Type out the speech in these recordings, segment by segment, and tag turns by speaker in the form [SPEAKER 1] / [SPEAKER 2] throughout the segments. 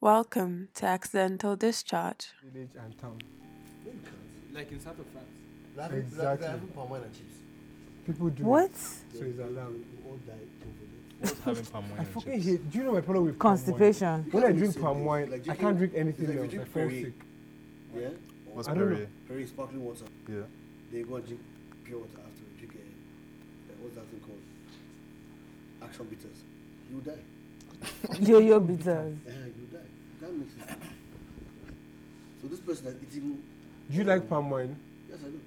[SPEAKER 1] Welcome to Accidental Discharge.
[SPEAKER 2] village and town.
[SPEAKER 3] No, you can't.
[SPEAKER 4] Like in South of France.
[SPEAKER 3] They're having, they're-
[SPEAKER 2] Exactly.
[SPEAKER 3] they're having palm wine and chips.
[SPEAKER 2] People do
[SPEAKER 5] What?
[SPEAKER 2] it, so it's allowed.
[SPEAKER 3] We all die over
[SPEAKER 6] What's having palm wine
[SPEAKER 2] I
[SPEAKER 6] and
[SPEAKER 2] fucking
[SPEAKER 6] chips?
[SPEAKER 2] hate. Do you know my problem with palm wine?
[SPEAKER 5] Constipation.
[SPEAKER 2] When I
[SPEAKER 3] Yeah,
[SPEAKER 2] drink
[SPEAKER 3] so
[SPEAKER 2] palm
[SPEAKER 3] it's
[SPEAKER 2] wine,
[SPEAKER 3] like
[SPEAKER 2] I
[SPEAKER 3] drinking-
[SPEAKER 2] can't drink anything
[SPEAKER 3] like you
[SPEAKER 2] else. I
[SPEAKER 3] drink
[SPEAKER 2] fall
[SPEAKER 3] Perrier.
[SPEAKER 2] sick.
[SPEAKER 3] there. Yeah?
[SPEAKER 6] What's
[SPEAKER 2] I don't know.
[SPEAKER 6] Perrier?
[SPEAKER 3] Very sparkling water.
[SPEAKER 6] Yeah.
[SPEAKER 3] They go and drink pure water after you drink uh, uh, what's that thing called? Action bitters. You die.
[SPEAKER 5] Yo-yo bitters.
[SPEAKER 3] Uh, you die. You can't mix it. So this person is eating.
[SPEAKER 2] Do you like palm wine?
[SPEAKER 3] Yes, I do.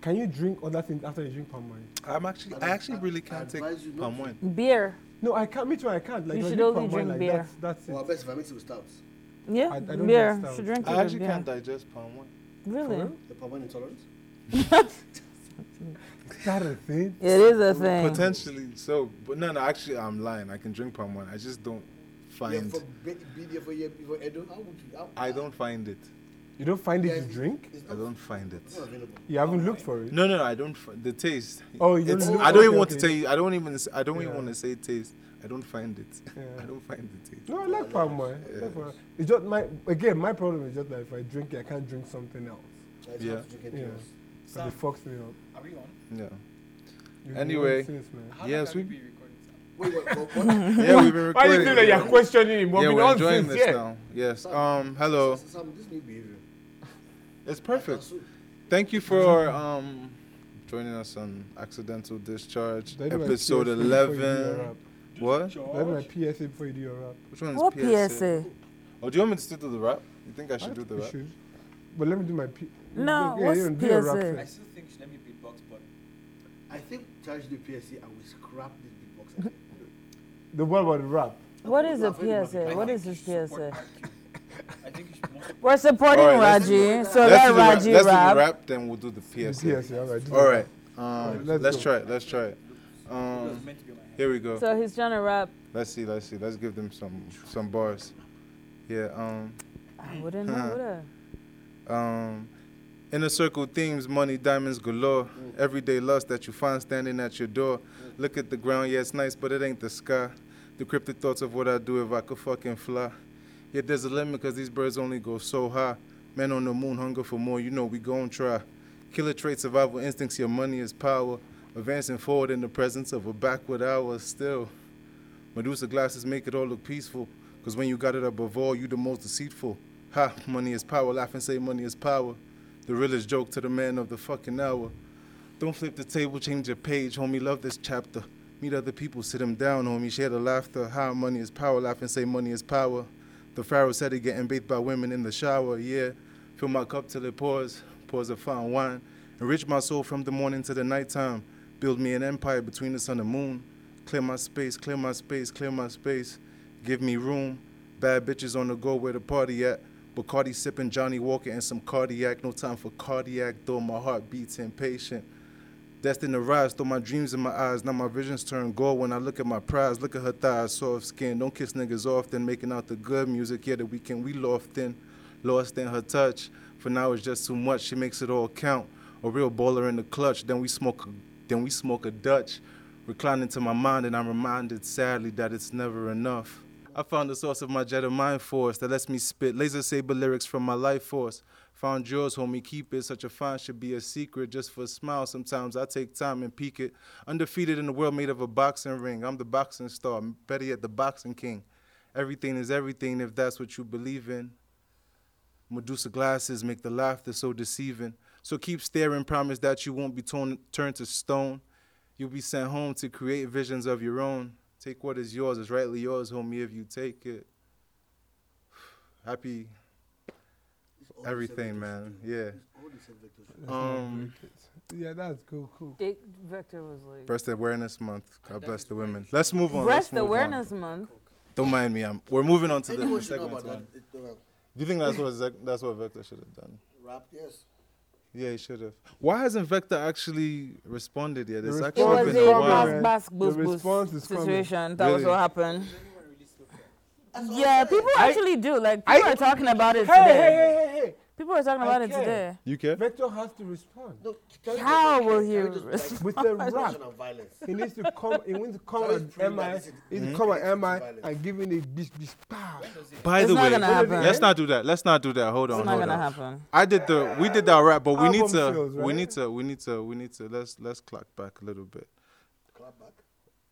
[SPEAKER 2] Can you drink other things after you drink palm wine?
[SPEAKER 6] I'm actually, I actually really can't take
[SPEAKER 3] Advise you not
[SPEAKER 6] palm
[SPEAKER 3] to.
[SPEAKER 6] wine.
[SPEAKER 5] Beer.
[SPEAKER 2] No, I can't. Me too. I can't. Like
[SPEAKER 5] You
[SPEAKER 2] I
[SPEAKER 5] should
[SPEAKER 2] drink
[SPEAKER 5] only
[SPEAKER 2] palm wine
[SPEAKER 5] drink
[SPEAKER 2] like That's,
[SPEAKER 3] Or I
[SPEAKER 2] that's
[SPEAKER 3] bet
[SPEAKER 2] it.
[SPEAKER 3] if I mix it with stouts,
[SPEAKER 5] Yeah,
[SPEAKER 2] I- I don't
[SPEAKER 5] beer.
[SPEAKER 2] like stout.
[SPEAKER 5] Should drink it
[SPEAKER 6] I
[SPEAKER 5] with
[SPEAKER 6] actually
[SPEAKER 5] beer.
[SPEAKER 6] can't digest palm wine.
[SPEAKER 5] Really?
[SPEAKER 2] real?
[SPEAKER 3] the palm wine intolerance.
[SPEAKER 2] Is that a thing?
[SPEAKER 5] It is a thing.
[SPEAKER 6] Potentially, so, but no, no, actually, I'm lying. I can drink palm wine. I just don't
[SPEAKER 3] Yeah,
[SPEAKER 6] find.
[SPEAKER 3] for be, be there for year before Edo. How would you? How,
[SPEAKER 6] I don't find it.
[SPEAKER 2] You don't find it
[SPEAKER 3] Yeah,
[SPEAKER 2] to drink?
[SPEAKER 3] It's
[SPEAKER 6] I
[SPEAKER 3] not,
[SPEAKER 6] don't find it.
[SPEAKER 3] it's not available.
[SPEAKER 2] You haven't looked for it.
[SPEAKER 6] No, no, no I don't. fi- The taste.
[SPEAKER 2] Oh, you
[SPEAKER 6] it's,
[SPEAKER 2] don't look-
[SPEAKER 6] I don't
[SPEAKER 2] okay,
[SPEAKER 6] even want to
[SPEAKER 2] okay.
[SPEAKER 6] tell you. I don't even. s- I don't even
[SPEAKER 2] Yeah.
[SPEAKER 6] want to say taste. I don't find it.
[SPEAKER 2] Yeah.
[SPEAKER 6] I don't find the taste.
[SPEAKER 2] No, I like palm wine. I like palm wine. It's just my again. My problem is just that if I drink it, I can't drink something else.
[SPEAKER 3] It's
[SPEAKER 6] Yeah.
[SPEAKER 3] hard to drink anything
[SPEAKER 2] Yeah.
[SPEAKER 3] else.
[SPEAKER 2] So it
[SPEAKER 4] Sam,
[SPEAKER 2] fucks me up.
[SPEAKER 4] are we on?
[SPEAKER 6] Yeah.
[SPEAKER 2] You've
[SPEAKER 6] Anyway.
[SPEAKER 2] been nonsense, man.
[SPEAKER 4] How
[SPEAKER 6] Yes,
[SPEAKER 4] long have we
[SPEAKER 6] we-
[SPEAKER 4] been recording? Sam?
[SPEAKER 3] Wait, what? what, what?
[SPEAKER 6] Yeah, we've been recording.
[SPEAKER 2] questioning him?
[SPEAKER 6] yeah, we're enjoying this now. Yes.
[SPEAKER 3] Sam,
[SPEAKER 6] Um. Hello.
[SPEAKER 3] Sam, Sam, this new behavior.
[SPEAKER 6] It's
[SPEAKER 3] I
[SPEAKER 6] perfect.
[SPEAKER 3] can't sue.
[SPEAKER 6] Thank you for um joining us on Accidental Discharge episode eleven. What?
[SPEAKER 2] That's my PSA before you do your rap.
[SPEAKER 6] Which one is
[SPEAKER 5] What
[SPEAKER 6] PSA?
[SPEAKER 5] PSA?
[SPEAKER 6] Oh, do you want me to still do the rap? You think I should do the
[SPEAKER 2] You
[SPEAKER 6] rap?
[SPEAKER 2] should. But let me do my P.
[SPEAKER 5] No,
[SPEAKER 2] yeah,
[SPEAKER 5] what's
[SPEAKER 2] you do your rap
[SPEAKER 5] PSA?
[SPEAKER 4] I
[SPEAKER 2] first.
[SPEAKER 4] still think she let me beatbox, but
[SPEAKER 3] I think charge the PSC and we scrap this big box.
[SPEAKER 2] The what about the rap?
[SPEAKER 5] What is a
[SPEAKER 3] I've heard about
[SPEAKER 5] PSA?
[SPEAKER 4] I
[SPEAKER 3] it.
[SPEAKER 5] What
[SPEAKER 4] think
[SPEAKER 5] is
[SPEAKER 4] you
[SPEAKER 5] a
[SPEAKER 4] should support
[SPEAKER 5] PSA?
[SPEAKER 4] RQ. I think you should most
[SPEAKER 5] We're supporting
[SPEAKER 6] All right, let's
[SPEAKER 5] Raji, so
[SPEAKER 6] Let's do
[SPEAKER 5] let
[SPEAKER 6] the rap.
[SPEAKER 5] Raji
[SPEAKER 6] Let's do the
[SPEAKER 5] rap.
[SPEAKER 6] rap, then we'll do the
[SPEAKER 2] The
[SPEAKER 6] PSA.
[SPEAKER 2] PSA. All right. do
[SPEAKER 6] All
[SPEAKER 2] the
[SPEAKER 6] right.
[SPEAKER 2] rap.
[SPEAKER 6] Um,
[SPEAKER 2] Let's
[SPEAKER 6] let's,
[SPEAKER 2] go.
[SPEAKER 6] try it. Let's try it.
[SPEAKER 4] it was
[SPEAKER 6] Um,
[SPEAKER 4] meant to be my hand.
[SPEAKER 6] here we go.
[SPEAKER 5] So he's trying to rap.
[SPEAKER 6] Let's see. Let's see. Let's give them some some bars. Yeah. Um.
[SPEAKER 5] I wouldn't
[SPEAKER 6] Uh-huh.
[SPEAKER 5] know, would I?
[SPEAKER 6] Um, inner circle themes, money, diamonds galore. Everyday lust that you find standing at your door. Look at the ground, yeah, it's nice, but it ain't the sky. The cryptic thoughts of what I'd do if I could fucking fly. Yet there's a limit, cause these birds only go so high. Men on the moon hunger for more, you know we gon' try. Killer trait, survival instincts, your money is power. Advancing forward in the presence of a backward hour still. Medusa glasses make it all look peaceful. Cause when you got it above all, you the most deceitful. Ha, money is power, laugh and say money is power. The realest joke to the man of the fucking hour. Don't flip the table, change your page, homie, love this chapter. Meet other people, sit them down, homie, share the laughter. Ha, money is power, laugh and say money is power. The Pharaoh said he getting bathed by women in the shower, yeah. Fill my cup till it pours, pours a fine wine. Enrich my soul from the morning to the nighttime. Build me an empire between the sun and moon. Clear my space, clear my space, clear my space. Give me room. Bad bitches on the go where the party at. Bacardi sipping Johnny Walker and some cardiac. No time for cardiac, though my heart beats impatient. Destined to rise, throw my dreams in my eyes. Now my visions turn gold when I look at my prize. Look at her thighs, soft skin. Don't kiss niggas often. Making out the good music. Yeah, the weekend we loft in. Lost in her touch. For now it's just too much. She makes it all count. A real baller in the clutch. Then we smoke. Then we smoke a Dutch. Reclining to my mind, and I'm reminded sadly that it's never enough. I found the source of my Jedi mind force that lets me spit laser saber lyrics from my life force. Found yours, homie, keep it. Such a find should be a secret just for a smile. Sometimes I take time and peek it. Undefeated in the world made of a boxing ring. I'm the boxing star, better yet, the boxing king. Everything is everything if that's what you believe in. Medusa glasses make the laughter so deceiving. So keep staring, promise that you won't be torn, turned to stone. You'll be sent home to create visions of your own. Take what is yours, it's rightly yours, homie, if you take it. Happy
[SPEAKER 3] It's all the
[SPEAKER 6] everything,
[SPEAKER 3] same
[SPEAKER 6] man.
[SPEAKER 3] vectors.
[SPEAKER 6] Yeah.
[SPEAKER 3] It's all the same vectors.
[SPEAKER 2] That's not
[SPEAKER 6] Um,
[SPEAKER 2] great. yeah, that's cool. Cool.
[SPEAKER 5] Dick Vector was like.
[SPEAKER 6] Breast Awareness Month. God bless the women. Let's move on. let's
[SPEAKER 5] Breast
[SPEAKER 6] move on.
[SPEAKER 5] Awareness Month.
[SPEAKER 6] Don't mind me. I'm, we're moving on to the
[SPEAKER 3] Anyone
[SPEAKER 6] next
[SPEAKER 3] should know
[SPEAKER 6] segment.
[SPEAKER 3] about that.
[SPEAKER 6] man.
[SPEAKER 3] It, uh,
[SPEAKER 6] Do you think that's what Zec- that's what Vector should have done?
[SPEAKER 3] Rap, yes.
[SPEAKER 6] Yeah, he should have. Why hasn't Vector actually responded yet?
[SPEAKER 2] The
[SPEAKER 6] It's
[SPEAKER 5] It
[SPEAKER 6] actually
[SPEAKER 2] response
[SPEAKER 5] was
[SPEAKER 6] been
[SPEAKER 2] is
[SPEAKER 6] a
[SPEAKER 5] a
[SPEAKER 2] coming,
[SPEAKER 6] while.
[SPEAKER 2] man.
[SPEAKER 5] bus bus
[SPEAKER 2] The
[SPEAKER 5] bus
[SPEAKER 2] response
[SPEAKER 5] bus
[SPEAKER 2] is coming.
[SPEAKER 5] situation. That was
[SPEAKER 6] Really?
[SPEAKER 5] what happened.
[SPEAKER 3] That's all
[SPEAKER 5] Yeah,
[SPEAKER 3] I'm saying.
[SPEAKER 5] people actually do. Like people are talking about it today.
[SPEAKER 2] Hey, hey, hey, hey, hey!
[SPEAKER 5] People were talking
[SPEAKER 2] I
[SPEAKER 5] about it
[SPEAKER 2] care.
[SPEAKER 5] today.
[SPEAKER 6] You care?
[SPEAKER 2] Vector has to respond.
[SPEAKER 3] No, can you-
[SPEAKER 5] How
[SPEAKER 3] can
[SPEAKER 5] will
[SPEAKER 3] can
[SPEAKER 5] you
[SPEAKER 3] we just, like,
[SPEAKER 2] With the
[SPEAKER 3] put
[SPEAKER 2] rap.
[SPEAKER 3] on violence?
[SPEAKER 2] He needs to come. He needs to come
[SPEAKER 3] Sorry,
[SPEAKER 2] at
[SPEAKER 3] it's pretty
[SPEAKER 2] MI.
[SPEAKER 3] violent.
[SPEAKER 2] He
[SPEAKER 6] Mm-hmm.
[SPEAKER 2] needs
[SPEAKER 3] Mhm.
[SPEAKER 2] to come at
[SPEAKER 3] It's
[SPEAKER 2] MI
[SPEAKER 3] violent.
[SPEAKER 2] and give me the bish bish pow.
[SPEAKER 6] By
[SPEAKER 5] It's
[SPEAKER 6] the
[SPEAKER 5] not
[SPEAKER 6] way,
[SPEAKER 5] gonna happen.
[SPEAKER 6] let's not do that. Let's not do that. Hold on.
[SPEAKER 5] It's not
[SPEAKER 6] hold
[SPEAKER 5] gonna
[SPEAKER 6] on.
[SPEAKER 5] happen.
[SPEAKER 6] I did the we did our rap, but we
[SPEAKER 2] Album
[SPEAKER 6] need to
[SPEAKER 2] sales,
[SPEAKER 6] we
[SPEAKER 2] right?
[SPEAKER 6] need to we need to we need to let's let's clock back a little bit.
[SPEAKER 3] Clap back.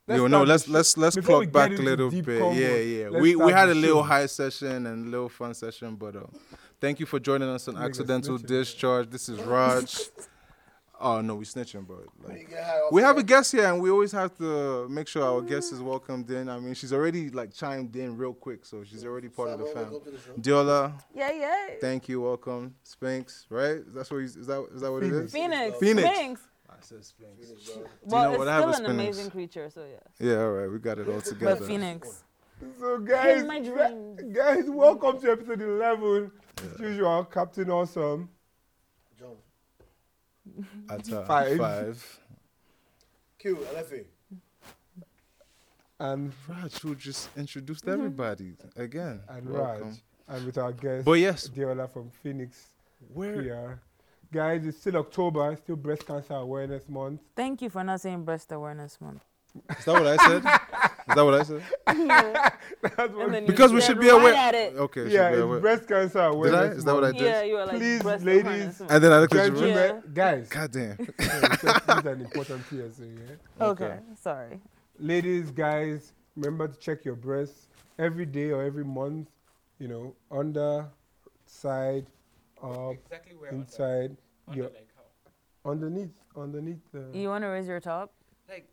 [SPEAKER 2] Let's
[SPEAKER 6] Yo, no,
[SPEAKER 2] start the
[SPEAKER 6] let's
[SPEAKER 2] shit.
[SPEAKER 6] let's let's
[SPEAKER 2] Before we
[SPEAKER 6] clock
[SPEAKER 2] get
[SPEAKER 6] back a
[SPEAKER 2] into
[SPEAKER 6] little
[SPEAKER 2] deep
[SPEAKER 6] bit.
[SPEAKER 2] convo,
[SPEAKER 6] yeah, yeah.
[SPEAKER 2] let's
[SPEAKER 6] We we
[SPEAKER 2] start
[SPEAKER 6] had
[SPEAKER 2] the
[SPEAKER 6] a little
[SPEAKER 2] show.
[SPEAKER 6] high session and a little fun session, but um, thank you for joining us on
[SPEAKER 2] Nigga,
[SPEAKER 6] Accidental
[SPEAKER 2] snitching.
[SPEAKER 6] Discharge. This is Raj. oh no, we snitching, but
[SPEAKER 3] When you
[SPEAKER 6] like
[SPEAKER 3] get high off
[SPEAKER 6] we have a
[SPEAKER 3] that,
[SPEAKER 6] guest here, and we always have to make sure our guest is welcomed in. I mean, she's already like chimed in real quick, so she's already part of the
[SPEAKER 3] Sam,
[SPEAKER 6] family.
[SPEAKER 3] welcome to the show.
[SPEAKER 6] Diola,
[SPEAKER 5] Yeah, yeah.
[SPEAKER 6] thank you, welcome. Sphinx, right? That's what you, is that is that what it is?
[SPEAKER 5] Phoenix.
[SPEAKER 6] Phoenix.
[SPEAKER 5] Sphinx.
[SPEAKER 6] I said Sphinx.
[SPEAKER 3] Phoenix, bro.
[SPEAKER 5] Well,
[SPEAKER 6] know what
[SPEAKER 5] it's
[SPEAKER 6] happens,
[SPEAKER 5] still an
[SPEAKER 6] Phoenix?
[SPEAKER 5] amazing creature, so yeah.
[SPEAKER 6] Yeah, all right, we got it all together.
[SPEAKER 5] But Phoenix.
[SPEAKER 2] So guys,
[SPEAKER 5] my
[SPEAKER 2] gu-
[SPEAKER 5] dreams.
[SPEAKER 2] guys, welcome to episode 11. As usual, Captain Awesome.
[SPEAKER 3] John.
[SPEAKER 6] At uh,
[SPEAKER 2] Five.
[SPEAKER 6] five.
[SPEAKER 3] Q, LFA.
[SPEAKER 2] and
[SPEAKER 6] Raj, who just introduced everybody again.
[SPEAKER 2] and
[SPEAKER 6] Welcome.
[SPEAKER 2] Raj, and with our guest
[SPEAKER 6] But yes,
[SPEAKER 2] Diola from Phoenix
[SPEAKER 6] where
[SPEAKER 2] PR. Guys, it's still October, it's still Breast Cancer Awareness Month.
[SPEAKER 5] Thank you for not saying Breast Awareness Month.
[SPEAKER 6] is that? What I said? is that what I said?
[SPEAKER 2] That's what-
[SPEAKER 5] And then you
[SPEAKER 6] Because we
[SPEAKER 5] said
[SPEAKER 6] should be aware.
[SPEAKER 5] Right at it.
[SPEAKER 6] Okay, should
[SPEAKER 2] yeah,
[SPEAKER 6] be
[SPEAKER 2] it's
[SPEAKER 6] aware.
[SPEAKER 2] Breast Cancer
[SPEAKER 6] Did I?
[SPEAKER 2] Awareness
[SPEAKER 6] Is that what I
[SPEAKER 2] Month.
[SPEAKER 6] did?
[SPEAKER 5] Yeah, you were like
[SPEAKER 2] Please,
[SPEAKER 5] Breast
[SPEAKER 2] ladies,
[SPEAKER 5] Awareness Month.
[SPEAKER 6] And then I looked at you.
[SPEAKER 5] Judging-
[SPEAKER 2] Gentlemen, Guys,
[SPEAKER 6] God damn.
[SPEAKER 2] yeah, this is an important PSA. Yeah?
[SPEAKER 5] Okay.
[SPEAKER 6] okay.
[SPEAKER 5] sorry.
[SPEAKER 2] Ladies, guys, remember to check your breasts every day or every month. You know, under, side, up,
[SPEAKER 4] Exactly where on the-
[SPEAKER 2] inside,
[SPEAKER 4] on the
[SPEAKER 2] your
[SPEAKER 4] leg, how?
[SPEAKER 2] underneath, underneath, the,
[SPEAKER 5] You want to raise your top?
[SPEAKER 4] Like,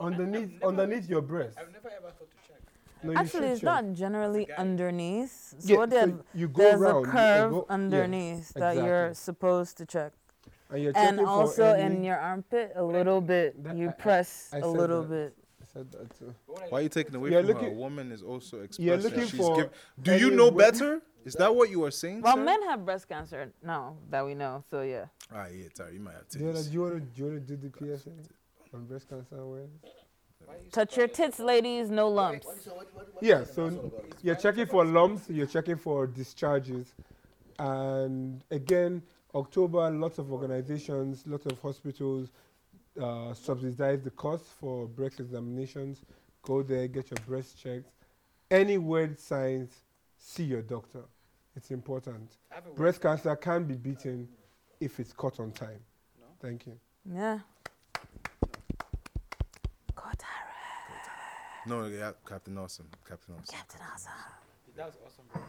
[SPEAKER 2] underneath,
[SPEAKER 4] never-
[SPEAKER 2] underneath your breast.
[SPEAKER 4] I've never ever thought to check.
[SPEAKER 2] No,
[SPEAKER 5] Actually,
[SPEAKER 2] should
[SPEAKER 5] it's
[SPEAKER 2] check.
[SPEAKER 5] not generally
[SPEAKER 4] guy.
[SPEAKER 5] underneath. So
[SPEAKER 2] Yeah,
[SPEAKER 5] what they
[SPEAKER 2] so
[SPEAKER 5] have-
[SPEAKER 2] you go
[SPEAKER 5] there's
[SPEAKER 2] round,
[SPEAKER 5] a
[SPEAKER 2] you
[SPEAKER 5] curve
[SPEAKER 2] go- yeah,
[SPEAKER 5] underneath that you're
[SPEAKER 2] exactly.
[SPEAKER 5] supposed to check.
[SPEAKER 2] and, you're
[SPEAKER 5] And
[SPEAKER 2] checking for
[SPEAKER 5] also
[SPEAKER 2] any-
[SPEAKER 5] in your armpit, a little bit.
[SPEAKER 2] That- I-
[SPEAKER 5] you
[SPEAKER 2] I-
[SPEAKER 5] press
[SPEAKER 2] I
[SPEAKER 5] a
[SPEAKER 2] said
[SPEAKER 5] little
[SPEAKER 2] that.
[SPEAKER 5] bit.
[SPEAKER 2] I said that uh, too.
[SPEAKER 4] But when I
[SPEAKER 6] Why are you taking away
[SPEAKER 2] You're
[SPEAKER 6] from her? A
[SPEAKER 2] looking-
[SPEAKER 6] woman is also expressing.
[SPEAKER 2] you're looking
[SPEAKER 6] She's
[SPEAKER 2] for
[SPEAKER 6] giv- Do you
[SPEAKER 2] any
[SPEAKER 6] know
[SPEAKER 2] wo-
[SPEAKER 6] better? Is that what you are saying?
[SPEAKER 5] Well,
[SPEAKER 6] sir?
[SPEAKER 5] men have breast cancer now that we know. So yeah.
[SPEAKER 6] Ah, yeah, Tara, you might have to.
[SPEAKER 2] Diola, do you want to do, you wanna do the PSA on breast cancer awareness?
[SPEAKER 5] Touch your tits, ladies. No lumps.
[SPEAKER 3] What is what, what, what
[SPEAKER 2] Yeah,
[SPEAKER 3] is that
[SPEAKER 2] so-
[SPEAKER 3] all about?
[SPEAKER 2] You're checking for lumps, you're checking for discharges. And again, October, lots of organizations, lots of hospitals uh, subsidize the cost for breast examinations. Go there, get your breast checked. Any weird signs, see your doctor. It's important.
[SPEAKER 4] I have a weird-
[SPEAKER 2] Breast cancer can be beaten if it's caught on time.
[SPEAKER 4] No.
[SPEAKER 2] Thank you.
[SPEAKER 5] Yeah. Kotara.
[SPEAKER 6] No, yeah, Captain Awesome. Captain Awesome.
[SPEAKER 5] Captain Awesome.
[SPEAKER 4] That was awesome. bro.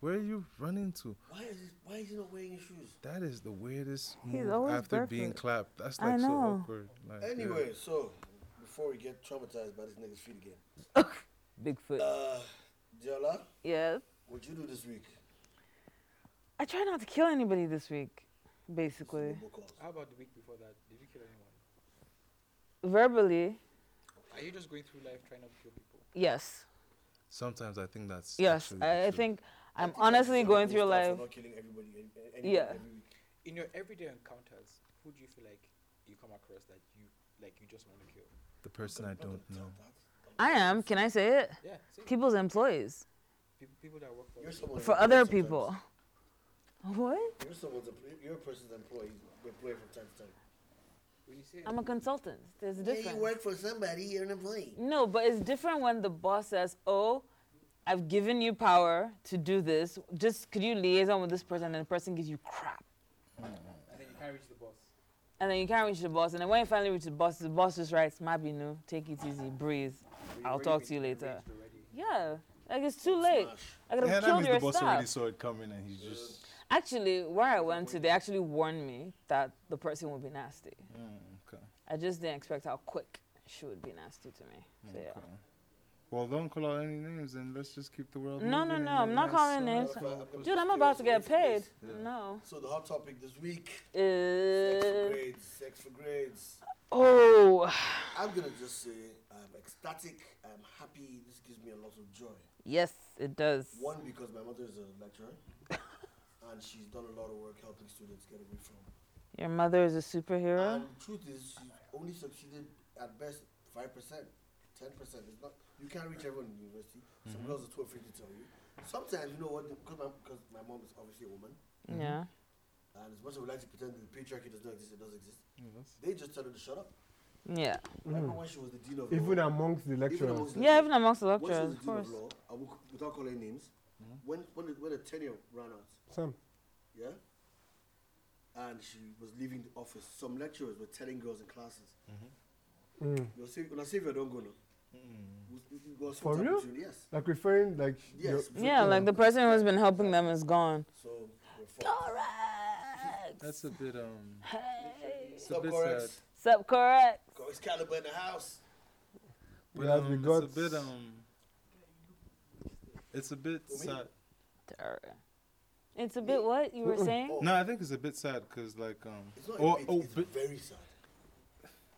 [SPEAKER 6] Where are you running to?
[SPEAKER 3] Why is, he- why is he not wearing his shoes?
[SPEAKER 6] That is the weirdest
[SPEAKER 5] He's
[SPEAKER 6] move
[SPEAKER 5] always
[SPEAKER 6] after being
[SPEAKER 5] barefoot.
[SPEAKER 6] clapped. That's
[SPEAKER 5] I
[SPEAKER 6] like so
[SPEAKER 5] know.
[SPEAKER 6] awkward. Like, yeah.
[SPEAKER 3] Anyway, so before we get traumatized by this nigga's feet again,
[SPEAKER 5] Bigfoot.
[SPEAKER 3] uh, Diola,
[SPEAKER 5] Yeah.
[SPEAKER 3] what'd you do this week?
[SPEAKER 5] I try not to kill anybody this week, basically.
[SPEAKER 3] Football calls.
[SPEAKER 4] How about the week before that? Did you kill anyone?
[SPEAKER 5] Verbally,
[SPEAKER 4] Are you just going through life trying not to kill people?
[SPEAKER 5] yes.
[SPEAKER 6] Sometimes I think that's
[SPEAKER 5] Yes.
[SPEAKER 6] actually the
[SPEAKER 5] I, I
[SPEAKER 6] truth.
[SPEAKER 5] think
[SPEAKER 3] I
[SPEAKER 5] I'm
[SPEAKER 3] think I
[SPEAKER 5] honestly
[SPEAKER 3] deserve
[SPEAKER 5] going
[SPEAKER 3] those
[SPEAKER 5] through
[SPEAKER 3] stars for
[SPEAKER 5] life.
[SPEAKER 3] Not killing everybody. and- and- and
[SPEAKER 5] Yeah.
[SPEAKER 3] every week.
[SPEAKER 4] In your everyday encounters, who do you feel like you come across that you like you just want to kill?
[SPEAKER 6] the person I don't know.
[SPEAKER 5] I am, can I say it?
[SPEAKER 4] Yeah, see,
[SPEAKER 5] People's employees.
[SPEAKER 4] people, people that work for
[SPEAKER 3] You're someone's
[SPEAKER 5] For
[SPEAKER 3] employee
[SPEAKER 5] other
[SPEAKER 3] sometimes.
[SPEAKER 5] people. What?
[SPEAKER 3] You're someone's employee. You're a person's employee. Employee from time to time.
[SPEAKER 4] when you say
[SPEAKER 5] I'm a consultant. There's a
[SPEAKER 3] Yeah, you
[SPEAKER 5] difference.
[SPEAKER 3] work for somebody. You're an employee.
[SPEAKER 5] No, but it's different when the boss says, "Oh, I've given you power to do this. Just could you liaison with this person?" And the person gives you crap,
[SPEAKER 4] and then you can't reach the boss.
[SPEAKER 5] and then you can't reach the boss. And then when you finally reach the boss, the boss just writes, "Mabinu, take it easy, breathe.
[SPEAKER 4] You've
[SPEAKER 5] I'll
[SPEAKER 4] already
[SPEAKER 5] talk
[SPEAKER 4] been
[SPEAKER 5] to you later."
[SPEAKER 4] enraged already.
[SPEAKER 5] Yeah, like it's too late. I could
[SPEAKER 6] Yeah,
[SPEAKER 5] have
[SPEAKER 6] that
[SPEAKER 5] killed
[SPEAKER 6] means the
[SPEAKER 5] your
[SPEAKER 6] boss already
[SPEAKER 5] staff.
[SPEAKER 6] saw it coming and he's just.
[SPEAKER 5] Actually, where I went to, they actually warned me that the person would be nasty.
[SPEAKER 6] Mm, okay.
[SPEAKER 5] I just didn't expect how quick she would be nasty to me. So
[SPEAKER 6] Mm,
[SPEAKER 5] yeah.
[SPEAKER 6] Well, don't call out any names and let's just keep the world.
[SPEAKER 5] No, no,
[SPEAKER 6] moving
[SPEAKER 5] no,
[SPEAKER 6] and
[SPEAKER 5] I'm not
[SPEAKER 6] let's,
[SPEAKER 5] calling
[SPEAKER 6] uh,
[SPEAKER 5] names.
[SPEAKER 3] I'm gonna
[SPEAKER 5] Dude, I'm
[SPEAKER 3] steer
[SPEAKER 5] about
[SPEAKER 3] us
[SPEAKER 5] to
[SPEAKER 3] away
[SPEAKER 5] get
[SPEAKER 3] from
[SPEAKER 5] paid.
[SPEAKER 3] this.
[SPEAKER 5] No.
[SPEAKER 3] So the hot topic this week: sex for
[SPEAKER 5] Uh,
[SPEAKER 3] grades. Sex for grades.
[SPEAKER 5] oh,
[SPEAKER 3] I'm gonna just say I'm ecstatic. I'm happy. This gives me a lot of joy.
[SPEAKER 5] yes, it does.
[SPEAKER 3] One because my mother is a lecturer, and she's done a lot of work helping students get away from
[SPEAKER 5] Your
[SPEAKER 7] Um,
[SPEAKER 5] mother is a superhero.
[SPEAKER 3] And truth is, she only succeeded at best 5%, 10%.
[SPEAKER 7] ten percent. It's not you can't reach everyone in university. Some girls are too afraid to tell you. Sometimes you know what? Because my because my mom is obviously a woman,
[SPEAKER 5] Yeah.
[SPEAKER 7] and as much as we like to pretend that the patriarchy does not exist, it does exist. They just tell her to shut up.
[SPEAKER 5] Yeah.
[SPEAKER 7] I remember when she was the dean of
[SPEAKER 2] Even
[SPEAKER 7] law,
[SPEAKER 2] amongst the
[SPEAKER 7] even
[SPEAKER 2] lecturers.
[SPEAKER 7] amongst the
[SPEAKER 5] Yeah,
[SPEAKER 7] lecturers,
[SPEAKER 5] even amongst the
[SPEAKER 7] when she
[SPEAKER 5] lecturers,
[SPEAKER 7] was
[SPEAKER 5] of
[SPEAKER 7] the dean
[SPEAKER 5] course.
[SPEAKER 7] of law, I will, without calling names, when when the, when the tenure ran out,
[SPEAKER 2] Sam,
[SPEAKER 7] yeah, and she was leaving the office, some lecturers were telling girls in classes,
[SPEAKER 2] mm.
[SPEAKER 7] "Your savior, your savior don't go now." It was
[SPEAKER 2] For
[SPEAKER 7] some
[SPEAKER 2] real?
[SPEAKER 7] opportunity, Yes.
[SPEAKER 2] like referring like
[SPEAKER 7] Yes.
[SPEAKER 2] your-
[SPEAKER 7] we
[SPEAKER 5] Yeah,
[SPEAKER 7] do.
[SPEAKER 5] like the person who's been helping them is gone.
[SPEAKER 7] So, we're fucked.
[SPEAKER 5] Oh. Correct.
[SPEAKER 6] That's a bit um. It's a
[SPEAKER 7] Sup,
[SPEAKER 6] bit
[SPEAKER 7] Corex?
[SPEAKER 6] sad.
[SPEAKER 5] Sup, correct.
[SPEAKER 7] Got Excalibur in the house.
[SPEAKER 6] But
[SPEAKER 2] Yeah, we
[SPEAKER 6] um,
[SPEAKER 2] got-
[SPEAKER 6] it's a bit um. It's a bit
[SPEAKER 7] Who, me?
[SPEAKER 6] sad.
[SPEAKER 5] Terror. It's a bit what you were saying.
[SPEAKER 6] No, I think it's a bit sad because like um.
[SPEAKER 7] It's not
[SPEAKER 6] Or-
[SPEAKER 7] a bit,
[SPEAKER 6] oh,
[SPEAKER 7] it's
[SPEAKER 6] but-
[SPEAKER 7] very sad.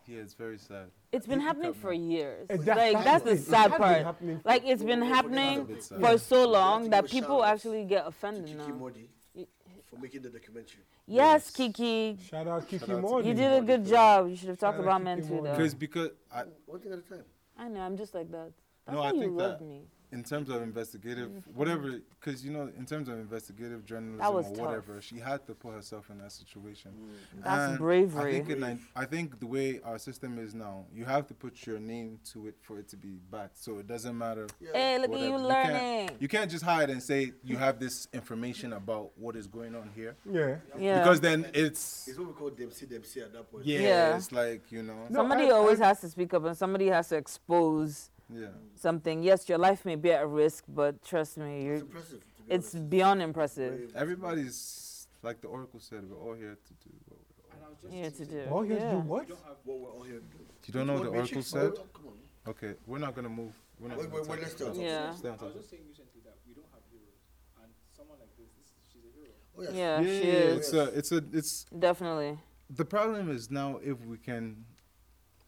[SPEAKER 6] Yeah, it's very sad.
[SPEAKER 5] It's been
[SPEAKER 6] Look
[SPEAKER 5] happening
[SPEAKER 6] at me.
[SPEAKER 5] for years.
[SPEAKER 2] Eh, that-
[SPEAKER 5] Like that's the
[SPEAKER 2] it. It
[SPEAKER 5] sad
[SPEAKER 2] has been
[SPEAKER 5] part.
[SPEAKER 2] happening for-
[SPEAKER 5] Like it's been
[SPEAKER 7] No, no, forget
[SPEAKER 5] happening
[SPEAKER 7] about it.
[SPEAKER 6] It's, uh,
[SPEAKER 5] for so
[SPEAKER 7] You have
[SPEAKER 5] long
[SPEAKER 7] to
[SPEAKER 5] that
[SPEAKER 7] give a
[SPEAKER 5] people
[SPEAKER 7] shout-out
[SPEAKER 5] actually get
[SPEAKER 7] To
[SPEAKER 5] offended
[SPEAKER 7] Kiki
[SPEAKER 5] now.
[SPEAKER 7] Modi
[SPEAKER 5] Y-
[SPEAKER 7] for making the documentary.
[SPEAKER 5] Yes, Kiki,
[SPEAKER 2] shout out Kiki
[SPEAKER 6] out to
[SPEAKER 2] Morning.
[SPEAKER 5] you did a good job. You should have talked
[SPEAKER 2] Shout out
[SPEAKER 5] about
[SPEAKER 2] Kiki
[SPEAKER 5] men too,
[SPEAKER 2] Morgan.
[SPEAKER 5] though.
[SPEAKER 6] Because because I,
[SPEAKER 7] One thing at a time.
[SPEAKER 5] I know. I'm just like that. That's
[SPEAKER 6] No,
[SPEAKER 5] why
[SPEAKER 6] I
[SPEAKER 5] you
[SPEAKER 6] think
[SPEAKER 5] love
[SPEAKER 6] that-
[SPEAKER 5] me.
[SPEAKER 6] in terms of investigative, whatever, because you know, in terms of investigative journalism or
[SPEAKER 5] was tough. Mm.
[SPEAKER 6] whatever, she had to put herself in that situation.
[SPEAKER 5] That's
[SPEAKER 6] And I
[SPEAKER 5] bravery.
[SPEAKER 6] think, in, Ni- I think the way our system is now, you have to put your name to it for it to be backed. So it doesn't matter.
[SPEAKER 5] Hey, look at
[SPEAKER 6] whatever.
[SPEAKER 5] you
[SPEAKER 6] can't- You
[SPEAKER 5] learning.
[SPEAKER 6] can't, just hide and say you have this information about what is going on here,
[SPEAKER 2] Yeah.
[SPEAKER 5] yeah.
[SPEAKER 6] because then it's
[SPEAKER 7] It's what we call Dempsey Dempsey at that point.
[SPEAKER 6] yeah,
[SPEAKER 5] Yeah.
[SPEAKER 6] it's like you know,
[SPEAKER 2] No,
[SPEAKER 5] somebody
[SPEAKER 2] I-
[SPEAKER 5] always
[SPEAKER 2] I-
[SPEAKER 5] has to speak up, and somebody has to expose
[SPEAKER 6] yeah.
[SPEAKER 5] something. Yes, your life may be at risk, but trust me,
[SPEAKER 7] It's
[SPEAKER 5] you're,
[SPEAKER 7] impressive. To be
[SPEAKER 5] it's
[SPEAKER 7] honest.
[SPEAKER 5] beyond impressive.
[SPEAKER 6] Everybody's like the oracle said, we're all here to do. What we're all.
[SPEAKER 4] And I was just
[SPEAKER 5] Yeah, to do.
[SPEAKER 2] Oh, yes, do
[SPEAKER 5] Yeah.
[SPEAKER 2] what?
[SPEAKER 4] don't have
[SPEAKER 7] What we're all here to
[SPEAKER 6] You don't know what the oracle said?
[SPEAKER 7] Come on.
[SPEAKER 6] Okay, we're not gonna move. We're not
[SPEAKER 7] Wait,
[SPEAKER 6] gonna
[SPEAKER 7] wait, wait,
[SPEAKER 6] touch
[SPEAKER 7] let's
[SPEAKER 6] it.
[SPEAKER 7] stay on
[SPEAKER 5] topic. Yeah.
[SPEAKER 6] Stay on
[SPEAKER 4] I was
[SPEAKER 6] topic.
[SPEAKER 4] just saying recently that we don't have heroes, and someone like this, this she's a hero.
[SPEAKER 7] Oh, yes.
[SPEAKER 5] Yeah,
[SPEAKER 6] yeah,
[SPEAKER 5] she
[SPEAKER 6] yeah,
[SPEAKER 5] is
[SPEAKER 6] it's a, it's a, it's
[SPEAKER 5] definitely.
[SPEAKER 6] the problem is now if we can,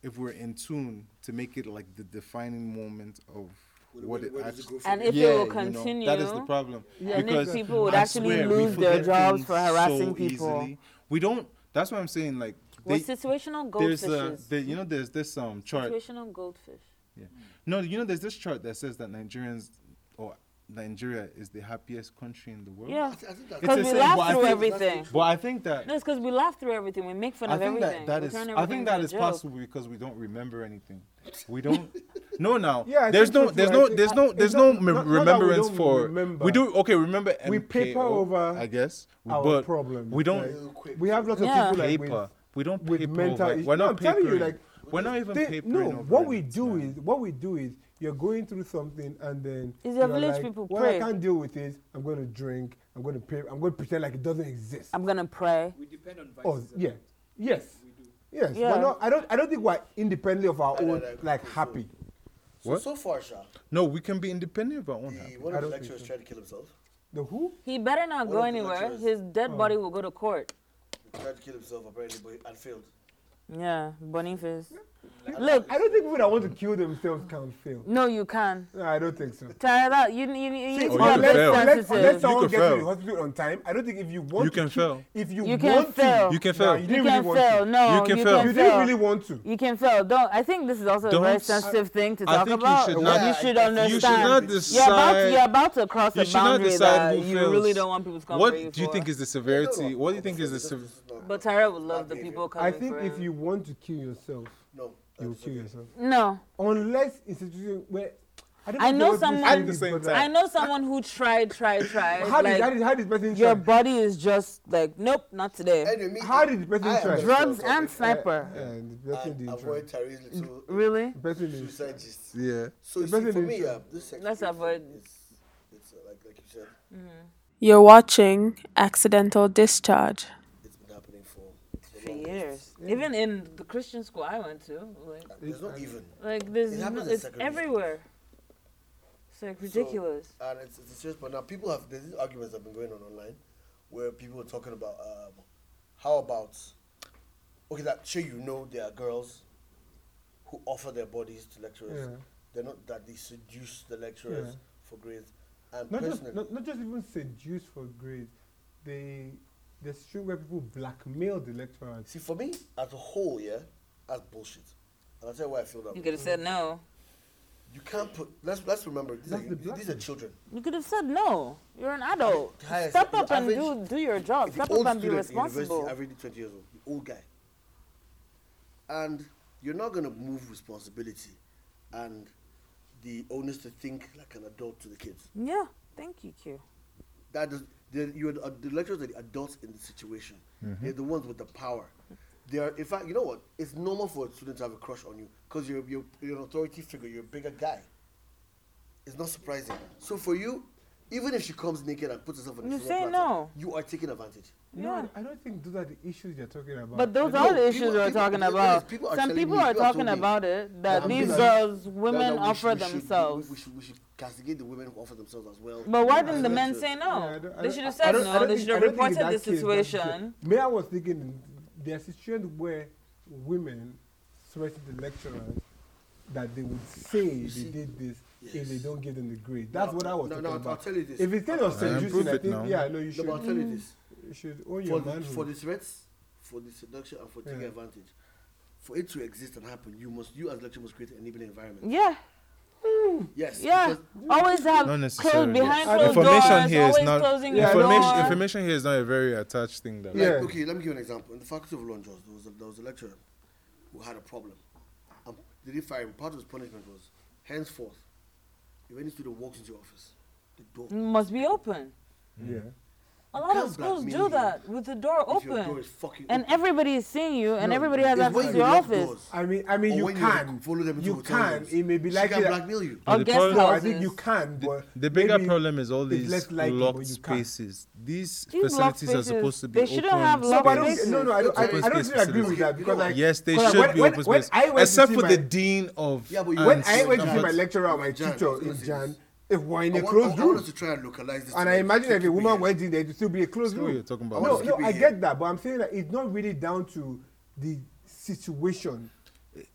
[SPEAKER 6] if we're in tune to make it like the defining moment of
[SPEAKER 7] Where-
[SPEAKER 6] what
[SPEAKER 7] where-
[SPEAKER 6] it
[SPEAKER 7] where does it
[SPEAKER 6] actually.
[SPEAKER 7] go from
[SPEAKER 5] And
[SPEAKER 7] there?
[SPEAKER 5] if
[SPEAKER 6] yeah,
[SPEAKER 5] it will
[SPEAKER 6] you know,
[SPEAKER 5] continue,
[SPEAKER 6] that is the problem.
[SPEAKER 5] then
[SPEAKER 6] because
[SPEAKER 5] people would
[SPEAKER 6] I
[SPEAKER 5] actually
[SPEAKER 6] swear, we
[SPEAKER 5] lose their
[SPEAKER 6] forget
[SPEAKER 5] jobs
[SPEAKER 6] things
[SPEAKER 5] for harassing
[SPEAKER 6] so
[SPEAKER 5] people.
[SPEAKER 6] easily. We don't. That's what I'm saying. Like
[SPEAKER 5] We're
[SPEAKER 6] they,
[SPEAKER 5] situational
[SPEAKER 6] there's a,
[SPEAKER 5] goldfishes.
[SPEAKER 6] the, you know, there's this um chart.
[SPEAKER 5] Situational goldfish.
[SPEAKER 6] No, you know, there's this chart that says that Nigerians or Nigeria is the happiest country in the world.
[SPEAKER 5] Yeah,
[SPEAKER 7] I, thi- I think that's
[SPEAKER 6] It's
[SPEAKER 5] because we
[SPEAKER 6] the same, but I
[SPEAKER 5] laugh through
[SPEAKER 6] think-
[SPEAKER 5] everything.
[SPEAKER 6] But I think that
[SPEAKER 5] No, it's because we laugh through everything. We make fun
[SPEAKER 6] I
[SPEAKER 5] of
[SPEAKER 6] think
[SPEAKER 5] everything.
[SPEAKER 6] that that
[SPEAKER 5] We
[SPEAKER 6] is.
[SPEAKER 5] turn
[SPEAKER 6] I
[SPEAKER 5] everything
[SPEAKER 6] think that
[SPEAKER 5] into a
[SPEAKER 6] is
[SPEAKER 5] joke.
[SPEAKER 6] possible because we don't remember anything. We don't. no, now.
[SPEAKER 2] Yeah, I
[SPEAKER 6] there's
[SPEAKER 2] think so
[SPEAKER 6] no.
[SPEAKER 2] too.
[SPEAKER 6] There's
[SPEAKER 2] I
[SPEAKER 6] no.
[SPEAKER 2] think-
[SPEAKER 6] There's
[SPEAKER 2] I-
[SPEAKER 6] no.
[SPEAKER 2] it's
[SPEAKER 6] There's no
[SPEAKER 2] not- not-
[SPEAKER 6] mem-
[SPEAKER 2] not that we
[SPEAKER 6] remembrance
[SPEAKER 2] don't
[SPEAKER 6] for.
[SPEAKER 2] remember.
[SPEAKER 6] We do. Okay, remember. MKO,
[SPEAKER 2] We paper over
[SPEAKER 6] I guess. We-
[SPEAKER 2] our
[SPEAKER 6] but
[SPEAKER 2] problems,
[SPEAKER 6] We don't
[SPEAKER 2] like,
[SPEAKER 7] real quick.
[SPEAKER 2] We have lots of
[SPEAKER 5] Yeah.
[SPEAKER 2] people like
[SPEAKER 6] paper.
[SPEAKER 2] with,
[SPEAKER 6] we don't
[SPEAKER 2] with
[SPEAKER 6] paper
[SPEAKER 2] mental
[SPEAKER 6] over.
[SPEAKER 2] issues.
[SPEAKER 6] We're
[SPEAKER 2] No,
[SPEAKER 6] not
[SPEAKER 2] I'm telling you,
[SPEAKER 6] papering.
[SPEAKER 2] like,
[SPEAKER 6] We're not even
[SPEAKER 2] They-
[SPEAKER 6] papering.
[SPEAKER 2] no,
[SPEAKER 6] over
[SPEAKER 2] what we
[SPEAKER 6] it,
[SPEAKER 2] do
[SPEAKER 6] man.
[SPEAKER 2] is what we do is you're going through something and then
[SPEAKER 5] Is
[SPEAKER 2] you're
[SPEAKER 5] your village
[SPEAKER 2] like,
[SPEAKER 5] people
[SPEAKER 2] well,
[SPEAKER 5] pray?
[SPEAKER 2] I can't deal with it. I'm going to drink. I'm going to pay. I'm going to pretend like it doesn't exist.
[SPEAKER 5] I'm gonna pray.
[SPEAKER 4] We depend on vices.
[SPEAKER 2] oh
[SPEAKER 4] a
[SPEAKER 2] yeah,
[SPEAKER 4] lot.
[SPEAKER 2] yes,
[SPEAKER 4] We do.
[SPEAKER 2] yes.
[SPEAKER 5] Yeah.
[SPEAKER 2] We're not, I don't. I don't think we're independently of our
[SPEAKER 7] I don't
[SPEAKER 2] own
[SPEAKER 7] know.
[SPEAKER 2] like
[SPEAKER 7] So-
[SPEAKER 2] happy.
[SPEAKER 7] So,
[SPEAKER 6] What?
[SPEAKER 7] so far, Sha,
[SPEAKER 6] No, we can be independent of our own.
[SPEAKER 7] the,
[SPEAKER 6] happiness.
[SPEAKER 7] one
[SPEAKER 2] I
[SPEAKER 7] of the
[SPEAKER 2] don't think
[SPEAKER 7] lecturers
[SPEAKER 2] so.
[SPEAKER 7] tried to kill himself.
[SPEAKER 2] The who?
[SPEAKER 5] He better not
[SPEAKER 7] One
[SPEAKER 5] go
[SPEAKER 7] of the
[SPEAKER 5] anywhere.
[SPEAKER 7] lecturers.
[SPEAKER 5] His
[SPEAKER 6] Oh.
[SPEAKER 5] dead body will go to court.
[SPEAKER 7] He tried to kill himself apparently, but and failed.
[SPEAKER 5] Yeah, Boniface.
[SPEAKER 4] Like,
[SPEAKER 5] Look,
[SPEAKER 2] I don't think people that want to kill themselves can fail.
[SPEAKER 5] no, you can.
[SPEAKER 2] No, I don't think so.
[SPEAKER 5] Tire that. You you, you need
[SPEAKER 2] See,
[SPEAKER 5] to be
[SPEAKER 6] oh, you
[SPEAKER 5] a
[SPEAKER 6] can fail.
[SPEAKER 5] bit
[SPEAKER 2] unless, unless
[SPEAKER 5] sensitive.
[SPEAKER 6] You
[SPEAKER 2] someone
[SPEAKER 6] can
[SPEAKER 2] gets to the
[SPEAKER 6] fail.
[SPEAKER 2] hospital on time, I don't think if you want
[SPEAKER 6] You
[SPEAKER 2] to
[SPEAKER 6] can
[SPEAKER 2] kill-
[SPEAKER 6] fail.
[SPEAKER 2] If you,
[SPEAKER 5] You
[SPEAKER 2] want
[SPEAKER 5] can
[SPEAKER 2] to,
[SPEAKER 5] fail.
[SPEAKER 6] You can
[SPEAKER 2] Nah,
[SPEAKER 6] fail.
[SPEAKER 2] you
[SPEAKER 5] You
[SPEAKER 2] didn't
[SPEAKER 5] can
[SPEAKER 2] really want
[SPEAKER 5] fail.
[SPEAKER 2] to.
[SPEAKER 5] No,
[SPEAKER 6] You can fail.
[SPEAKER 2] You
[SPEAKER 5] fail.
[SPEAKER 2] didn't really want to.
[SPEAKER 5] You can fail. Don't. I think this is also a
[SPEAKER 6] Don't
[SPEAKER 5] very
[SPEAKER 6] s-
[SPEAKER 5] sensitive thing to
[SPEAKER 6] I
[SPEAKER 5] talk
[SPEAKER 6] think you
[SPEAKER 5] about.
[SPEAKER 6] should
[SPEAKER 5] You
[SPEAKER 6] not-
[SPEAKER 5] should, understand.
[SPEAKER 6] You should not
[SPEAKER 5] You're about,
[SPEAKER 6] decide.
[SPEAKER 5] you're about to cross
[SPEAKER 6] you
[SPEAKER 5] a
[SPEAKER 6] should not
[SPEAKER 5] boundary
[SPEAKER 6] decide
[SPEAKER 5] that
[SPEAKER 6] who
[SPEAKER 5] you
[SPEAKER 6] fails.
[SPEAKER 5] really don't want people to come
[SPEAKER 6] What
[SPEAKER 5] for you
[SPEAKER 6] do you
[SPEAKER 5] for.
[SPEAKER 6] think is the
[SPEAKER 7] No,
[SPEAKER 6] severity?
[SPEAKER 7] no,
[SPEAKER 6] What do you think is the
[SPEAKER 7] this-
[SPEAKER 6] sev-
[SPEAKER 7] this is not-
[SPEAKER 5] But Tyra would love the
[SPEAKER 7] Bad behavior.
[SPEAKER 5] people coming
[SPEAKER 2] I think
[SPEAKER 5] for
[SPEAKER 2] if
[SPEAKER 5] him.
[SPEAKER 2] you want to kill yourself,
[SPEAKER 7] No,
[SPEAKER 2] you will
[SPEAKER 7] that's
[SPEAKER 2] kill
[SPEAKER 7] okay.
[SPEAKER 2] yourself.
[SPEAKER 5] No.
[SPEAKER 2] Unless institution where I, don't
[SPEAKER 5] I know
[SPEAKER 2] what this
[SPEAKER 5] someone-
[SPEAKER 2] thing
[SPEAKER 5] At
[SPEAKER 6] the
[SPEAKER 2] is,
[SPEAKER 6] same
[SPEAKER 2] but,
[SPEAKER 6] time.
[SPEAKER 5] I know someone who tried, tried,
[SPEAKER 2] uh,
[SPEAKER 5] tried.
[SPEAKER 2] How did,
[SPEAKER 5] like,
[SPEAKER 2] how did how did person
[SPEAKER 5] your
[SPEAKER 2] try?
[SPEAKER 5] body is just like, nope, not today.
[SPEAKER 7] Anyway, me,
[SPEAKER 2] How did the person
[SPEAKER 7] I am
[SPEAKER 2] try?
[SPEAKER 7] a
[SPEAKER 5] Drugs
[SPEAKER 7] doctor,
[SPEAKER 5] and sniper.
[SPEAKER 2] And the
[SPEAKER 7] I
[SPEAKER 2] person didn't try.
[SPEAKER 7] avoid Tyrese little
[SPEAKER 5] Really?
[SPEAKER 2] The person didn't-
[SPEAKER 7] suicide gist.
[SPEAKER 6] Yeah.
[SPEAKER 7] So
[SPEAKER 2] The
[SPEAKER 7] you see, for
[SPEAKER 2] person
[SPEAKER 7] me,
[SPEAKER 2] is-
[SPEAKER 7] yeah, this sex
[SPEAKER 5] Let's
[SPEAKER 7] thing,
[SPEAKER 5] avoid-
[SPEAKER 7] It's, it's uh, like like you said,
[SPEAKER 1] You're watching Accidental Discharge.
[SPEAKER 7] it's been happening for the
[SPEAKER 5] For
[SPEAKER 7] longest.
[SPEAKER 5] years. Even in the Christian school I went to, like,
[SPEAKER 7] It's not even,
[SPEAKER 5] like there's
[SPEAKER 7] It
[SPEAKER 5] no,
[SPEAKER 7] happens in
[SPEAKER 5] it's
[SPEAKER 7] secondary school.
[SPEAKER 5] everywhere. It's like ridiculous.
[SPEAKER 7] and it's, it's a serious. But now people have there's these arguments that have been going on online, where people are talking about um, how about okay that sure you know there are girls who offer their bodies to lecturers.
[SPEAKER 2] Yeah.
[SPEAKER 7] They're not that they seduce the lecturers
[SPEAKER 2] Yeah.
[SPEAKER 7] for grades. And
[SPEAKER 2] Not just
[SPEAKER 7] personally,
[SPEAKER 2] not, not just even seduce for grades. They the street where people blackmail the lecturers.
[SPEAKER 7] see for me as a whole, yeah, that's bullshit. And I'll tell you why I feel that.
[SPEAKER 5] you
[SPEAKER 7] way.
[SPEAKER 5] could have said no.
[SPEAKER 7] You can't put. Let's let's remember. These, are,
[SPEAKER 2] That's the black
[SPEAKER 7] these are
[SPEAKER 2] man.
[SPEAKER 7] children.
[SPEAKER 5] You could have said no. You're an adult.
[SPEAKER 7] Guys,
[SPEAKER 5] Step
[SPEAKER 7] the
[SPEAKER 5] up and do,
[SPEAKER 7] average-
[SPEAKER 5] do your job.
[SPEAKER 7] If you
[SPEAKER 5] Step
[SPEAKER 7] old
[SPEAKER 5] up and be
[SPEAKER 7] student at
[SPEAKER 5] responsible.
[SPEAKER 7] University, already 20 years old, you old guy. And you're not going to move responsibility and the onus to think like an adult to the kids.
[SPEAKER 5] Yeah. Thank you, Q.
[SPEAKER 7] That is, the, you're the, the lecturers are the adults in the situation.
[SPEAKER 5] Mm-hmm.
[SPEAKER 7] They're the ones with the power. They are, in fact, you know what? It's normal for a student to have a crush on you because you're, you're, you're an authority figure. You're a bigger guy. It's not surprising. So for you, even if she comes naked and puts herself on
[SPEAKER 5] You
[SPEAKER 7] the floor
[SPEAKER 5] say
[SPEAKER 7] platter,
[SPEAKER 5] no.
[SPEAKER 7] you are taking advantage.
[SPEAKER 2] No,
[SPEAKER 5] Yeah.
[SPEAKER 2] I don't think those are the issues you're talking about.
[SPEAKER 5] But those
[SPEAKER 7] No,
[SPEAKER 5] are the
[SPEAKER 7] people-
[SPEAKER 5] issues we're
[SPEAKER 7] people-
[SPEAKER 5] talking
[SPEAKER 7] the thing is,
[SPEAKER 5] about.
[SPEAKER 7] people are
[SPEAKER 5] Some
[SPEAKER 7] telling
[SPEAKER 5] people
[SPEAKER 7] me,
[SPEAKER 5] are
[SPEAKER 7] people have
[SPEAKER 5] talking
[SPEAKER 7] told me
[SPEAKER 5] about it that
[SPEAKER 7] that
[SPEAKER 5] these
[SPEAKER 7] women-
[SPEAKER 5] girls,
[SPEAKER 7] that-
[SPEAKER 5] women
[SPEAKER 7] that we
[SPEAKER 5] offer
[SPEAKER 7] should- we should- we-
[SPEAKER 5] themselves.
[SPEAKER 7] We, should, we should castigate the women who offer themselves as well.
[SPEAKER 5] but why
[SPEAKER 7] Yeah,
[SPEAKER 5] didn't the
[SPEAKER 7] that's
[SPEAKER 5] men
[SPEAKER 7] it.
[SPEAKER 5] say
[SPEAKER 2] Yeah, I
[SPEAKER 5] no?
[SPEAKER 2] don't- I
[SPEAKER 5] they
[SPEAKER 2] don't-
[SPEAKER 5] should
[SPEAKER 2] I
[SPEAKER 5] have said
[SPEAKER 2] don't- I
[SPEAKER 5] no.
[SPEAKER 2] don't
[SPEAKER 5] They
[SPEAKER 2] think-
[SPEAKER 5] should have
[SPEAKER 2] I don't think in
[SPEAKER 5] reported
[SPEAKER 2] that
[SPEAKER 5] the
[SPEAKER 2] case, that's
[SPEAKER 5] situation.
[SPEAKER 2] it. Me, I was thinking there are situations where women threaten the lecturers that they would say they
[SPEAKER 7] see?
[SPEAKER 2] did this if
[SPEAKER 7] Yes.
[SPEAKER 2] they don't give them the grade. That's
[SPEAKER 7] No,
[SPEAKER 2] what I was
[SPEAKER 7] no,
[SPEAKER 2] talking
[SPEAKER 7] no, I'll-
[SPEAKER 2] about.
[SPEAKER 7] I'll tell you this.
[SPEAKER 2] If it's kind of
[SPEAKER 6] I'll- I'll improve
[SPEAKER 2] seducing, I
[SPEAKER 6] it
[SPEAKER 2] think,
[SPEAKER 6] now.
[SPEAKER 2] yeah, no, you
[SPEAKER 7] No,
[SPEAKER 2] should,
[SPEAKER 7] but I'll tell you this.
[SPEAKER 2] you should own
[SPEAKER 7] For
[SPEAKER 2] your
[SPEAKER 7] the,
[SPEAKER 2] manhood.
[SPEAKER 7] for the threats, for the seduction, and for taking
[SPEAKER 2] Yeah.
[SPEAKER 7] advantage, for it to exist and happen, you must, you as lecturer must create an enabling environment.
[SPEAKER 5] Yeah.
[SPEAKER 7] Yes.
[SPEAKER 5] Yeah.
[SPEAKER 7] because
[SPEAKER 5] Always have
[SPEAKER 6] Not
[SPEAKER 5] closed
[SPEAKER 6] necessarily.
[SPEAKER 5] behind
[SPEAKER 2] I-
[SPEAKER 5] closed
[SPEAKER 6] Information
[SPEAKER 5] doors.
[SPEAKER 6] here is
[SPEAKER 5] always
[SPEAKER 6] not-
[SPEAKER 5] closing
[SPEAKER 2] Yeah,
[SPEAKER 5] your
[SPEAKER 6] information,
[SPEAKER 5] door.
[SPEAKER 6] information here is not a very attached thing. That
[SPEAKER 7] Like,
[SPEAKER 2] Yeah.
[SPEAKER 7] okay, let me give you an example. In the Faculty of Law and Justice, there was a, there was a lecturer who had a problem. And they did fire him. Part of his punishment was, henceforth, if any student walks into your office, the door.
[SPEAKER 5] Must be open.
[SPEAKER 2] yeah.
[SPEAKER 5] A lot of
[SPEAKER 7] Can't black
[SPEAKER 5] schools
[SPEAKER 7] men
[SPEAKER 5] do
[SPEAKER 7] here.
[SPEAKER 5] that with the door
[SPEAKER 7] If your door
[SPEAKER 5] open.
[SPEAKER 7] is fucking
[SPEAKER 5] And
[SPEAKER 7] open.
[SPEAKER 5] everybody is seeing you and
[SPEAKER 2] No,
[SPEAKER 5] everybody
[SPEAKER 7] It's
[SPEAKER 5] has
[SPEAKER 7] when
[SPEAKER 5] access to
[SPEAKER 7] you
[SPEAKER 5] your
[SPEAKER 7] lock
[SPEAKER 5] office.
[SPEAKER 7] doors.
[SPEAKER 2] I mean, I mean,
[SPEAKER 7] Or
[SPEAKER 2] you
[SPEAKER 7] when
[SPEAKER 2] can.
[SPEAKER 7] follow them into
[SPEAKER 2] You
[SPEAKER 7] hotel
[SPEAKER 2] can.
[SPEAKER 7] rooms.
[SPEAKER 2] It may be
[SPEAKER 7] She
[SPEAKER 2] like
[SPEAKER 7] can
[SPEAKER 2] that.
[SPEAKER 7] blackmail you.
[SPEAKER 5] Or
[SPEAKER 6] The
[SPEAKER 5] guest
[SPEAKER 6] problem-
[SPEAKER 2] No, I
[SPEAKER 5] houses.
[SPEAKER 2] think you can,
[SPEAKER 6] The,
[SPEAKER 2] but
[SPEAKER 6] the bigger
[SPEAKER 2] maybe
[SPEAKER 6] problem is all
[SPEAKER 2] it's
[SPEAKER 6] these
[SPEAKER 2] less likely, but
[SPEAKER 6] locked
[SPEAKER 2] you can't.
[SPEAKER 6] spaces. These,
[SPEAKER 5] These
[SPEAKER 6] facilities
[SPEAKER 5] locked
[SPEAKER 6] are
[SPEAKER 5] spaces,
[SPEAKER 6] supposed to be
[SPEAKER 5] they shouldn't
[SPEAKER 6] open
[SPEAKER 5] have
[SPEAKER 2] No,
[SPEAKER 5] locked
[SPEAKER 2] but I
[SPEAKER 6] spaces.
[SPEAKER 2] don't, no, no, I don't, I, I don't
[SPEAKER 6] Open
[SPEAKER 2] really agree
[SPEAKER 6] spaces.
[SPEAKER 2] with that because, like,
[SPEAKER 6] Yes, they
[SPEAKER 2] because
[SPEAKER 6] should
[SPEAKER 2] when-
[SPEAKER 6] be
[SPEAKER 2] when-
[SPEAKER 6] open
[SPEAKER 2] when
[SPEAKER 6] spaces.
[SPEAKER 2] I went to
[SPEAKER 6] Except
[SPEAKER 2] see
[SPEAKER 6] for
[SPEAKER 2] my-
[SPEAKER 6] the dean of.
[SPEAKER 7] Yeah, but you-
[SPEAKER 2] When
[SPEAKER 6] and
[SPEAKER 2] I went to see
[SPEAKER 6] but-
[SPEAKER 2] my lecturer or my
[SPEAKER 7] Jan,
[SPEAKER 2] teacher in
[SPEAKER 7] let's see
[SPEAKER 2] Jan,
[SPEAKER 7] this.
[SPEAKER 2] if we're in
[SPEAKER 7] I
[SPEAKER 2] a
[SPEAKER 7] want-
[SPEAKER 2] closed
[SPEAKER 7] I want
[SPEAKER 2] room,
[SPEAKER 7] us to try and localize this.
[SPEAKER 2] and
[SPEAKER 7] to
[SPEAKER 2] I
[SPEAKER 7] like
[SPEAKER 2] imagine if a
[SPEAKER 7] 50
[SPEAKER 2] woman
[SPEAKER 7] people
[SPEAKER 2] went in there, it'd still be a closed
[SPEAKER 6] That's what
[SPEAKER 2] room.
[SPEAKER 6] you're talking about.
[SPEAKER 2] No,
[SPEAKER 7] What's
[SPEAKER 2] no,
[SPEAKER 7] keeping
[SPEAKER 2] I
[SPEAKER 7] you
[SPEAKER 2] get that, but I'm saying that it's not really down to the situation.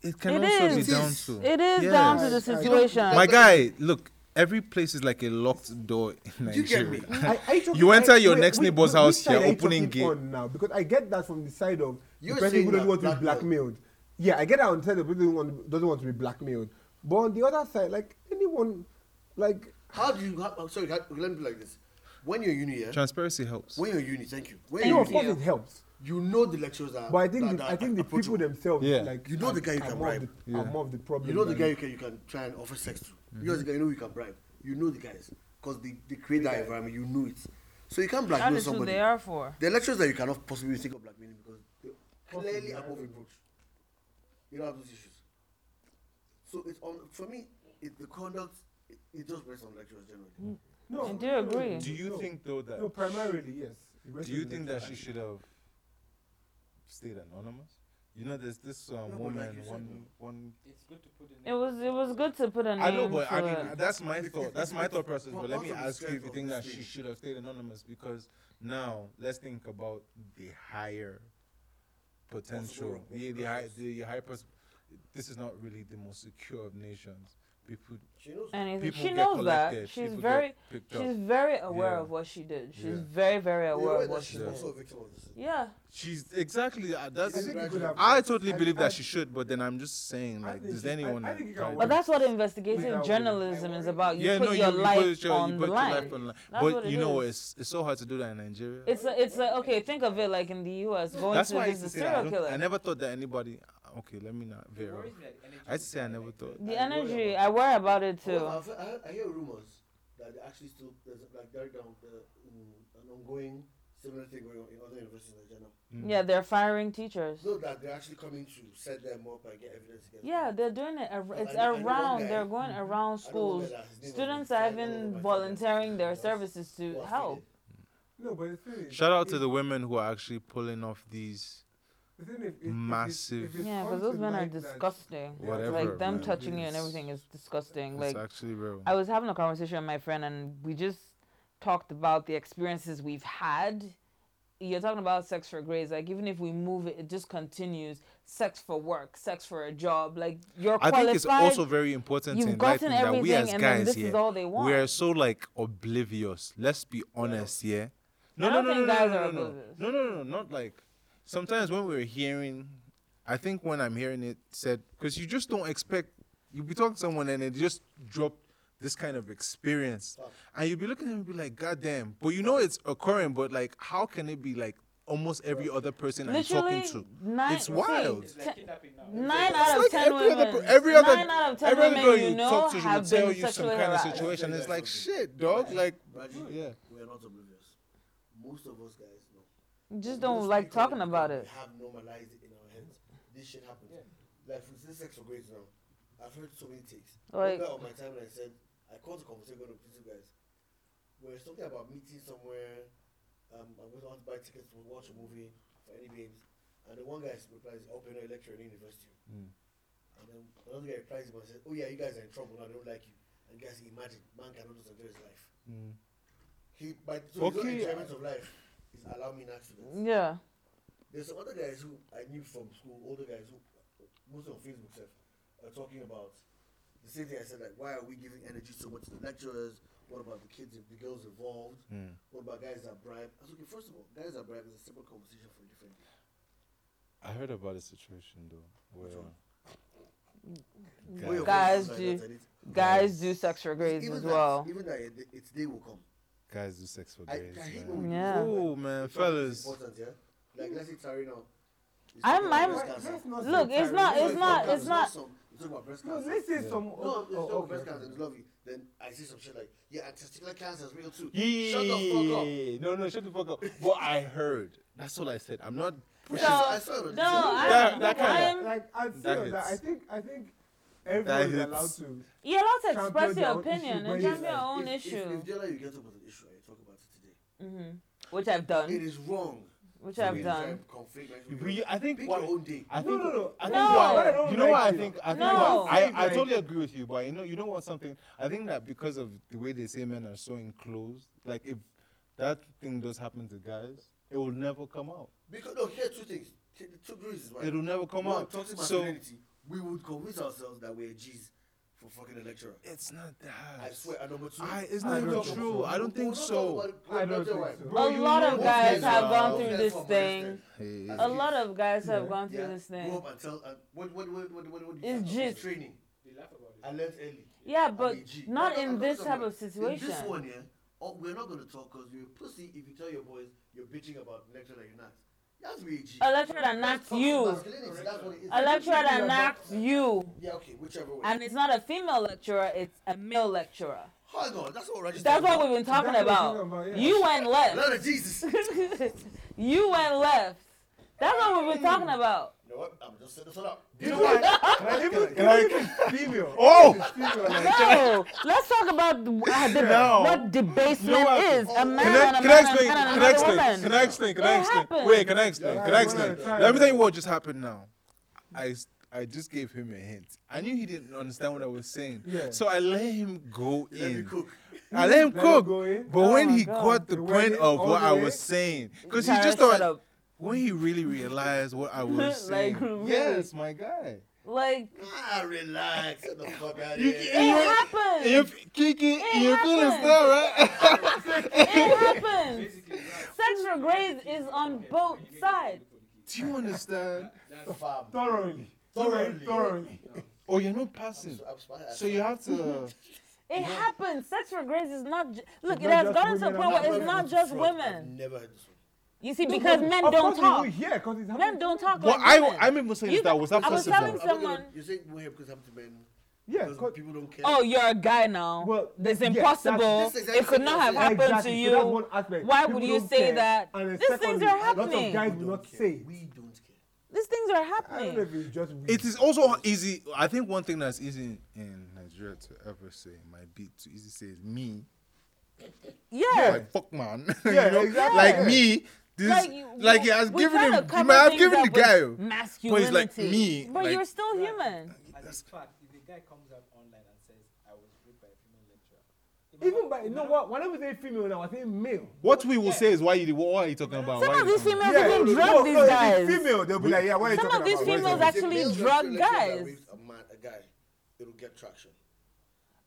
[SPEAKER 6] It can
[SPEAKER 5] It
[SPEAKER 6] also
[SPEAKER 5] is.
[SPEAKER 6] be down to.
[SPEAKER 5] It is down to
[SPEAKER 6] Yes.
[SPEAKER 5] the
[SPEAKER 2] I- I-
[SPEAKER 5] situation.
[SPEAKER 6] My guy, look, every place is like a locked door in
[SPEAKER 7] You get
[SPEAKER 6] Nigeria.
[SPEAKER 7] me?
[SPEAKER 2] I, are talking-
[SPEAKER 6] You enter
[SPEAKER 2] I-
[SPEAKER 6] your
[SPEAKER 2] wait,
[SPEAKER 6] next
[SPEAKER 2] wait,
[SPEAKER 6] neighbor's
[SPEAKER 2] wait, which
[SPEAKER 6] house,
[SPEAKER 2] side
[SPEAKER 6] you're
[SPEAKER 2] are you
[SPEAKER 6] opening
[SPEAKER 2] talking
[SPEAKER 6] gate.
[SPEAKER 2] on now because I get that from the side of
[SPEAKER 7] You're
[SPEAKER 2] the person
[SPEAKER 7] saying
[SPEAKER 2] who doesn't want
[SPEAKER 7] that
[SPEAKER 2] to be
[SPEAKER 7] blackmail.
[SPEAKER 2] blackmailed. Yeah, I get that on the side of the person who want- doesn't want to be blackmailed. But on the other side, like anyone, like
[SPEAKER 7] How do you? How, I'm sorry, how, let me be like this. When you're uni, yeah.
[SPEAKER 6] Transparency helps.
[SPEAKER 7] When you're uni, thank you. When
[SPEAKER 5] Thank
[SPEAKER 2] no,
[SPEAKER 7] you're
[SPEAKER 2] of
[SPEAKER 7] uni,
[SPEAKER 2] course
[SPEAKER 5] you.
[SPEAKER 2] it helps.
[SPEAKER 7] you know the lecturers are.
[SPEAKER 2] But I think
[SPEAKER 7] that-
[SPEAKER 2] the,
[SPEAKER 7] that
[SPEAKER 2] I think the people
[SPEAKER 7] approachable.
[SPEAKER 2] themselves,
[SPEAKER 6] Yeah.
[SPEAKER 2] like
[SPEAKER 7] You know the guy you
[SPEAKER 2] are
[SPEAKER 7] can
[SPEAKER 2] more of
[SPEAKER 7] bribe.
[SPEAKER 2] the- are more of the problem.
[SPEAKER 7] You know the
[SPEAKER 2] than-
[SPEAKER 7] guy you can, you can try and offer sex to. You know the guy you know you can bribe. You know the guys because they, they create that environment. You know it, so you can't
[SPEAKER 5] That
[SPEAKER 7] blackmail
[SPEAKER 5] is who
[SPEAKER 7] somebody.
[SPEAKER 5] they are for.
[SPEAKER 7] There are lecturers that you cannot possibly think of blackmailing because they clearly above reproach. You don't have those issues. So it's on for me. It, the conduct it, it just rests on lecturers generally.
[SPEAKER 5] Mm.
[SPEAKER 2] No,
[SPEAKER 5] I do
[SPEAKER 2] no,
[SPEAKER 5] agree.
[SPEAKER 6] Do you
[SPEAKER 2] no.
[SPEAKER 6] think though
[SPEAKER 2] No,
[SPEAKER 6] that?
[SPEAKER 2] primarily yes. The rest
[SPEAKER 6] Do you
[SPEAKER 2] is
[SPEAKER 6] think
[SPEAKER 2] like-
[SPEAKER 6] that she should have stayed anonymous? You know, there's this
[SPEAKER 7] No,
[SPEAKER 6] um,
[SPEAKER 7] but like
[SPEAKER 6] woman,
[SPEAKER 7] you said,
[SPEAKER 6] one, one.
[SPEAKER 4] It's good to put in.
[SPEAKER 5] It was it was good to put a name
[SPEAKER 6] I know, but
[SPEAKER 5] to
[SPEAKER 6] I
[SPEAKER 5] it.
[SPEAKER 6] mean, that's my thought. That's my thought process.
[SPEAKER 7] Well,
[SPEAKER 6] But let
[SPEAKER 7] part
[SPEAKER 6] me
[SPEAKER 7] of the
[SPEAKER 6] ask you if
[SPEAKER 7] strength
[SPEAKER 6] you
[SPEAKER 7] of
[SPEAKER 6] think that
[SPEAKER 7] this
[SPEAKER 6] she
[SPEAKER 7] thing-
[SPEAKER 6] should have stayed anonymous because now let's think about the higher potential,
[SPEAKER 7] Possible
[SPEAKER 6] the the high, the higher. Pers- this is not really the most secure of nations. People,
[SPEAKER 7] She knows.
[SPEAKER 5] Anything.
[SPEAKER 6] people
[SPEAKER 5] She
[SPEAKER 6] get
[SPEAKER 5] knows that.
[SPEAKER 6] collected,
[SPEAKER 5] She's
[SPEAKER 6] people get
[SPEAKER 5] very
[SPEAKER 6] picked
[SPEAKER 5] she's
[SPEAKER 6] up.
[SPEAKER 5] very aware
[SPEAKER 6] Yeah.
[SPEAKER 5] of what she did. She's
[SPEAKER 6] Yeah.
[SPEAKER 5] very very
[SPEAKER 7] in a
[SPEAKER 5] aware
[SPEAKER 7] way
[SPEAKER 5] of
[SPEAKER 7] that
[SPEAKER 5] what
[SPEAKER 7] she's
[SPEAKER 5] she did.
[SPEAKER 7] also a victim of this.
[SPEAKER 5] Yeah.
[SPEAKER 6] she's exactly uh,
[SPEAKER 2] I
[SPEAKER 6] that's.
[SPEAKER 2] think you could have-
[SPEAKER 6] I totally believe
[SPEAKER 2] I-
[SPEAKER 6] that she should, but then I'm just saying,
[SPEAKER 2] I
[SPEAKER 6] like,
[SPEAKER 2] think
[SPEAKER 6] does
[SPEAKER 2] she- I-
[SPEAKER 6] anyone?
[SPEAKER 2] I think you
[SPEAKER 6] try
[SPEAKER 2] can
[SPEAKER 6] to-
[SPEAKER 5] But that's what investigative
[SPEAKER 2] Without-
[SPEAKER 5] journalism is about. You put your
[SPEAKER 6] you
[SPEAKER 5] life
[SPEAKER 6] your-
[SPEAKER 5] on the line.
[SPEAKER 6] on the line.
[SPEAKER 5] That's what
[SPEAKER 6] But
[SPEAKER 5] it
[SPEAKER 6] you know,
[SPEAKER 5] is.
[SPEAKER 6] it's it's so hard to do that in Nigeria.
[SPEAKER 5] It's a, it's a, okay. Think of it like in the U.S. going
[SPEAKER 6] That's
[SPEAKER 5] to
[SPEAKER 6] why I, used
[SPEAKER 5] visit
[SPEAKER 6] to
[SPEAKER 5] a
[SPEAKER 6] say that I,
[SPEAKER 5] serial
[SPEAKER 6] don't-
[SPEAKER 5] killer.
[SPEAKER 6] I never thought that anybody. uh, Okay, let me not veer off. I used to say I never thought.
[SPEAKER 5] the energy, I worry about it too.
[SPEAKER 7] However, Oh, I've- I, heard- I hear rumors that they actually still there's like there down the, um, an ongoing similar thing going on in other universities in Nigeria. now.
[SPEAKER 6] mm.
[SPEAKER 5] Yeah, they're firing teachers.
[SPEAKER 7] So that they're actually coming to set them up and get evidence against.
[SPEAKER 5] Yeah,
[SPEAKER 7] them.
[SPEAKER 5] they're doing it. ar-
[SPEAKER 7] I-
[SPEAKER 5] It's
[SPEAKER 7] I know one
[SPEAKER 5] around.
[SPEAKER 7] guy-
[SPEAKER 5] They're going
[SPEAKER 6] Mm-hmm.
[SPEAKER 5] around
[SPEAKER 7] I don't know
[SPEAKER 5] schools.
[SPEAKER 7] whether his name was
[SPEAKER 5] Students
[SPEAKER 7] Mr.
[SPEAKER 5] are
[SPEAKER 7] I don't know
[SPEAKER 5] even
[SPEAKER 7] if I
[SPEAKER 5] volunteering their
[SPEAKER 7] was-
[SPEAKER 5] services to
[SPEAKER 7] was
[SPEAKER 5] help.
[SPEAKER 2] No, but the thing is,
[SPEAKER 6] Shout out to
[SPEAKER 2] if-
[SPEAKER 6] the women who are actually pulling off these.
[SPEAKER 2] the thing is, if- if it's-
[SPEAKER 6] massive-
[SPEAKER 2] if it's
[SPEAKER 5] Yeah,
[SPEAKER 2] on
[SPEAKER 5] because those
[SPEAKER 2] to
[SPEAKER 5] men are
[SPEAKER 2] light that-
[SPEAKER 5] disgusting.
[SPEAKER 2] Yeah,
[SPEAKER 6] Whatever,
[SPEAKER 5] Like them
[SPEAKER 6] man.
[SPEAKER 5] touching you and
[SPEAKER 6] It's-
[SPEAKER 5] everything is disgusting. Like
[SPEAKER 6] It's actually real.
[SPEAKER 5] I was having a conversation with my friend, and we just talked about the experiences we've had. You're talking about sex for grades, like even if we move it, it just continues. Sex for work, sex for a job, like you're
[SPEAKER 6] I
[SPEAKER 5] qualified.
[SPEAKER 6] think it's also very important to
[SPEAKER 5] You've
[SPEAKER 6] enlighten
[SPEAKER 5] gotten
[SPEAKER 6] that we as
[SPEAKER 5] everything, and then
[SPEAKER 6] guys
[SPEAKER 5] this is
[SPEAKER 6] here,
[SPEAKER 5] all they
[SPEAKER 6] we are
[SPEAKER 5] want.
[SPEAKER 6] so like oblivious. Let's be honest, yeah. No,
[SPEAKER 5] I
[SPEAKER 6] no,
[SPEAKER 5] don't
[SPEAKER 6] no, no,
[SPEAKER 5] think
[SPEAKER 6] no,
[SPEAKER 5] guys
[SPEAKER 6] no, no,
[SPEAKER 5] are
[SPEAKER 6] no,
[SPEAKER 5] oblivious.
[SPEAKER 6] no, no, no, not like. Sometimes when we're hearing, I think when I'm hearing it said, because you just don't expect you be talking to someone and they just drop this kind of experience, and you be looking at them and be like, "God damn!" But you know it's occurring. But like, how can it be like almost every other person
[SPEAKER 5] Literally,
[SPEAKER 6] I'm talking to?
[SPEAKER 5] nine,
[SPEAKER 6] it's wild.
[SPEAKER 5] see,
[SPEAKER 4] It's like kidnapping now.
[SPEAKER 5] Nine
[SPEAKER 6] It's
[SPEAKER 5] out of
[SPEAKER 6] like
[SPEAKER 5] ten
[SPEAKER 6] every other
[SPEAKER 5] women.
[SPEAKER 6] per- every other-
[SPEAKER 5] nine out of ten
[SPEAKER 6] Every
[SPEAKER 5] women
[SPEAKER 6] girl
[SPEAKER 5] you,
[SPEAKER 6] you
[SPEAKER 5] know
[SPEAKER 6] talk to, she will
[SPEAKER 5] have
[SPEAKER 6] tell
[SPEAKER 5] been
[SPEAKER 6] you some
[SPEAKER 5] sexually
[SPEAKER 6] kind of
[SPEAKER 5] harassed.
[SPEAKER 6] situation. It's like shit, dog. Like,
[SPEAKER 7] Raji,
[SPEAKER 6] yeah.
[SPEAKER 7] we are not oblivious. Most of us guys know. Most
[SPEAKER 5] Just don't like
[SPEAKER 7] people
[SPEAKER 5] talking about it.
[SPEAKER 7] We have normalized it in our heads. This shit happens. Like for this sex for grades now, I've heard so many takes. One
[SPEAKER 5] Like-
[SPEAKER 7] guy on my timeline said, I called the conversation with these guys. We were talking about meeting somewhere. Um, I'm going to want to buy tickets to watch a movie for any babes. And then one guy replies, "Oh, you're not a lecturer in university." And then another guy replies him and says, "Oh yeah, you guys are in trouble. now. I don't like you." And guys, imagine man cannot just enjoy his life. He, by so his own
[SPEAKER 2] Okay.
[SPEAKER 7] enjoyment of life is allow me an accident.
[SPEAKER 5] Yeah.
[SPEAKER 7] There's some other guys who I knew from school, older guys who, most on Facebook stuff, are talking about the same thing I said, like, why are we giving energy so much to the lecturers? What about the kids, and the girls involved?
[SPEAKER 6] Hmm.
[SPEAKER 7] What about guys that bribe? I was okay, first of all, guys that bribe is a separate conversation for a different day.
[SPEAKER 6] I heard about a situation though where
[SPEAKER 7] All your
[SPEAKER 5] Guys
[SPEAKER 7] conversations
[SPEAKER 5] do-
[SPEAKER 7] like that, and
[SPEAKER 5] Guys do sex for
[SPEAKER 7] it's-
[SPEAKER 5] grades
[SPEAKER 7] even
[SPEAKER 5] as
[SPEAKER 7] that-
[SPEAKER 5] well.
[SPEAKER 7] Even that, it, it's they will come.
[SPEAKER 6] guys do sex for
[SPEAKER 7] I- I hate when we
[SPEAKER 6] man.
[SPEAKER 7] do
[SPEAKER 5] Yeah.
[SPEAKER 7] that.
[SPEAKER 6] Oh man,
[SPEAKER 7] It's important,
[SPEAKER 6] fellas.
[SPEAKER 7] yeah? Like, let's say Tari now. He's
[SPEAKER 5] I'm-
[SPEAKER 7] talking about
[SPEAKER 5] I'm-
[SPEAKER 7] breast cancer.
[SPEAKER 5] Look, it's not. It's not. It's not.
[SPEAKER 7] Some- he's talking about breast
[SPEAKER 2] No,
[SPEAKER 7] cancer.
[SPEAKER 2] this is some.
[SPEAKER 7] No,
[SPEAKER 2] oh,
[SPEAKER 7] it's
[SPEAKER 2] oh,
[SPEAKER 7] not
[SPEAKER 2] okay.
[SPEAKER 7] breast cancer, it's lovely. Then I see some shit like, yeah, and testicular cancer is real too.
[SPEAKER 6] Yeah.
[SPEAKER 7] Shut the fuck up.
[SPEAKER 6] No, no, shut the fuck up. What I heard. That's all I said. I'm not.
[SPEAKER 5] So,
[SPEAKER 7] I saw it on TV.
[SPEAKER 5] no, I,
[SPEAKER 6] That- that kinda-
[SPEAKER 5] I'm,
[SPEAKER 2] Like I'd say
[SPEAKER 6] That
[SPEAKER 2] on that, I
[SPEAKER 6] hits.
[SPEAKER 2] think I think everyone is
[SPEAKER 6] hits.
[SPEAKER 2] allowed to.
[SPEAKER 5] you're allowed to
[SPEAKER 2] Champion
[SPEAKER 5] express
[SPEAKER 2] their
[SPEAKER 5] your
[SPEAKER 2] own
[SPEAKER 5] opinion
[SPEAKER 2] issue,
[SPEAKER 5] and
[SPEAKER 2] but
[SPEAKER 5] champion
[SPEAKER 2] it's
[SPEAKER 5] your
[SPEAKER 2] like,
[SPEAKER 5] own
[SPEAKER 7] if, If,
[SPEAKER 5] issue,
[SPEAKER 7] if they're like, you get up with an issue, I talk about it today.
[SPEAKER 5] Mhm. which I've done,
[SPEAKER 7] It is wrong.
[SPEAKER 5] which
[SPEAKER 7] We
[SPEAKER 5] I've
[SPEAKER 7] try
[SPEAKER 5] done.
[SPEAKER 7] and conflict, like,
[SPEAKER 6] You-
[SPEAKER 7] we
[SPEAKER 6] you- I think
[SPEAKER 7] Pick
[SPEAKER 6] what-
[SPEAKER 7] your own day.
[SPEAKER 6] I
[SPEAKER 2] No,
[SPEAKER 6] think
[SPEAKER 2] no, no.
[SPEAKER 6] I think
[SPEAKER 5] No.
[SPEAKER 6] what-
[SPEAKER 5] I
[SPEAKER 2] don't
[SPEAKER 6] you know what I
[SPEAKER 2] like it.
[SPEAKER 6] think I think
[SPEAKER 5] No.
[SPEAKER 6] what- I, I
[SPEAKER 2] Like-
[SPEAKER 6] totally agree with you, but you know you know what something I think that because of the way they say men are so enclosed, like if that thing does happen to guys, it will never come out.
[SPEAKER 7] Because, no, here are two things. T- Two reasons why.
[SPEAKER 6] It will never come
[SPEAKER 7] One,
[SPEAKER 6] out.
[SPEAKER 7] Toxic
[SPEAKER 6] So
[SPEAKER 7] masculinity. we would convince ourselves that we're G's for fucking a lecturer.
[SPEAKER 6] it's not that.
[SPEAKER 7] I swear, and number two,
[SPEAKER 6] I, it's
[SPEAKER 2] I
[SPEAKER 6] not
[SPEAKER 2] don't
[SPEAKER 6] even
[SPEAKER 2] think
[SPEAKER 6] true.
[SPEAKER 2] so.
[SPEAKER 6] I don't
[SPEAKER 7] We're
[SPEAKER 6] think
[SPEAKER 7] not
[SPEAKER 6] so.
[SPEAKER 7] talking about-
[SPEAKER 2] I don't
[SPEAKER 7] we're not
[SPEAKER 2] think
[SPEAKER 7] talking
[SPEAKER 2] so.
[SPEAKER 7] about-
[SPEAKER 5] A lot of
[SPEAKER 7] Most
[SPEAKER 5] guys have
[SPEAKER 7] are-
[SPEAKER 5] gone
[SPEAKER 7] most
[SPEAKER 5] through
[SPEAKER 7] guys
[SPEAKER 5] this
[SPEAKER 7] from
[SPEAKER 5] thing.
[SPEAKER 6] Hey,
[SPEAKER 7] As
[SPEAKER 5] A
[SPEAKER 7] kids.
[SPEAKER 5] lot of guys have
[SPEAKER 2] Yeah.
[SPEAKER 5] gone through
[SPEAKER 7] Yeah,
[SPEAKER 5] this
[SPEAKER 7] Grow
[SPEAKER 5] thing.
[SPEAKER 7] up and tell, and what, what, what, what, what, what do you
[SPEAKER 5] It's
[SPEAKER 7] tell them?
[SPEAKER 5] jizz.
[SPEAKER 7] training.
[SPEAKER 4] They laugh about it.
[SPEAKER 7] I learned early.
[SPEAKER 5] Yeah,
[SPEAKER 7] I'm
[SPEAKER 5] but
[SPEAKER 7] a G.
[SPEAKER 5] not
[SPEAKER 7] No, no,
[SPEAKER 5] in
[SPEAKER 7] I'm
[SPEAKER 5] this
[SPEAKER 7] talking
[SPEAKER 5] type
[SPEAKER 7] about-
[SPEAKER 5] of situation.
[SPEAKER 7] In this one here, oh, we're not gonna talk because you're a pussy if you tell your boys you're bitching about lecturer that you're not. That's me, G.
[SPEAKER 5] A lecturer that
[SPEAKER 7] That's
[SPEAKER 5] knocks
[SPEAKER 7] toxic
[SPEAKER 5] you.
[SPEAKER 7] masculinity, that's what it is.
[SPEAKER 5] A lecturer that knocks you.
[SPEAKER 7] Yeah, okay, whichever way.
[SPEAKER 5] And it's not a female lecturer, it's a male lecturer.
[SPEAKER 7] Hold on, that's what Raji's
[SPEAKER 5] That's
[SPEAKER 7] talking
[SPEAKER 5] what we've been talking
[SPEAKER 2] That's what
[SPEAKER 5] about.
[SPEAKER 2] we're talking about, yeah.
[SPEAKER 5] You went
[SPEAKER 7] about.
[SPEAKER 5] left.
[SPEAKER 7] Lord of Jesus. you
[SPEAKER 5] you went left. That's what we've been talking about.
[SPEAKER 7] know what? I'm just setting this one up.
[SPEAKER 2] You know what? Like, even even if it's female.
[SPEAKER 6] Oh!
[SPEAKER 2] female, like,
[SPEAKER 5] No, let's talk about the, uh, the,
[SPEAKER 6] No.
[SPEAKER 5] what debasement
[SPEAKER 6] You know what?
[SPEAKER 5] is. A man
[SPEAKER 6] Can I,
[SPEAKER 5] and a
[SPEAKER 6] can I
[SPEAKER 5] man and
[SPEAKER 6] explain?
[SPEAKER 5] a man
[SPEAKER 6] Can
[SPEAKER 5] and
[SPEAKER 6] I
[SPEAKER 5] another
[SPEAKER 6] explain?
[SPEAKER 5] woman.
[SPEAKER 6] Can I explain? Can I
[SPEAKER 5] It
[SPEAKER 6] explain?
[SPEAKER 5] happened.
[SPEAKER 6] Wait, can I explain? Can I
[SPEAKER 2] Yeah,
[SPEAKER 6] explain?
[SPEAKER 2] one at a time.
[SPEAKER 6] Let me tell you what just happened now. I, s- I just gave him a hint. I knew he didn't understand what I was saying.
[SPEAKER 2] Yeah.
[SPEAKER 6] So I let him go
[SPEAKER 7] Let me
[SPEAKER 6] in.
[SPEAKER 7] cook.
[SPEAKER 6] I let him
[SPEAKER 2] Let him
[SPEAKER 6] cook.
[SPEAKER 2] go in.
[SPEAKER 6] But
[SPEAKER 5] Oh
[SPEAKER 6] when
[SPEAKER 5] my
[SPEAKER 6] he
[SPEAKER 5] God.
[SPEAKER 6] got the
[SPEAKER 2] He went
[SPEAKER 6] point
[SPEAKER 2] in
[SPEAKER 6] of
[SPEAKER 2] all
[SPEAKER 6] what
[SPEAKER 2] the
[SPEAKER 6] I
[SPEAKER 2] way.
[SPEAKER 6] was saying, because he
[SPEAKER 5] Tara,
[SPEAKER 6] just
[SPEAKER 5] shut
[SPEAKER 6] thought,
[SPEAKER 5] up.
[SPEAKER 6] when he really realized what I was saying,
[SPEAKER 5] Like, really?
[SPEAKER 6] yes, my guy.
[SPEAKER 5] Like,
[SPEAKER 7] Ah, relax. Get the fuck out of
[SPEAKER 6] You-
[SPEAKER 7] here.
[SPEAKER 5] it happened.
[SPEAKER 6] If Kiki,
[SPEAKER 5] It
[SPEAKER 6] you feel
[SPEAKER 5] happened.
[SPEAKER 6] right?
[SPEAKER 5] it happens.
[SPEAKER 4] Basically, that's-
[SPEAKER 5] Sex for grades is on both sides.
[SPEAKER 6] Do you understand?
[SPEAKER 7] Fam.
[SPEAKER 2] thoroughly.
[SPEAKER 7] Thoroughly.
[SPEAKER 2] Thoroughly.
[SPEAKER 6] Or you're not passing.
[SPEAKER 7] I'm smart.
[SPEAKER 6] So you have to.
[SPEAKER 5] It happens. Sex for grades is not. Ju- Look,
[SPEAKER 2] It's
[SPEAKER 5] it
[SPEAKER 2] not
[SPEAKER 5] has
[SPEAKER 2] just
[SPEAKER 5] gotten to a
[SPEAKER 2] women
[SPEAKER 5] point
[SPEAKER 2] and
[SPEAKER 5] where
[SPEAKER 2] men.
[SPEAKER 5] it's not just women.
[SPEAKER 7] Never heard this one.
[SPEAKER 5] You see, because men
[SPEAKER 2] Of
[SPEAKER 5] don't
[SPEAKER 2] course we
[SPEAKER 5] talk.
[SPEAKER 2] will hear, 'cause it's
[SPEAKER 5] Men
[SPEAKER 2] happening.
[SPEAKER 5] don't talk
[SPEAKER 6] Well,
[SPEAKER 5] like
[SPEAKER 6] I,
[SPEAKER 5] women.
[SPEAKER 6] I remember saying
[SPEAKER 5] You-
[SPEAKER 6] that was
[SPEAKER 5] I was
[SPEAKER 6] that possible?
[SPEAKER 5] telling
[SPEAKER 7] I'm not gonna-
[SPEAKER 5] Someone-
[SPEAKER 7] You say we're here because it happened to men.
[SPEAKER 2] Yeah,
[SPEAKER 7] because
[SPEAKER 2] 'cause-
[SPEAKER 7] people don't care.
[SPEAKER 5] Oh, you're a guy now.
[SPEAKER 2] Well,
[SPEAKER 5] That's
[SPEAKER 2] yes,
[SPEAKER 5] impossible.
[SPEAKER 7] that's- This is exactly
[SPEAKER 5] it could not have
[SPEAKER 7] what I'm
[SPEAKER 5] happened to
[SPEAKER 2] Exactly.
[SPEAKER 5] you.
[SPEAKER 2] So that's one aspect.
[SPEAKER 5] Why
[SPEAKER 2] People
[SPEAKER 5] would you
[SPEAKER 2] don't
[SPEAKER 5] say
[SPEAKER 2] care.
[SPEAKER 5] that?
[SPEAKER 2] And then
[SPEAKER 5] These things
[SPEAKER 2] secondly,
[SPEAKER 5] are
[SPEAKER 2] Lots
[SPEAKER 5] happening.
[SPEAKER 2] of guys
[SPEAKER 7] We
[SPEAKER 2] will
[SPEAKER 7] don't
[SPEAKER 2] not
[SPEAKER 7] care.
[SPEAKER 2] say.
[SPEAKER 7] We don't care.
[SPEAKER 5] These things are
[SPEAKER 2] I don't know
[SPEAKER 5] happening.
[SPEAKER 2] if it's just we.
[SPEAKER 6] It is also easy. I think one thing that's easy in Nigeria to ever say might be to easy say is me.
[SPEAKER 5] Yeah.
[SPEAKER 6] Like fuck man.
[SPEAKER 2] Yeah,
[SPEAKER 6] you know?
[SPEAKER 2] exactly.
[SPEAKER 6] Like me. This like,
[SPEAKER 5] Like, you-
[SPEAKER 6] he has
[SPEAKER 5] we
[SPEAKER 6] given
[SPEAKER 5] try to
[SPEAKER 6] him he
[SPEAKER 5] cover
[SPEAKER 6] might have
[SPEAKER 5] things
[SPEAKER 6] given
[SPEAKER 5] up
[SPEAKER 6] the
[SPEAKER 5] with
[SPEAKER 6] guy. oh,
[SPEAKER 5] masculinity.
[SPEAKER 6] me,
[SPEAKER 5] But
[SPEAKER 6] like-
[SPEAKER 5] you're still human.
[SPEAKER 4] As a fact, if a guy comes up online and says, I was raped by a female lecturer, it might
[SPEAKER 2] Even
[SPEAKER 4] not-
[SPEAKER 2] by
[SPEAKER 4] it
[SPEAKER 2] you
[SPEAKER 4] might
[SPEAKER 2] know
[SPEAKER 4] not-
[SPEAKER 2] what? Whenever they female now, I think male.
[SPEAKER 6] What we will say is why you what are you talking about? Why
[SPEAKER 5] Some of
[SPEAKER 6] you
[SPEAKER 5] these
[SPEAKER 6] talking about-
[SPEAKER 5] females even drug these guys.
[SPEAKER 2] female, they'll be like, yeah, what are you
[SPEAKER 5] Some
[SPEAKER 2] talking
[SPEAKER 5] of these
[SPEAKER 2] about? What are you talking
[SPEAKER 5] females actually
[SPEAKER 7] Male
[SPEAKER 5] drug
[SPEAKER 7] lecturer that
[SPEAKER 5] guys.
[SPEAKER 7] rapes A man, a guy, it'll get traction.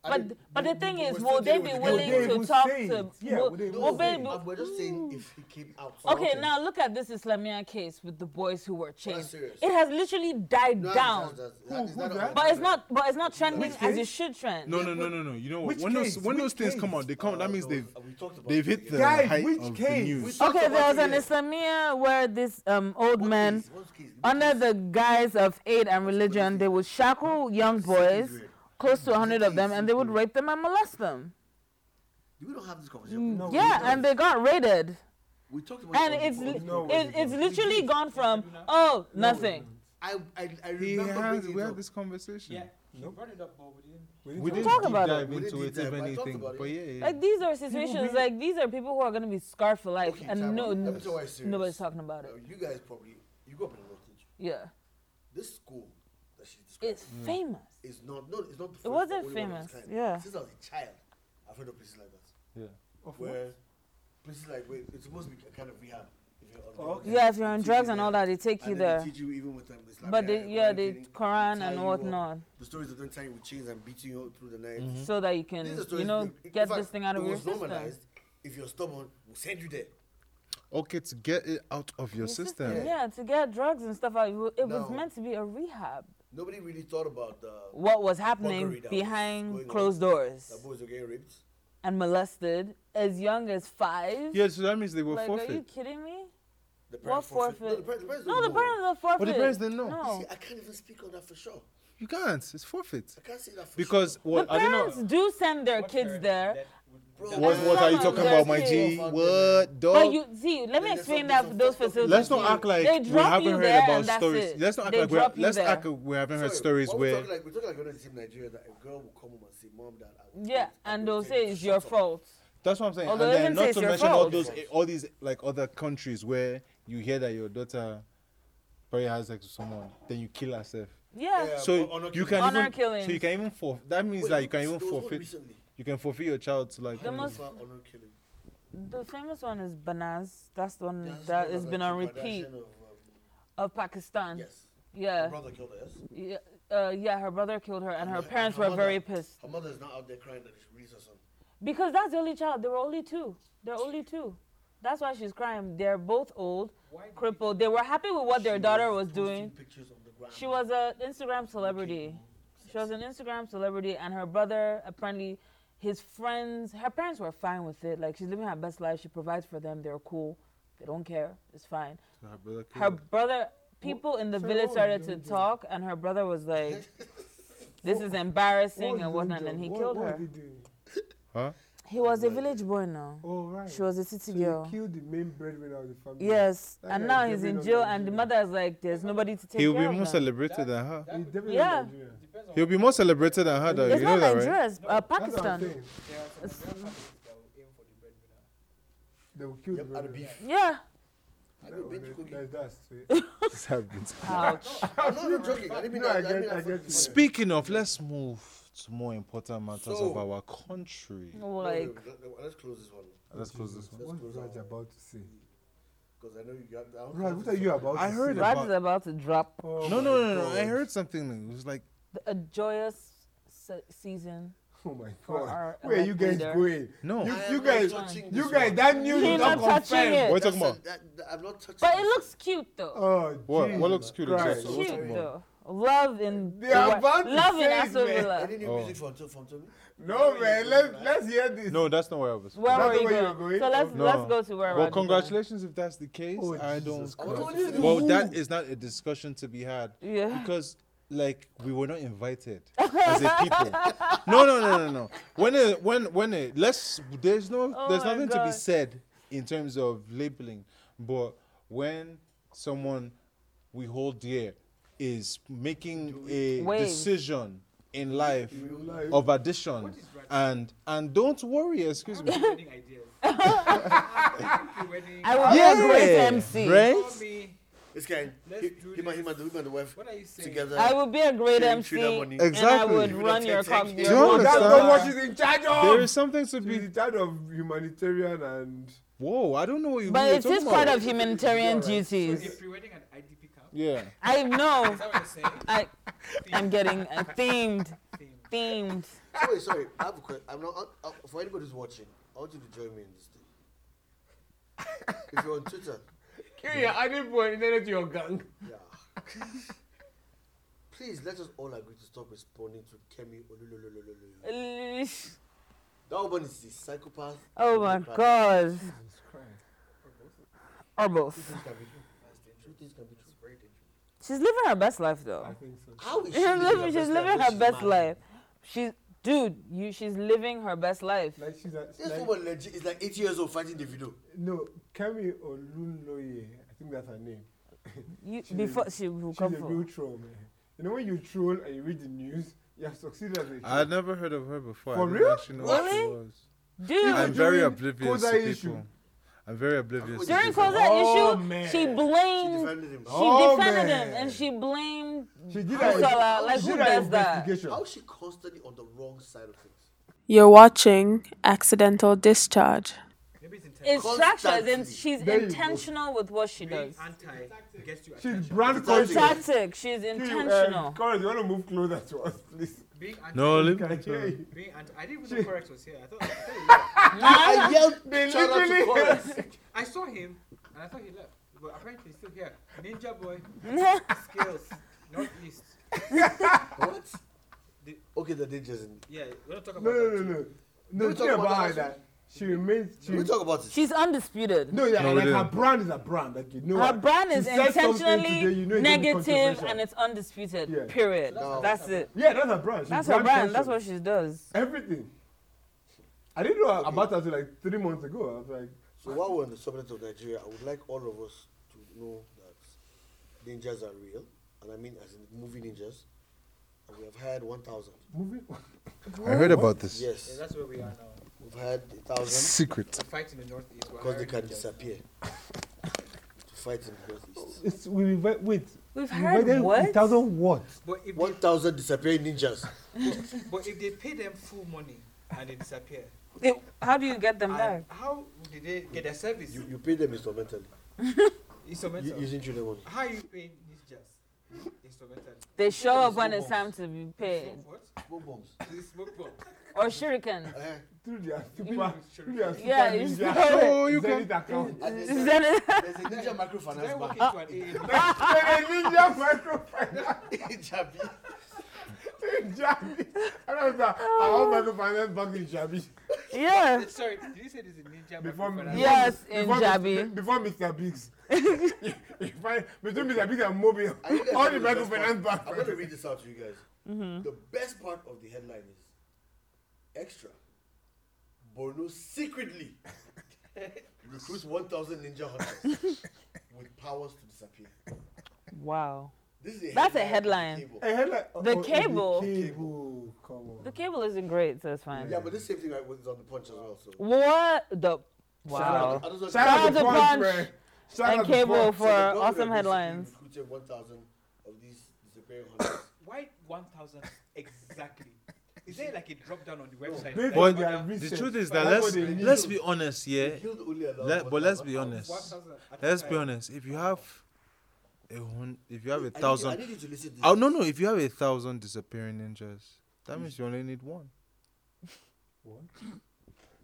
[SPEAKER 5] But
[SPEAKER 7] mean,
[SPEAKER 5] but the
[SPEAKER 7] we-
[SPEAKER 5] thing
[SPEAKER 7] we-
[SPEAKER 5] is,
[SPEAKER 7] we're still
[SPEAKER 5] will they
[SPEAKER 7] dealing
[SPEAKER 5] be
[SPEAKER 7] with it.
[SPEAKER 5] willing
[SPEAKER 2] they
[SPEAKER 5] to
[SPEAKER 2] will
[SPEAKER 5] talk
[SPEAKER 2] say
[SPEAKER 5] to?
[SPEAKER 2] it. Yeah,
[SPEAKER 5] will-
[SPEAKER 2] will they
[SPEAKER 7] No,
[SPEAKER 5] will
[SPEAKER 2] will
[SPEAKER 5] they
[SPEAKER 2] say
[SPEAKER 5] be-
[SPEAKER 7] but we're just saying if it came out.
[SPEAKER 5] mm. Okay,
[SPEAKER 2] Okay.
[SPEAKER 5] now look at this Islamia case with the boys who were chased.
[SPEAKER 7] serious.
[SPEAKER 5] It has literally died
[SPEAKER 7] No,
[SPEAKER 5] down.
[SPEAKER 7] that's- that's- that-
[SPEAKER 2] Who-
[SPEAKER 7] is that
[SPEAKER 2] who's
[SPEAKER 7] a-
[SPEAKER 2] that?
[SPEAKER 5] but it's not. But it's not trending
[SPEAKER 2] Which
[SPEAKER 5] as it
[SPEAKER 2] case?
[SPEAKER 5] should trend.
[SPEAKER 6] No, no, no, no, no. You know what?
[SPEAKER 2] Which
[SPEAKER 6] When those
[SPEAKER 2] case?
[SPEAKER 6] when
[SPEAKER 2] Which
[SPEAKER 6] those things
[SPEAKER 2] case?
[SPEAKER 6] come out, they come. out. That
[SPEAKER 7] Oh,
[SPEAKER 6] means
[SPEAKER 7] no,
[SPEAKER 6] they've
[SPEAKER 7] we talked about
[SPEAKER 6] they've
[SPEAKER 7] it
[SPEAKER 6] hit the
[SPEAKER 7] again.
[SPEAKER 2] Guys,
[SPEAKER 6] height
[SPEAKER 2] which
[SPEAKER 6] of the
[SPEAKER 2] case?
[SPEAKER 6] news.
[SPEAKER 7] Talked
[SPEAKER 5] Okay, there
[SPEAKER 7] about
[SPEAKER 5] was an
[SPEAKER 7] it.
[SPEAKER 5] Islamia where this um, old
[SPEAKER 7] What
[SPEAKER 5] man,
[SPEAKER 7] case? What case? What
[SPEAKER 5] under
[SPEAKER 7] case?
[SPEAKER 5] the guise of aid and religion, they would shackle young boys, close to 100 of them, and they would rape them and molest them.
[SPEAKER 7] We don't have this conversation.
[SPEAKER 2] No,
[SPEAKER 5] Yeah, and they got raided.
[SPEAKER 7] We talked about
[SPEAKER 5] Mm. And
[SPEAKER 7] it
[SPEAKER 5] it's
[SPEAKER 7] before.
[SPEAKER 5] li-
[SPEAKER 2] No,
[SPEAKER 5] it,
[SPEAKER 2] we
[SPEAKER 5] it's literally gone from oh nothing.
[SPEAKER 7] I, I, I
[SPEAKER 6] He
[SPEAKER 7] remember
[SPEAKER 6] has.
[SPEAKER 7] bringing
[SPEAKER 6] We
[SPEAKER 7] it
[SPEAKER 6] had
[SPEAKER 7] up.
[SPEAKER 6] this conversation.
[SPEAKER 4] Yeah, you
[SPEAKER 2] Nope.
[SPEAKER 4] brought it up, but we didn't.
[SPEAKER 6] We didn't
[SPEAKER 5] talk
[SPEAKER 6] deep
[SPEAKER 5] about it.
[SPEAKER 6] dive
[SPEAKER 7] We
[SPEAKER 6] into
[SPEAKER 7] didn't
[SPEAKER 6] it
[SPEAKER 7] deep
[SPEAKER 6] if
[SPEAKER 7] dive, but I talked
[SPEAKER 6] anything,
[SPEAKER 7] about it.
[SPEAKER 6] but yeah, yeah.
[SPEAKER 5] Like these are situations.
[SPEAKER 2] be-
[SPEAKER 5] Like these are people who are gonna be scarred for life,
[SPEAKER 7] Okay,
[SPEAKER 5] and
[SPEAKER 7] Tyrone,
[SPEAKER 5] no,
[SPEAKER 7] let me tell you why it's serious.
[SPEAKER 5] nobody's talking about
[SPEAKER 7] Now,
[SPEAKER 5] it.
[SPEAKER 7] you guys probably you grew up in the north. didn't you?
[SPEAKER 5] Yeah,
[SPEAKER 7] This school that she described
[SPEAKER 5] it's famous.
[SPEAKER 7] is not no, it's not. The first,
[SPEAKER 5] wasn't
[SPEAKER 7] but only one of
[SPEAKER 5] famous,
[SPEAKER 7] its kind.
[SPEAKER 5] yeah.
[SPEAKER 7] Since I was a child, I've heard of places like that.
[SPEAKER 6] yeah.
[SPEAKER 2] Of what?
[SPEAKER 7] Where places like where it's supposed to be a kind of rehab. If you're on
[SPEAKER 2] Oh,
[SPEAKER 7] drugs.
[SPEAKER 2] okay.
[SPEAKER 5] Yeah, if you're on
[SPEAKER 7] They teach
[SPEAKER 5] drugs
[SPEAKER 7] you
[SPEAKER 5] and all
[SPEAKER 7] there.
[SPEAKER 5] that, they take you
[SPEAKER 7] And then
[SPEAKER 5] there.
[SPEAKER 7] They teach you even with them. It's like
[SPEAKER 5] But they,
[SPEAKER 7] that,
[SPEAKER 5] yeah,
[SPEAKER 7] Quran
[SPEAKER 5] the
[SPEAKER 7] training,
[SPEAKER 5] Quran
[SPEAKER 7] tie you
[SPEAKER 5] and
[SPEAKER 7] up.
[SPEAKER 5] whatnot,
[SPEAKER 7] The stories of them tying you with chains and beating you through the night.
[SPEAKER 6] Mm-hmm.
[SPEAKER 5] so that you can,
[SPEAKER 7] These are
[SPEAKER 5] you
[SPEAKER 7] stories-
[SPEAKER 5] know,
[SPEAKER 7] in- in
[SPEAKER 5] get
[SPEAKER 7] fact,
[SPEAKER 5] this thing out of
[SPEAKER 7] it
[SPEAKER 5] your
[SPEAKER 7] was
[SPEAKER 5] system.
[SPEAKER 7] normalized. If you're stubborn, we'll send you there.
[SPEAKER 6] Okay, to get it out of your
[SPEAKER 5] Your
[SPEAKER 6] system.
[SPEAKER 5] Yeah, to get drugs and stuff out. It wa- it was
[SPEAKER 7] No.
[SPEAKER 5] meant to be a rehab.
[SPEAKER 7] Nobody really thought about the
[SPEAKER 5] What was happening
[SPEAKER 7] Fuckery that was going
[SPEAKER 5] behind
[SPEAKER 7] on.
[SPEAKER 5] closed doors
[SPEAKER 7] that boys were getting raped.
[SPEAKER 5] and molested as young as five.
[SPEAKER 6] Yeah, so that means they were
[SPEAKER 5] like, are you
[SPEAKER 6] forfeit.
[SPEAKER 5] kidding me?
[SPEAKER 7] The
[SPEAKER 5] What
[SPEAKER 7] parents
[SPEAKER 5] forfeit?
[SPEAKER 7] No, the parents, the parents
[SPEAKER 5] No, the
[SPEAKER 7] don't know.
[SPEAKER 5] parents are forfeit.
[SPEAKER 6] the parents didn't know.
[SPEAKER 5] No.
[SPEAKER 7] See, I can't even speak on that for sure.
[SPEAKER 6] You can't. It's forfeit.
[SPEAKER 7] I can't say that for
[SPEAKER 6] Because
[SPEAKER 5] The
[SPEAKER 6] what I don't
[SPEAKER 5] parents
[SPEAKER 6] know.
[SPEAKER 5] do send their kids there,
[SPEAKER 7] sure. Bro,
[SPEAKER 6] What, what are you
[SPEAKER 5] Someone
[SPEAKER 6] talking
[SPEAKER 5] does
[SPEAKER 6] about, my
[SPEAKER 5] it.
[SPEAKER 6] G? What dog?
[SPEAKER 5] but you see. Let me
[SPEAKER 7] There's
[SPEAKER 5] explain
[SPEAKER 7] some
[SPEAKER 5] that
[SPEAKER 7] bits
[SPEAKER 5] for
[SPEAKER 7] of
[SPEAKER 5] those
[SPEAKER 7] fuckery.
[SPEAKER 5] facilities.
[SPEAKER 6] let's not act like
[SPEAKER 5] they
[SPEAKER 6] we
[SPEAKER 5] drop
[SPEAKER 6] haven't
[SPEAKER 5] you
[SPEAKER 6] heard
[SPEAKER 5] there
[SPEAKER 6] about
[SPEAKER 5] and that's
[SPEAKER 6] stories.
[SPEAKER 5] It.
[SPEAKER 6] Let's not act
[SPEAKER 5] they
[SPEAKER 6] like we
[SPEAKER 5] drop you
[SPEAKER 6] let's
[SPEAKER 5] there.
[SPEAKER 6] act like we haven't heard
[SPEAKER 7] Sorry,
[SPEAKER 6] stories
[SPEAKER 7] but
[SPEAKER 6] where
[SPEAKER 7] we're talking like we're talking like we're in Nigeria that a girl will come home and say, "Mom, Dad, I was
[SPEAKER 5] yeah,
[SPEAKER 7] raped."
[SPEAKER 5] and
[SPEAKER 7] they'll
[SPEAKER 5] they'll say
[SPEAKER 7] you,
[SPEAKER 5] it's
[SPEAKER 7] "Shut
[SPEAKER 5] your
[SPEAKER 7] up."
[SPEAKER 5] fault.
[SPEAKER 6] That's what I'm saying.
[SPEAKER 5] Although
[SPEAKER 6] and
[SPEAKER 5] they
[SPEAKER 6] then
[SPEAKER 5] didn't say
[SPEAKER 6] not
[SPEAKER 5] it's
[SPEAKER 6] to
[SPEAKER 5] your
[SPEAKER 6] mention all
[SPEAKER 5] fault.
[SPEAKER 6] those, eh, all these like other countries where you hear that your daughter probably has sex with someone, then you kill herself.
[SPEAKER 5] Yeah.
[SPEAKER 7] Yeah.
[SPEAKER 6] so
[SPEAKER 7] honor
[SPEAKER 6] you can
[SPEAKER 5] Honor
[SPEAKER 6] even,
[SPEAKER 5] killings.
[SPEAKER 6] so you can even for that means
[SPEAKER 7] Wait,
[SPEAKER 6] that you can
[SPEAKER 7] there
[SPEAKER 6] even
[SPEAKER 7] was one
[SPEAKER 6] forfeit
[SPEAKER 7] recently.
[SPEAKER 6] you can forfeit your child to like
[SPEAKER 5] The most-
[SPEAKER 7] Honor killing.
[SPEAKER 5] The famous one is Banaz. That's the one
[SPEAKER 7] That's
[SPEAKER 5] that
[SPEAKER 7] the
[SPEAKER 5] has
[SPEAKER 7] brother
[SPEAKER 5] been on
[SPEAKER 7] killed by the
[SPEAKER 5] repeat
[SPEAKER 7] Kardashian of,
[SPEAKER 5] of Pakistan.
[SPEAKER 7] um, Yes, her
[SPEAKER 5] Yeah.
[SPEAKER 7] brother killed her. Yes,
[SPEAKER 5] Yeah, uh, yeah, her brother killed her, and her
[SPEAKER 7] Yeah,
[SPEAKER 5] parents
[SPEAKER 7] her
[SPEAKER 5] were
[SPEAKER 7] mother-
[SPEAKER 5] very pissed
[SPEAKER 7] her mother is not out there crying that she reads her son.
[SPEAKER 5] because that's the only child. There were only two. There are only two. That's why she's crying. They're both old, crippled. They were happy with what their
[SPEAKER 7] She
[SPEAKER 5] daughter was
[SPEAKER 7] posting
[SPEAKER 5] doing.
[SPEAKER 7] Pictures on the ground.
[SPEAKER 5] She was an Instagram celebrity. She was an Instagram celebrity, and her brother apparently, his friends, her parents were fine with it. Like she's living her best life. She provides for them. They're cool. They don't care. It's fine.
[SPEAKER 6] her brother
[SPEAKER 5] Her
[SPEAKER 6] killed.
[SPEAKER 5] brother, people in the
[SPEAKER 2] so
[SPEAKER 5] village
[SPEAKER 2] what
[SPEAKER 5] started
[SPEAKER 2] was
[SPEAKER 5] to
[SPEAKER 2] John doing?
[SPEAKER 5] talk, and her brother was like, "This is embarrassing and
[SPEAKER 2] is
[SPEAKER 5] whatnot,"
[SPEAKER 2] John-
[SPEAKER 5] and he
[SPEAKER 2] what-
[SPEAKER 5] killed
[SPEAKER 2] what
[SPEAKER 5] her.
[SPEAKER 2] did he do?
[SPEAKER 6] Huh?
[SPEAKER 5] He was a village boy now.
[SPEAKER 2] Oh, right.
[SPEAKER 5] She was a city
[SPEAKER 2] so
[SPEAKER 5] girl.
[SPEAKER 2] He killed the main breadwinner of the family.
[SPEAKER 5] Yes,
[SPEAKER 2] That
[SPEAKER 5] and
[SPEAKER 2] guy
[SPEAKER 5] now
[SPEAKER 2] is
[SPEAKER 5] he's in
[SPEAKER 2] definitely
[SPEAKER 5] jail,
[SPEAKER 2] not
[SPEAKER 5] and the
[SPEAKER 2] Nigerian.
[SPEAKER 5] mother is like, "There's nobody to take
[SPEAKER 6] He'll be
[SPEAKER 5] care of
[SPEAKER 6] more
[SPEAKER 5] them."
[SPEAKER 6] celebrated than her.
[SPEAKER 2] He's
[SPEAKER 4] That
[SPEAKER 2] definitely
[SPEAKER 5] Yeah.
[SPEAKER 2] not Nigerian.
[SPEAKER 4] depends on.
[SPEAKER 6] He'll be more celebrated than her, though.
[SPEAKER 5] It's
[SPEAKER 6] You know
[SPEAKER 5] not
[SPEAKER 6] that,
[SPEAKER 5] Nigeria,
[SPEAKER 6] right?
[SPEAKER 5] it's uh,
[SPEAKER 2] That's what I'm
[SPEAKER 5] Pakistan.
[SPEAKER 2] saying.
[SPEAKER 4] There are some Nigerian families that will aim for the breadwinner.
[SPEAKER 2] They will kill
[SPEAKER 7] Yep,
[SPEAKER 2] the
[SPEAKER 7] and a
[SPEAKER 2] breadwinner.
[SPEAKER 7] beef.
[SPEAKER 5] Yeah.
[SPEAKER 7] I know, bitch,
[SPEAKER 2] There's-
[SPEAKER 7] cookie.
[SPEAKER 2] there's that, see?
[SPEAKER 5] Ouch.
[SPEAKER 7] I'm not even joking. I didn't mean
[SPEAKER 2] No,
[SPEAKER 7] that.
[SPEAKER 2] I
[SPEAKER 7] I didn't
[SPEAKER 2] get,
[SPEAKER 7] mean
[SPEAKER 2] I
[SPEAKER 7] that for-
[SPEAKER 2] get. you.
[SPEAKER 6] Speaking of, let's move to more important matters
[SPEAKER 7] So-
[SPEAKER 6] of our country.
[SPEAKER 7] No, no,
[SPEAKER 5] like,
[SPEAKER 7] let- let- Let's close this one
[SPEAKER 6] Let's close this one.
[SPEAKER 2] What was Raj about to say?
[SPEAKER 7] because I know you got. I
[SPEAKER 2] Raj,
[SPEAKER 7] don't know
[SPEAKER 2] what
[SPEAKER 7] if
[SPEAKER 2] are
[SPEAKER 7] it's
[SPEAKER 2] you
[SPEAKER 7] okay.
[SPEAKER 2] about?
[SPEAKER 6] I
[SPEAKER 2] to
[SPEAKER 6] heard
[SPEAKER 2] say?
[SPEAKER 5] Brad
[SPEAKER 6] about-
[SPEAKER 5] is about to drop
[SPEAKER 2] Oh
[SPEAKER 6] No,
[SPEAKER 2] my
[SPEAKER 6] no, no, no. I
[SPEAKER 2] God.
[SPEAKER 6] heard something. It was like
[SPEAKER 5] a joyous se- season.
[SPEAKER 2] Oh my
[SPEAKER 5] for
[SPEAKER 2] God.
[SPEAKER 5] our
[SPEAKER 2] Where are you guys
[SPEAKER 5] leader.
[SPEAKER 2] going?
[SPEAKER 6] no.
[SPEAKER 2] You,
[SPEAKER 7] I am
[SPEAKER 2] you
[SPEAKER 7] not
[SPEAKER 2] guys,
[SPEAKER 7] touching
[SPEAKER 2] you
[SPEAKER 7] this
[SPEAKER 2] guys,
[SPEAKER 7] one.
[SPEAKER 2] that news
[SPEAKER 5] He
[SPEAKER 2] is
[SPEAKER 5] not
[SPEAKER 2] not
[SPEAKER 5] touching
[SPEAKER 2] confirmed.
[SPEAKER 5] it.
[SPEAKER 6] What are you talking
[SPEAKER 7] That's
[SPEAKER 6] about?
[SPEAKER 7] a- that- that- I'm not touching.
[SPEAKER 5] But it
[SPEAKER 7] this.
[SPEAKER 5] looks cute though.
[SPEAKER 2] Oh,
[SPEAKER 6] What?
[SPEAKER 2] Jesus
[SPEAKER 6] What looks cute
[SPEAKER 2] Christ.
[SPEAKER 6] exactly? What's
[SPEAKER 5] cute
[SPEAKER 6] wrong?
[SPEAKER 5] though. Love in
[SPEAKER 2] They are
[SPEAKER 5] wa-
[SPEAKER 2] about to
[SPEAKER 5] love in
[SPEAKER 2] say it,
[SPEAKER 5] Aston
[SPEAKER 2] man.
[SPEAKER 5] Villa.
[SPEAKER 7] Any new
[SPEAKER 6] Oh.
[SPEAKER 7] music from from Tommy?
[SPEAKER 2] No, man. Let's let's hear this.
[SPEAKER 6] No, that's not where I was.
[SPEAKER 5] Where
[SPEAKER 2] That's
[SPEAKER 5] were
[SPEAKER 2] the
[SPEAKER 5] you
[SPEAKER 2] way
[SPEAKER 5] going?
[SPEAKER 2] you're going?
[SPEAKER 5] So let's
[SPEAKER 6] No.
[SPEAKER 5] let's go to where.
[SPEAKER 6] Well,
[SPEAKER 5] Rodri going.
[SPEAKER 6] congratulations if that's the case.
[SPEAKER 2] Oh,
[SPEAKER 6] I
[SPEAKER 2] Jesus
[SPEAKER 6] don't.
[SPEAKER 7] Christ.
[SPEAKER 6] know. Well, that is not a discussion to be had
[SPEAKER 5] Yeah.
[SPEAKER 6] because, like, we were not invited as a people. No, no, no, no, no. When it, when when it, let's there's no
[SPEAKER 5] Oh
[SPEAKER 6] there's
[SPEAKER 5] my
[SPEAKER 6] nothing to be
[SPEAKER 5] God.
[SPEAKER 6] said in terms of labeling, but when someone we hold dear is making a
[SPEAKER 5] Waves.
[SPEAKER 6] decision in life
[SPEAKER 2] life.
[SPEAKER 6] of addition and and don't worry excuse me
[SPEAKER 4] Wedding ideas. Happy wedding.
[SPEAKER 5] I will be a great MC.
[SPEAKER 6] right
[SPEAKER 4] Call me.
[SPEAKER 7] This guy,
[SPEAKER 4] Let's
[SPEAKER 7] he-
[SPEAKER 4] do
[SPEAKER 7] him and him and the him and the wife
[SPEAKER 4] What are you saying?
[SPEAKER 7] together.
[SPEAKER 5] I will be a great
[SPEAKER 7] Sharing
[SPEAKER 5] MC,
[SPEAKER 7] Twitter money.
[SPEAKER 5] and I
[SPEAKER 6] Exactly.
[SPEAKER 5] would
[SPEAKER 6] You
[SPEAKER 7] don't
[SPEAKER 5] run your
[SPEAKER 7] take-
[SPEAKER 5] cock.
[SPEAKER 7] take-
[SPEAKER 5] to
[SPEAKER 6] Do you
[SPEAKER 5] your
[SPEAKER 2] That's
[SPEAKER 6] understand?
[SPEAKER 5] mouth.
[SPEAKER 2] not what she's in charge of.
[SPEAKER 6] there is something to
[SPEAKER 2] She's
[SPEAKER 6] be
[SPEAKER 2] in charge of humanitarian and
[SPEAKER 6] whoa i don't know what you
[SPEAKER 5] But
[SPEAKER 6] who you're
[SPEAKER 5] it's just
[SPEAKER 6] talking
[SPEAKER 5] part
[SPEAKER 6] about.
[SPEAKER 5] of humanitarian
[SPEAKER 4] A
[SPEAKER 5] duties.
[SPEAKER 4] pre-wedding at IDP camp.
[SPEAKER 6] yeah
[SPEAKER 5] I know.
[SPEAKER 4] Is that what you're saying?
[SPEAKER 5] I, I'm getting uh, themed, themed.
[SPEAKER 7] So wait, sorry. I have a question. I'm not uh, for anybody who's watching. I want you to join me in this thing. if you're on Twitter,
[SPEAKER 8] Kill your adding boy and then to your gang.
[SPEAKER 7] yeah. Please let us all agree to stop responding to Kemi Olulololololo. That woman is the psychopath.
[SPEAKER 5] oh my god. Or both.
[SPEAKER 7] Two things can be true. Two things can be true.
[SPEAKER 5] She's living her best life though.
[SPEAKER 2] I think so.
[SPEAKER 7] How is she
[SPEAKER 5] She's living, she's living her
[SPEAKER 7] when
[SPEAKER 5] best
[SPEAKER 7] mad?
[SPEAKER 5] life. She's dude, you she's living her best life.
[SPEAKER 2] Like she's a,
[SPEAKER 7] This
[SPEAKER 2] like,
[SPEAKER 7] woman legit is like 80 years old fighting Davido.
[SPEAKER 2] no, Kemi Olunloye, I think that's her name.
[SPEAKER 5] You,
[SPEAKER 2] She's a-
[SPEAKER 5] before she will
[SPEAKER 2] She's a
[SPEAKER 5] come
[SPEAKER 2] real
[SPEAKER 5] for
[SPEAKER 2] troll, man. You know when you troll and you read the news, you have succeeded as a troll.
[SPEAKER 6] I had never heard of her before. I
[SPEAKER 2] For
[SPEAKER 6] didn't
[SPEAKER 2] real?
[SPEAKER 6] actually know who she
[SPEAKER 5] Really?
[SPEAKER 6] was.
[SPEAKER 5] dude.
[SPEAKER 6] I'm very
[SPEAKER 2] during
[SPEAKER 6] oblivious
[SPEAKER 2] Koza
[SPEAKER 6] to people.
[SPEAKER 2] issue.
[SPEAKER 6] I'm very oblivious.
[SPEAKER 5] During
[SPEAKER 6] to
[SPEAKER 5] Koza
[SPEAKER 6] people.
[SPEAKER 2] Oh,
[SPEAKER 5] issue,
[SPEAKER 2] man.
[SPEAKER 5] she
[SPEAKER 7] Mm. She
[SPEAKER 5] blamed
[SPEAKER 7] defended him.
[SPEAKER 5] she
[SPEAKER 2] Oh,
[SPEAKER 5] defended
[SPEAKER 2] man.
[SPEAKER 5] him and she blamed
[SPEAKER 2] She did
[SPEAKER 5] Ursula.
[SPEAKER 2] that.
[SPEAKER 5] Like
[SPEAKER 2] she
[SPEAKER 5] who
[SPEAKER 2] did that
[SPEAKER 5] does that?
[SPEAKER 2] investigation.
[SPEAKER 7] How is she constantly on the wrong side of things?
[SPEAKER 1] You're watching Accidental Discharge.
[SPEAKER 4] Maybe it's intentional.
[SPEAKER 5] It's structured and
[SPEAKER 7] Constantly.
[SPEAKER 5] she's
[SPEAKER 2] There you go.
[SPEAKER 5] intentional with what she
[SPEAKER 4] Being
[SPEAKER 5] does.
[SPEAKER 4] anti gets you attention.
[SPEAKER 2] She's brand
[SPEAKER 7] It's a
[SPEAKER 2] conscious.
[SPEAKER 5] It's
[SPEAKER 7] tactic.
[SPEAKER 5] tactic. She's
[SPEAKER 2] Intentional.
[SPEAKER 5] intentional.
[SPEAKER 2] Corey, uh, you want to move closer to us, please?
[SPEAKER 4] Being anti.
[SPEAKER 6] No, leave
[SPEAKER 2] Can
[SPEAKER 6] me
[SPEAKER 2] I hear
[SPEAKER 6] alone.
[SPEAKER 2] you?
[SPEAKER 4] Being anti. I didn't even know Corex was here. I thought. I, thought he
[SPEAKER 7] I yelled,
[SPEAKER 2] They
[SPEAKER 7] shout out to
[SPEAKER 2] literally-
[SPEAKER 7] Chorus.
[SPEAKER 4] left. I saw him and I thought he left, but apparently he's still here. Ninja boy. skills. Northeast.
[SPEAKER 7] What?
[SPEAKER 4] The-
[SPEAKER 7] Okay, the dangers in
[SPEAKER 4] Yeah, we're not talking
[SPEAKER 2] No,
[SPEAKER 4] about
[SPEAKER 2] no,
[SPEAKER 4] that.
[SPEAKER 2] no, no. No,
[SPEAKER 7] we
[SPEAKER 2] the thing
[SPEAKER 7] talk about
[SPEAKER 2] about her is
[SPEAKER 7] that
[SPEAKER 2] that she remains. She,
[SPEAKER 7] We talk about it.
[SPEAKER 5] She's undisputed.
[SPEAKER 2] no, yeah,
[SPEAKER 6] No, we
[SPEAKER 2] like her
[SPEAKER 6] didn't.
[SPEAKER 2] brand is a brand. Like, you know
[SPEAKER 5] Her
[SPEAKER 2] what?
[SPEAKER 5] brand
[SPEAKER 2] She
[SPEAKER 5] is
[SPEAKER 2] said something
[SPEAKER 5] intentionally
[SPEAKER 2] today, you know it's gonna be
[SPEAKER 5] negative
[SPEAKER 2] controversial.
[SPEAKER 5] and it's undisputed.
[SPEAKER 2] Yeah.
[SPEAKER 5] Period.
[SPEAKER 7] No.
[SPEAKER 5] That's it.
[SPEAKER 2] Yeah, that's her brand. She's
[SPEAKER 5] That's her brand. That's
[SPEAKER 2] conscious.
[SPEAKER 5] what she does.
[SPEAKER 2] Everything. I didn't know about her till like three months ago. I was like,
[SPEAKER 7] So while we're on the subject of Nigeria, I would like all of us to know that ninjas are real, and I mean as in movie ninjas. And we have had 1,000.
[SPEAKER 2] movie?
[SPEAKER 6] I heard about this.
[SPEAKER 4] Yeah,
[SPEAKER 7] Yes,
[SPEAKER 4] that's where we are now.
[SPEAKER 7] we've had 1,000
[SPEAKER 6] Secret.
[SPEAKER 4] We're fighting the Northeast. We're
[SPEAKER 7] because they
[SPEAKER 4] hiring
[SPEAKER 7] can
[SPEAKER 4] ninjas.
[SPEAKER 7] disappear to fight in the Northeast.
[SPEAKER 2] It's, we, invite- wait.
[SPEAKER 5] We've
[SPEAKER 2] we
[SPEAKER 5] heard
[SPEAKER 2] invited
[SPEAKER 5] what?
[SPEAKER 2] 1,000 what?
[SPEAKER 4] But if, they,
[SPEAKER 7] 1,000 disappearing ninjas.
[SPEAKER 4] but if they pay them full money and they disappear,
[SPEAKER 5] It- how do you get them back?
[SPEAKER 4] and how did they get their service?
[SPEAKER 7] You, you pay them instrumentally,
[SPEAKER 4] instrumental.
[SPEAKER 7] u- using children money.
[SPEAKER 4] how are you paying ninjas? Instrumental.
[SPEAKER 5] They show up
[SPEAKER 4] Smoke
[SPEAKER 5] when it's time
[SPEAKER 4] bombs.
[SPEAKER 5] to be
[SPEAKER 4] Smoke
[SPEAKER 5] paid.
[SPEAKER 4] What?
[SPEAKER 7] Smoke bombs.
[SPEAKER 4] They smoke bomb.
[SPEAKER 5] Or shurikens.
[SPEAKER 7] Eh,
[SPEAKER 2] Through their super, through their super
[SPEAKER 5] Yeah, you
[SPEAKER 2] ninja.
[SPEAKER 5] saw it.
[SPEAKER 6] Oh, you
[SPEAKER 2] Zenith account.
[SPEAKER 7] and there's, a,
[SPEAKER 5] Then it-
[SPEAKER 7] there's a ninja
[SPEAKER 4] Did I
[SPEAKER 7] microfinance
[SPEAKER 4] walk
[SPEAKER 7] bank.
[SPEAKER 4] into an AA?
[SPEAKER 2] Like a ninja microfinance.
[SPEAKER 7] Ninja B.
[SPEAKER 2] Jabi. I don't know. I
[SPEAKER 5] Oh.
[SPEAKER 2] want microfinance back in Jabi.
[SPEAKER 5] yeah.
[SPEAKER 4] Sorry, did you say this is ninja
[SPEAKER 2] Before me.
[SPEAKER 4] microfinance?
[SPEAKER 5] Yes, in
[SPEAKER 2] Before Mr-
[SPEAKER 5] Jabi.
[SPEAKER 2] Before Mr. Biggs. you find, between Mr. Biggs and Mobile,
[SPEAKER 7] I think that's
[SPEAKER 2] all the
[SPEAKER 7] the best
[SPEAKER 2] microfinance
[SPEAKER 7] part. I'm going to
[SPEAKER 2] back.
[SPEAKER 7] read this out to you guys. The best part of the headline is extra. Borno secretly recruits 1,000 ninja hunters with powers to disappear.
[SPEAKER 5] Wow.
[SPEAKER 7] This is a
[SPEAKER 5] That's a
[SPEAKER 7] headline
[SPEAKER 5] headline.
[SPEAKER 7] on
[SPEAKER 2] A headline- oh, oh,
[SPEAKER 5] cable.
[SPEAKER 2] The cable. Come on.
[SPEAKER 5] The cable isn't great, so it's
[SPEAKER 7] Cable.
[SPEAKER 5] fine.
[SPEAKER 7] Yeah, but this same thing right, was on the punch as well. So.
[SPEAKER 5] What
[SPEAKER 7] I
[SPEAKER 5] the? Wow.
[SPEAKER 7] just want to-
[SPEAKER 2] Shout out to
[SPEAKER 5] Shout out to
[SPEAKER 2] Punch,
[SPEAKER 5] Punch
[SPEAKER 2] man. Shout
[SPEAKER 5] And
[SPEAKER 2] out to
[SPEAKER 5] cable
[SPEAKER 2] Punch.
[SPEAKER 5] for
[SPEAKER 7] So the government
[SPEAKER 5] awesome
[SPEAKER 7] basically
[SPEAKER 5] headlines.
[SPEAKER 7] Recruited 1,000 of these disappearing hunters.
[SPEAKER 4] Why 1,000 exactly? Is there like a drop down on the website?
[SPEAKER 2] Based
[SPEAKER 4] Like,
[SPEAKER 2] on
[SPEAKER 6] But
[SPEAKER 2] their
[SPEAKER 4] order
[SPEAKER 6] The
[SPEAKER 2] research,
[SPEAKER 6] truth is that
[SPEAKER 2] that's what
[SPEAKER 6] let's
[SPEAKER 2] they need.
[SPEAKER 6] let's be honest, yeah.
[SPEAKER 7] They killed only allowed
[SPEAKER 6] Let, but let's
[SPEAKER 7] 1,000
[SPEAKER 6] be honest.
[SPEAKER 4] 1,000 at a
[SPEAKER 6] Let's be
[SPEAKER 4] time.
[SPEAKER 6] honest. If you have a hun- if you have
[SPEAKER 7] I
[SPEAKER 6] a
[SPEAKER 7] need- I
[SPEAKER 6] thousand,
[SPEAKER 7] need you to listen to
[SPEAKER 6] oh no no, if you have a thousand disappearing ninjas, that means you only need one.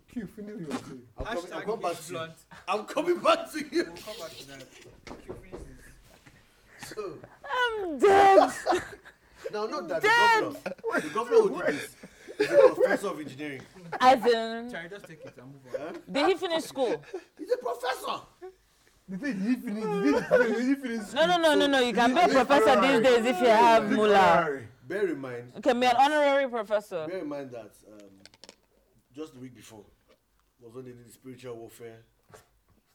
[SPEAKER 2] Q, finish your thing.
[SPEAKER 7] I'm coming, I'm
[SPEAKER 4] Hashtag
[SPEAKER 7] coming back
[SPEAKER 4] is
[SPEAKER 7] to you.
[SPEAKER 4] blunt.
[SPEAKER 7] I'm coming back to you.
[SPEAKER 4] We'll come back to that.
[SPEAKER 7] So,
[SPEAKER 5] I'm dead.
[SPEAKER 7] now, not that the governor, the governor who did this is a professor of engineering.
[SPEAKER 5] As in,
[SPEAKER 4] Sorry, just take it and move on.
[SPEAKER 5] did he finish school?
[SPEAKER 7] He's a professor.
[SPEAKER 2] The thing, he finish. The thing, he finish.
[SPEAKER 5] No, no, no, no, no. You can be a professor these days if you have moolah.
[SPEAKER 2] Ferrari.
[SPEAKER 7] Bear in mind,
[SPEAKER 5] You can be an honorary professor.
[SPEAKER 7] bear in mind that um, just the week before was when they did the spiritual warfare.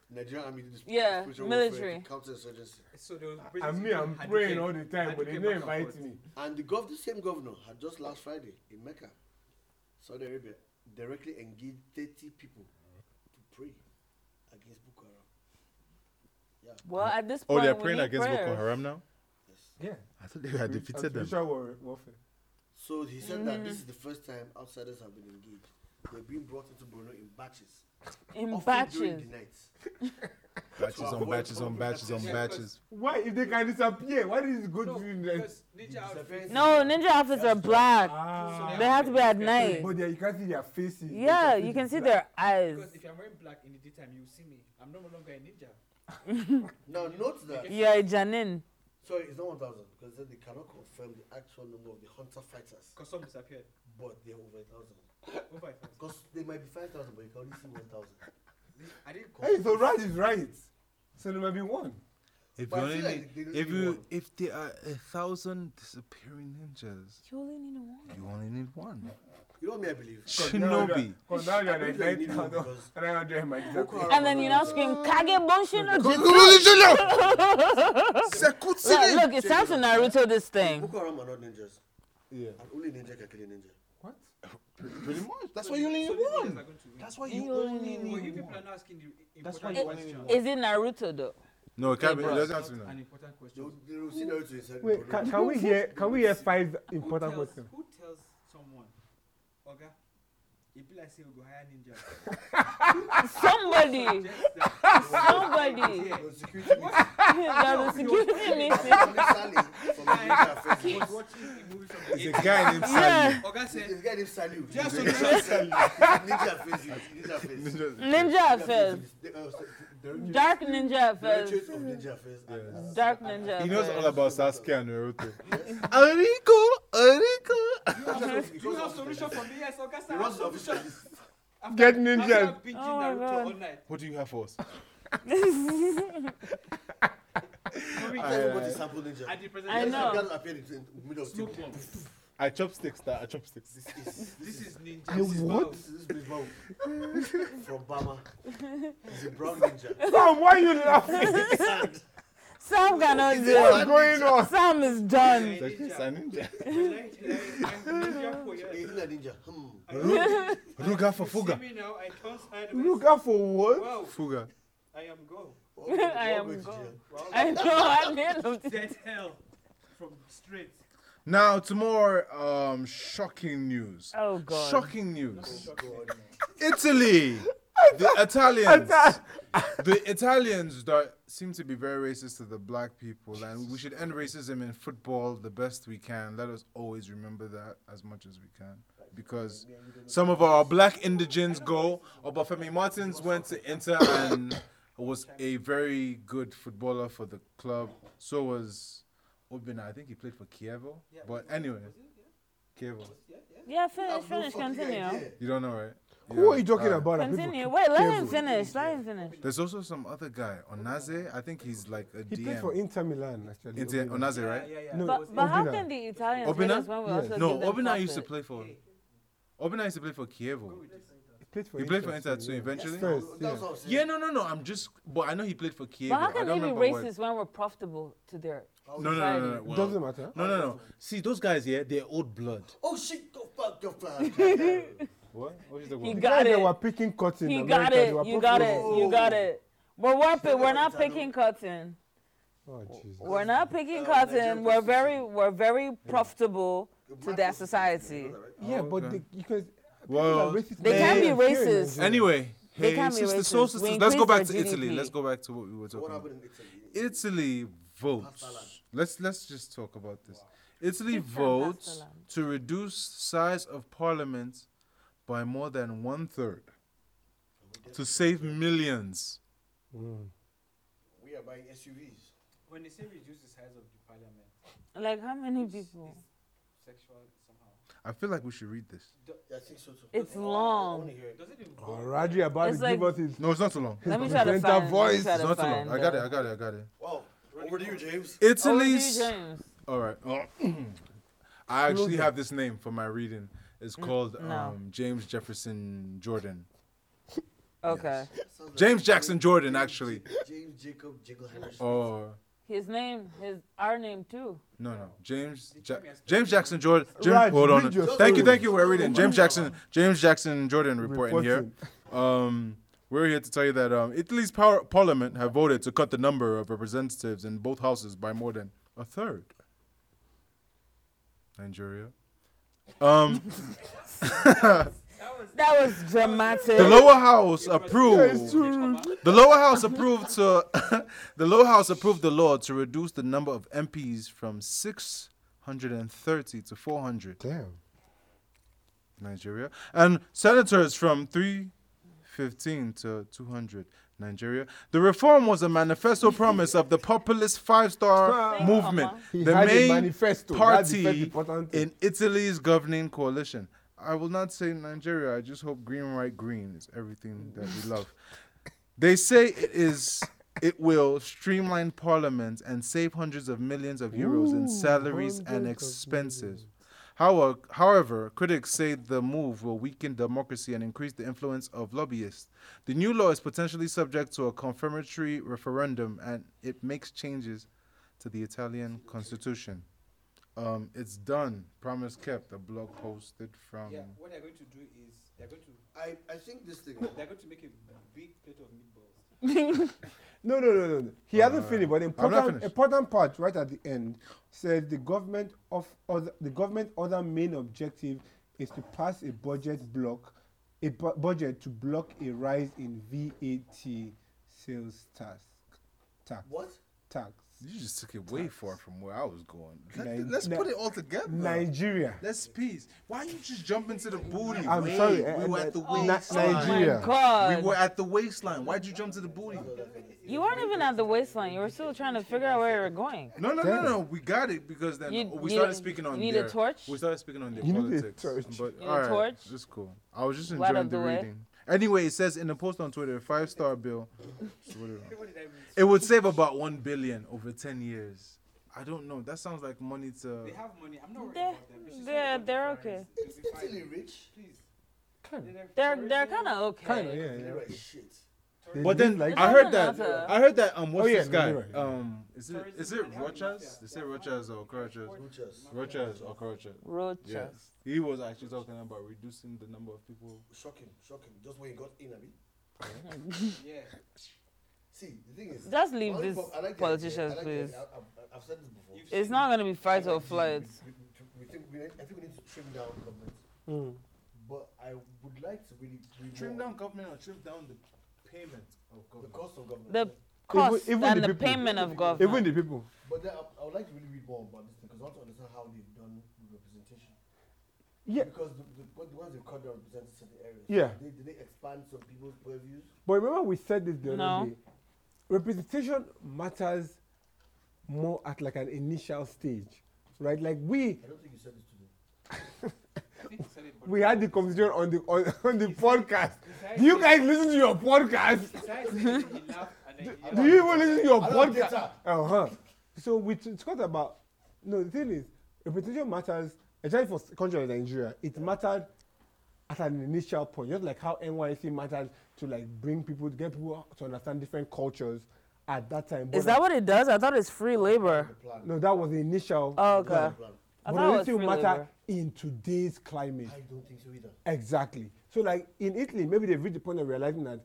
[SPEAKER 7] Nigerian army did the sp-
[SPEAKER 5] Yeah,
[SPEAKER 7] spiritual
[SPEAKER 5] military.
[SPEAKER 7] warfare to counterinsurgency.
[SPEAKER 4] So they will bring
[SPEAKER 2] And
[SPEAKER 4] these
[SPEAKER 2] me,
[SPEAKER 4] people
[SPEAKER 2] I'm
[SPEAKER 4] and
[SPEAKER 2] praying
[SPEAKER 4] came-
[SPEAKER 2] all the time,
[SPEAKER 4] and
[SPEAKER 2] but they
[SPEAKER 4] they came
[SPEAKER 2] don't
[SPEAKER 4] back and
[SPEAKER 2] invite
[SPEAKER 4] forth.
[SPEAKER 2] me.
[SPEAKER 7] And the, gov- the same governor had just last Friday in Mecca, Saudi Arabia, directly engaged 30 people to pray against Boko Haram.
[SPEAKER 5] Well, at this
[SPEAKER 6] Oh,
[SPEAKER 5] point,
[SPEAKER 6] they're
[SPEAKER 5] we
[SPEAKER 6] praying
[SPEAKER 5] need
[SPEAKER 6] against
[SPEAKER 5] prayer.
[SPEAKER 6] Boko Haram now.
[SPEAKER 2] Yeah.
[SPEAKER 6] I thought they had defeated them.
[SPEAKER 2] Spiritual war- warfare.
[SPEAKER 7] So he said that this is the first time outsiders have been engaged. They're being brought into Borno in batches.
[SPEAKER 5] In
[SPEAKER 7] often during
[SPEAKER 5] batches.
[SPEAKER 7] the night.
[SPEAKER 6] Batches on batches on batches on batches.
[SPEAKER 2] Why? If they can disappear, what is good
[SPEAKER 4] No,
[SPEAKER 2] doing that?
[SPEAKER 4] because ninja outfits.
[SPEAKER 5] No, ninja outfits are black.
[SPEAKER 2] Ah.
[SPEAKER 5] They have to be at night.
[SPEAKER 2] But yeah, you can't see their faces.
[SPEAKER 5] Yeah, you can see their eyes.
[SPEAKER 4] Because if I'm wearing black in the daytime, you will see me. I'm no longer a ninja.
[SPEAKER 7] Now note that.
[SPEAKER 5] You're a Janin.
[SPEAKER 7] Sorry, it's not 1,000 because then they cannot confirm the actual number of the hunter fighters,
[SPEAKER 4] Because some disappeared.
[SPEAKER 7] but they're over 1,000.
[SPEAKER 4] Over it first.
[SPEAKER 7] Because they might be 5,000, but you can only see 1,000.
[SPEAKER 4] I didn't call.
[SPEAKER 2] Hey, so Raj is right. So there might be one.
[SPEAKER 6] If
[SPEAKER 7] But
[SPEAKER 6] you
[SPEAKER 7] I feel
[SPEAKER 6] only,
[SPEAKER 7] like they don't
[SPEAKER 6] if
[SPEAKER 7] need
[SPEAKER 6] you,
[SPEAKER 7] one.
[SPEAKER 6] if there are a thousand disappearing ninjas,
[SPEAKER 5] You only need one.
[SPEAKER 6] you only need one.
[SPEAKER 7] You know what I mean? I believe.
[SPEAKER 6] Shinobi.
[SPEAKER 2] Because now you're
[SPEAKER 7] I
[SPEAKER 2] like
[SPEAKER 7] believe that you need one
[SPEAKER 2] 9,000
[SPEAKER 7] because
[SPEAKER 2] and 900 might
[SPEAKER 7] Boko
[SPEAKER 2] disappear.
[SPEAKER 7] Haram
[SPEAKER 5] And then
[SPEAKER 7] was
[SPEAKER 5] you
[SPEAKER 7] not-
[SPEAKER 5] now scream Kage Bonshin no Jutsu. Look,
[SPEAKER 6] Sekutsugi.
[SPEAKER 5] look, it's time to Naruto this thing.
[SPEAKER 7] Boko Haram are not ninjas.
[SPEAKER 2] Yeah.
[SPEAKER 7] And only ninja can kill a ninja.
[SPEAKER 2] What?
[SPEAKER 6] Pretty much. That's why you only
[SPEAKER 4] Ninjas
[SPEAKER 6] need one.
[SPEAKER 4] are going to win.
[SPEAKER 7] That's why
[SPEAKER 5] You
[SPEAKER 7] you only
[SPEAKER 5] only
[SPEAKER 4] Well,
[SPEAKER 7] need
[SPEAKER 4] you
[SPEAKER 7] one.
[SPEAKER 4] people are now asking the
[SPEAKER 6] That's
[SPEAKER 4] important
[SPEAKER 6] why you
[SPEAKER 4] question.
[SPEAKER 6] only
[SPEAKER 5] Is it Naruto though?
[SPEAKER 6] No, it can't be. It
[SPEAKER 5] Bruh.
[SPEAKER 6] doesn't have to be.
[SPEAKER 4] Not An
[SPEAKER 6] none.
[SPEAKER 4] important question.
[SPEAKER 7] You- you see Naruto inside.
[SPEAKER 2] Wait, can, can we hear can we hear five
[SPEAKER 4] Who
[SPEAKER 2] important
[SPEAKER 4] tells-
[SPEAKER 2] questions?
[SPEAKER 4] Who tells someone, Oga, if you like say we go hire ninja,
[SPEAKER 5] Somebody,
[SPEAKER 4] just that.
[SPEAKER 5] somebody.
[SPEAKER 4] Yeah.
[SPEAKER 7] Your security meeting.
[SPEAKER 5] There's
[SPEAKER 7] Only
[SPEAKER 5] a security meeting.
[SPEAKER 7] Sally from the ninja
[SPEAKER 4] He
[SPEAKER 7] first.
[SPEAKER 4] was watching the movie from the
[SPEAKER 6] There's
[SPEAKER 4] 80s.
[SPEAKER 6] a guy named
[SPEAKER 5] Yeah,
[SPEAKER 6] Sally.
[SPEAKER 7] This
[SPEAKER 4] Oga said,
[SPEAKER 7] guy named Salu.
[SPEAKER 4] Just
[SPEAKER 7] He's a
[SPEAKER 4] to-
[SPEAKER 7] ninja Salu. He's a Ninja face. he's a Ninja face.
[SPEAKER 5] ninja at first.
[SPEAKER 7] uh, Dark
[SPEAKER 5] Dark ninja at first.
[SPEAKER 7] Virtues of Ninja Face. and-
[SPEAKER 5] Dark ninja.
[SPEAKER 6] He
[SPEAKER 5] at
[SPEAKER 6] knows
[SPEAKER 5] first.
[SPEAKER 6] all about Sasuke and Naruto. Ariko, Ariko.
[SPEAKER 4] you have solution for me? Yes, Oga
[SPEAKER 7] He
[SPEAKER 4] said, I have
[SPEAKER 7] runs off.
[SPEAKER 4] solution. After-
[SPEAKER 2] Get
[SPEAKER 4] after
[SPEAKER 2] ninja.
[SPEAKER 4] binging
[SPEAKER 5] Oh my
[SPEAKER 4] Naruto
[SPEAKER 5] God.
[SPEAKER 4] all night.
[SPEAKER 6] What do you have for us?
[SPEAKER 2] uh,
[SPEAKER 7] Everybody sample ninja.
[SPEAKER 4] At the presentation,
[SPEAKER 5] I know.
[SPEAKER 7] Guys appeared in in the middle of
[SPEAKER 4] Snoop
[SPEAKER 7] the-
[SPEAKER 4] Dogg.
[SPEAKER 6] I chopsticks, that I chopsticks.
[SPEAKER 7] This is
[SPEAKER 4] This is ninja.
[SPEAKER 2] You
[SPEAKER 4] This is
[SPEAKER 2] what?
[SPEAKER 4] Bao.
[SPEAKER 7] this is Big Bob from Bama. He's a brown ninja.
[SPEAKER 2] Sam, why are you laughing?
[SPEAKER 5] Sam cannot do
[SPEAKER 2] What's
[SPEAKER 5] it.
[SPEAKER 2] going on?
[SPEAKER 5] Sam is done.
[SPEAKER 4] Hey,
[SPEAKER 6] Like, it's
[SPEAKER 4] ninja.
[SPEAKER 6] a ninja.
[SPEAKER 4] Like, like, I'm ninja for
[SPEAKER 7] Hey,
[SPEAKER 4] you.
[SPEAKER 7] he's a ninja. Hmm.
[SPEAKER 6] Ruga
[SPEAKER 4] You
[SPEAKER 6] for
[SPEAKER 4] see
[SPEAKER 6] Fuga.
[SPEAKER 4] me now, I turn sideways.
[SPEAKER 2] Look out for what?
[SPEAKER 4] Wow,
[SPEAKER 6] Fuga.
[SPEAKER 4] I am go.
[SPEAKER 7] We're all going to-
[SPEAKER 5] I
[SPEAKER 7] we're all
[SPEAKER 5] am
[SPEAKER 7] going to
[SPEAKER 5] gone.
[SPEAKER 7] jail.
[SPEAKER 4] Wow.
[SPEAKER 5] I know I'm here to-
[SPEAKER 4] Dead hell from straight.
[SPEAKER 6] Now to more um, shocking news.
[SPEAKER 5] Oh god.
[SPEAKER 6] Shocking news.
[SPEAKER 7] God.
[SPEAKER 6] Italy. The Italians. the Italians that seem to be very racist to the black people, and we should end racism in football the best we can. Let us always remember that as much as we can, because some of our black indigents go. Obafemi Martins went to Inter and was a very good footballer for the club. So was Obina. I think he played for Kievo. But anyway, Kievo.
[SPEAKER 5] Yeah,
[SPEAKER 7] I've
[SPEAKER 5] finish,
[SPEAKER 7] no
[SPEAKER 5] finish,
[SPEAKER 7] fucking
[SPEAKER 5] continue.
[SPEAKER 7] idea.
[SPEAKER 6] You don't know, right?
[SPEAKER 2] Who are
[SPEAKER 6] Yeah.
[SPEAKER 2] you talking
[SPEAKER 6] Uh,
[SPEAKER 2] about?
[SPEAKER 5] Continue. Wait, let him finish. Let him finish.
[SPEAKER 6] There's also some other guy, Onaze. I think he's like a
[SPEAKER 2] He
[SPEAKER 6] DM.
[SPEAKER 2] played for Inter Milan, actually.
[SPEAKER 6] Inter, oh,
[SPEAKER 2] Obina.
[SPEAKER 6] Onaze,
[SPEAKER 4] Yeah,
[SPEAKER 6] right?
[SPEAKER 4] yeah, yeah.
[SPEAKER 2] No.
[SPEAKER 5] But, but how
[SPEAKER 2] Obina.
[SPEAKER 5] can the Italians hate
[SPEAKER 6] Obina?
[SPEAKER 5] us when we
[SPEAKER 2] Yes.
[SPEAKER 5] also
[SPEAKER 6] No,
[SPEAKER 5] give them
[SPEAKER 6] Obina used to
[SPEAKER 5] profit?
[SPEAKER 6] play for. Obina used to play for Kievo.
[SPEAKER 2] He played for
[SPEAKER 6] He played for Inter
[SPEAKER 2] so
[SPEAKER 6] too
[SPEAKER 2] yeah.
[SPEAKER 6] eventually.
[SPEAKER 2] First, yeah.
[SPEAKER 7] That's what I'm saying.
[SPEAKER 6] Yeah, no, no, no. I'm just, but I know he played for Kievo.
[SPEAKER 5] But how
[SPEAKER 6] I
[SPEAKER 5] can
[SPEAKER 6] don't
[SPEAKER 5] they be
[SPEAKER 6] remember what-
[SPEAKER 5] racist when we're profitable to their
[SPEAKER 6] No, no, no, no, no.
[SPEAKER 5] society?
[SPEAKER 6] well,
[SPEAKER 2] Doesn't matter.
[SPEAKER 6] No, no, no. See, those guys here, they're old blood.
[SPEAKER 7] Oh shit, go fuck your plan.
[SPEAKER 6] What? What is the
[SPEAKER 5] He
[SPEAKER 2] The
[SPEAKER 5] got
[SPEAKER 2] guys that
[SPEAKER 5] it.
[SPEAKER 2] were picking cotton.
[SPEAKER 5] He
[SPEAKER 2] in
[SPEAKER 5] got
[SPEAKER 2] America, they
[SPEAKER 5] it.
[SPEAKER 2] were
[SPEAKER 5] You got
[SPEAKER 2] profitable.
[SPEAKER 5] it. You got it. We're working. We're not
[SPEAKER 7] Shut up,
[SPEAKER 5] picking cotton.
[SPEAKER 2] Oh, Jesus.
[SPEAKER 5] We're not picking
[SPEAKER 7] Uh,
[SPEAKER 5] cotton.
[SPEAKER 7] Nigerian
[SPEAKER 5] We're
[SPEAKER 7] constitution.
[SPEAKER 5] very, we're very profitable to their
[SPEAKER 7] Marcus-
[SPEAKER 5] society.
[SPEAKER 2] Yeah,
[SPEAKER 6] Oh,
[SPEAKER 2] but
[SPEAKER 6] okay.
[SPEAKER 2] they, because
[SPEAKER 6] Well,
[SPEAKER 5] They can be racist.
[SPEAKER 6] anyway,
[SPEAKER 5] They
[SPEAKER 6] hey,
[SPEAKER 5] can't be
[SPEAKER 6] sisters,
[SPEAKER 5] racist.
[SPEAKER 6] soul
[SPEAKER 5] We
[SPEAKER 6] sisters, let's go
[SPEAKER 5] increased
[SPEAKER 6] back
[SPEAKER 5] our
[SPEAKER 6] to Italy.
[SPEAKER 5] GDP.
[SPEAKER 6] Let's go back to what we were talking
[SPEAKER 7] What
[SPEAKER 6] about.
[SPEAKER 7] happened in Italy?
[SPEAKER 6] Italy votes. Let's let's just talk about this. Italy votes
[SPEAKER 5] Pastaland.
[SPEAKER 6] to reduce size of parliament by more than one third to save millions.
[SPEAKER 2] Mm.
[SPEAKER 7] We are buying SUVs.
[SPEAKER 4] When they say reduce the size of the parliament,
[SPEAKER 5] Like how many people?
[SPEAKER 4] sexual somehow.
[SPEAKER 6] I feel like we should read this.
[SPEAKER 7] Yeah, I think so too.
[SPEAKER 5] It's
[SPEAKER 7] I
[SPEAKER 5] long.
[SPEAKER 7] wanna hear it.
[SPEAKER 4] Does it even
[SPEAKER 2] Oh,
[SPEAKER 4] go?
[SPEAKER 2] Raji about
[SPEAKER 5] It's
[SPEAKER 2] to
[SPEAKER 5] like-
[SPEAKER 2] give us his.
[SPEAKER 6] No, it's not too long.
[SPEAKER 5] Let me try to
[SPEAKER 2] presenter
[SPEAKER 5] find.
[SPEAKER 2] voice.
[SPEAKER 5] Let me try
[SPEAKER 6] It's not
[SPEAKER 5] to
[SPEAKER 6] too long.
[SPEAKER 5] find.
[SPEAKER 6] I got it.
[SPEAKER 5] uh,
[SPEAKER 6] I got it. I got it.
[SPEAKER 7] Wow. Over to Oh, you, James.
[SPEAKER 5] over to you,
[SPEAKER 6] Italy's.
[SPEAKER 5] James.
[SPEAKER 6] All right. Oh, I actually have this name for my reading. It's called
[SPEAKER 5] no.
[SPEAKER 6] um, James Jefferson Jordan.
[SPEAKER 5] Okay.
[SPEAKER 7] Sounds like
[SPEAKER 6] James Jackson Jordan, actually. Oh.
[SPEAKER 7] James Jacob Jiggle Henderson.
[SPEAKER 6] Or
[SPEAKER 5] His name, his our name too.
[SPEAKER 6] No, no. James ja-
[SPEAKER 4] me ask-
[SPEAKER 6] James Jackson Jordan. James,
[SPEAKER 2] Raj,
[SPEAKER 6] hold on.
[SPEAKER 2] read your
[SPEAKER 6] Thank you,
[SPEAKER 2] story.
[SPEAKER 6] thank you. We're reading James Jackson. James Jackson Jordan reporting here.
[SPEAKER 2] Reporting.
[SPEAKER 6] Um, we're here to tell you that um, Italy's power- parliament have voted to cut the number of representatives in both houses by more than a third. Nigeria. Um,
[SPEAKER 5] That was dramatic.
[SPEAKER 6] The lower house approved.
[SPEAKER 2] too rude.
[SPEAKER 6] The lower house approved to the lower house approved the law to reduce the number of MPs from 630 to 400
[SPEAKER 2] Damn.
[SPEAKER 6] Nigeria and senators from 315 to 200 Nigeria. The reform was a manifesto promise of the populist five-star
[SPEAKER 2] Thank
[SPEAKER 6] movement,
[SPEAKER 2] He
[SPEAKER 6] the
[SPEAKER 2] had a
[SPEAKER 6] main
[SPEAKER 2] manifesto. That's the first
[SPEAKER 6] party
[SPEAKER 2] important thing.
[SPEAKER 6] in Italy's governing coalition. I will not say Nigeria. I just hope green, right, green is everything that we love. They say it is. It will streamline parliament and save hundreds of millions of euros in salaries and
[SPEAKER 2] hundreds of
[SPEAKER 6] expenses. However, however, critics say the move will weaken democracy and increase the influence of lobbyists. The new law is potentially subject to a confirmatory referendum, and it makes changes to the Italian constitution. Um, it's done. Promise kept. A blog posted from.
[SPEAKER 4] Yeah, what they're going to do is they're going to
[SPEAKER 3] I, I think this thing.
[SPEAKER 4] they're going to make a big plate of meatballs.
[SPEAKER 2] No, no, no, no. no. He hasn't finished, but the
[SPEAKER 6] not
[SPEAKER 2] important,
[SPEAKER 6] finished.
[SPEAKER 2] important part right at the end says the government of other, the government other main objective is to pass a budget block, a bu- budget to block a rise in VAT sales tax, tax,
[SPEAKER 7] What?
[SPEAKER 2] tax.
[SPEAKER 6] You just took it way far from where I was going.
[SPEAKER 2] Ni-
[SPEAKER 6] Let, us
[SPEAKER 2] Ni-
[SPEAKER 6] put it all together.
[SPEAKER 2] Nigeria.
[SPEAKER 6] Let's peace. Why you just jump into the booty?
[SPEAKER 2] I'm
[SPEAKER 6] Wait,
[SPEAKER 2] sorry,
[SPEAKER 6] We
[SPEAKER 2] uh,
[SPEAKER 6] were
[SPEAKER 2] uh,
[SPEAKER 6] at the
[SPEAKER 2] Ni-
[SPEAKER 6] waistline.
[SPEAKER 2] Nigeria.
[SPEAKER 5] Oh my God.
[SPEAKER 6] We were at the waistline. Why'd you jump to the booty?
[SPEAKER 5] You weren't even at the waistline. You were still trying to figure out where you were going.
[SPEAKER 6] No, no, no,
[SPEAKER 2] Damn.
[SPEAKER 6] no. We got it because then
[SPEAKER 5] You-
[SPEAKER 6] we
[SPEAKER 5] you
[SPEAKER 6] started
[SPEAKER 5] don't-
[SPEAKER 6] speaking
[SPEAKER 5] you
[SPEAKER 6] on
[SPEAKER 5] need a
[SPEAKER 6] their,
[SPEAKER 5] torch?
[SPEAKER 6] We started speaking on their
[SPEAKER 2] You need a
[SPEAKER 6] politics.
[SPEAKER 2] torch.
[SPEAKER 6] But
[SPEAKER 5] You need a
[SPEAKER 6] all right,
[SPEAKER 5] torch?
[SPEAKER 6] that's cool. I was just
[SPEAKER 5] Right out
[SPEAKER 6] enjoying
[SPEAKER 5] of
[SPEAKER 6] the
[SPEAKER 5] the way.
[SPEAKER 6] reading. Anyway, it says in the post on Twitter, five star bill. Twitter. it would save about one billion over ten years. I don't know. That sounds like money to.
[SPEAKER 4] They have money. I'm not worried
[SPEAKER 5] They're,
[SPEAKER 4] about them. It's just
[SPEAKER 5] they're,
[SPEAKER 4] about the
[SPEAKER 5] they're
[SPEAKER 4] foreigners.
[SPEAKER 5] okay.
[SPEAKER 4] They'll be fine.
[SPEAKER 7] Italy rich?
[SPEAKER 4] Please.
[SPEAKER 5] They're, they're kind of okay.
[SPEAKER 2] Kind of, yeah.
[SPEAKER 7] Italy
[SPEAKER 2] yeah.
[SPEAKER 7] rich shit.
[SPEAKER 2] They
[SPEAKER 6] But
[SPEAKER 2] live
[SPEAKER 6] then
[SPEAKER 2] like
[SPEAKER 6] I
[SPEAKER 5] It
[SPEAKER 6] heard that
[SPEAKER 5] doesn't matter.
[SPEAKER 6] I heard that um what's
[SPEAKER 2] Oh, yeah,
[SPEAKER 6] this
[SPEAKER 2] no,
[SPEAKER 6] guy
[SPEAKER 2] you're right.
[SPEAKER 6] um is it is it
[SPEAKER 4] Tourism and
[SPEAKER 6] Rochas?
[SPEAKER 4] health,
[SPEAKER 6] They say Rochas or Crochas?
[SPEAKER 7] Rochas.
[SPEAKER 6] Rochas or Crochas?
[SPEAKER 5] Road
[SPEAKER 6] Yes.
[SPEAKER 5] chest.
[SPEAKER 6] He was actually talking about reducing the number of people.
[SPEAKER 7] Shocking, shocking. Just when you got in, I mean.
[SPEAKER 4] Yeah.
[SPEAKER 7] See, the thing is.
[SPEAKER 5] Just leave
[SPEAKER 7] Lollipop,
[SPEAKER 5] these
[SPEAKER 7] I like the idea,
[SPEAKER 5] politicians,
[SPEAKER 7] I like the
[SPEAKER 5] please.
[SPEAKER 7] idea. I- I've- I've said this before.
[SPEAKER 4] You've
[SPEAKER 5] It's
[SPEAKER 4] seen-
[SPEAKER 5] not going to be fight or flight.
[SPEAKER 7] We, we- we think we, need- I think we need to trim down government.
[SPEAKER 2] Mm.
[SPEAKER 7] But I would like to really bring
[SPEAKER 6] Trim
[SPEAKER 7] more
[SPEAKER 6] down government or trim down the payment of
[SPEAKER 7] the
[SPEAKER 6] government.
[SPEAKER 7] cost of government.
[SPEAKER 5] The cost
[SPEAKER 2] even
[SPEAKER 5] and
[SPEAKER 2] the
[SPEAKER 5] the,
[SPEAKER 2] people-
[SPEAKER 5] payment of
[SPEAKER 2] Even
[SPEAKER 5] government.
[SPEAKER 2] the people.
[SPEAKER 7] but then I, I would like to really read more about this because I want to understand how they've done the representation.
[SPEAKER 2] Yeah.
[SPEAKER 7] Because the, the, what- the ones they cut down represent certain areas.
[SPEAKER 2] Yeah.
[SPEAKER 7] Did they, did they expand some people's purviews?
[SPEAKER 2] But remember, we said this the
[SPEAKER 5] No.
[SPEAKER 2] other day. Representation matters more at like an initial stage, right? Like we
[SPEAKER 7] I don't think you said this to me.
[SPEAKER 4] I think you said it, but
[SPEAKER 2] we had the conversation on the on, on the podcast.
[SPEAKER 4] Besides
[SPEAKER 2] Do you guys listen to your podcast?
[SPEAKER 4] besides saying he laughed and then he
[SPEAKER 2] Do you
[SPEAKER 4] laughed.
[SPEAKER 2] even listen to your
[SPEAKER 7] I don't get
[SPEAKER 2] podcast?
[SPEAKER 7] that.
[SPEAKER 2] Uh huh. So we t- talked about no. The thing is, representation matters. Especially for a country like Nigeria, it mattered at an initial point, just like how NYC mattered to like bring people to get people to understand different cultures at that time. But
[SPEAKER 5] Is that what it does? I thought it's free labor.
[SPEAKER 2] No, that was the initial.
[SPEAKER 5] Oh, okay.
[SPEAKER 2] plan.
[SPEAKER 5] I
[SPEAKER 2] But
[SPEAKER 5] thought it was
[SPEAKER 2] it will
[SPEAKER 5] free
[SPEAKER 2] matter
[SPEAKER 5] labor.
[SPEAKER 2] in today's climate.
[SPEAKER 7] I don't think so either.
[SPEAKER 2] Exactly. So, like in Italy, maybe they've reached the point of realizing that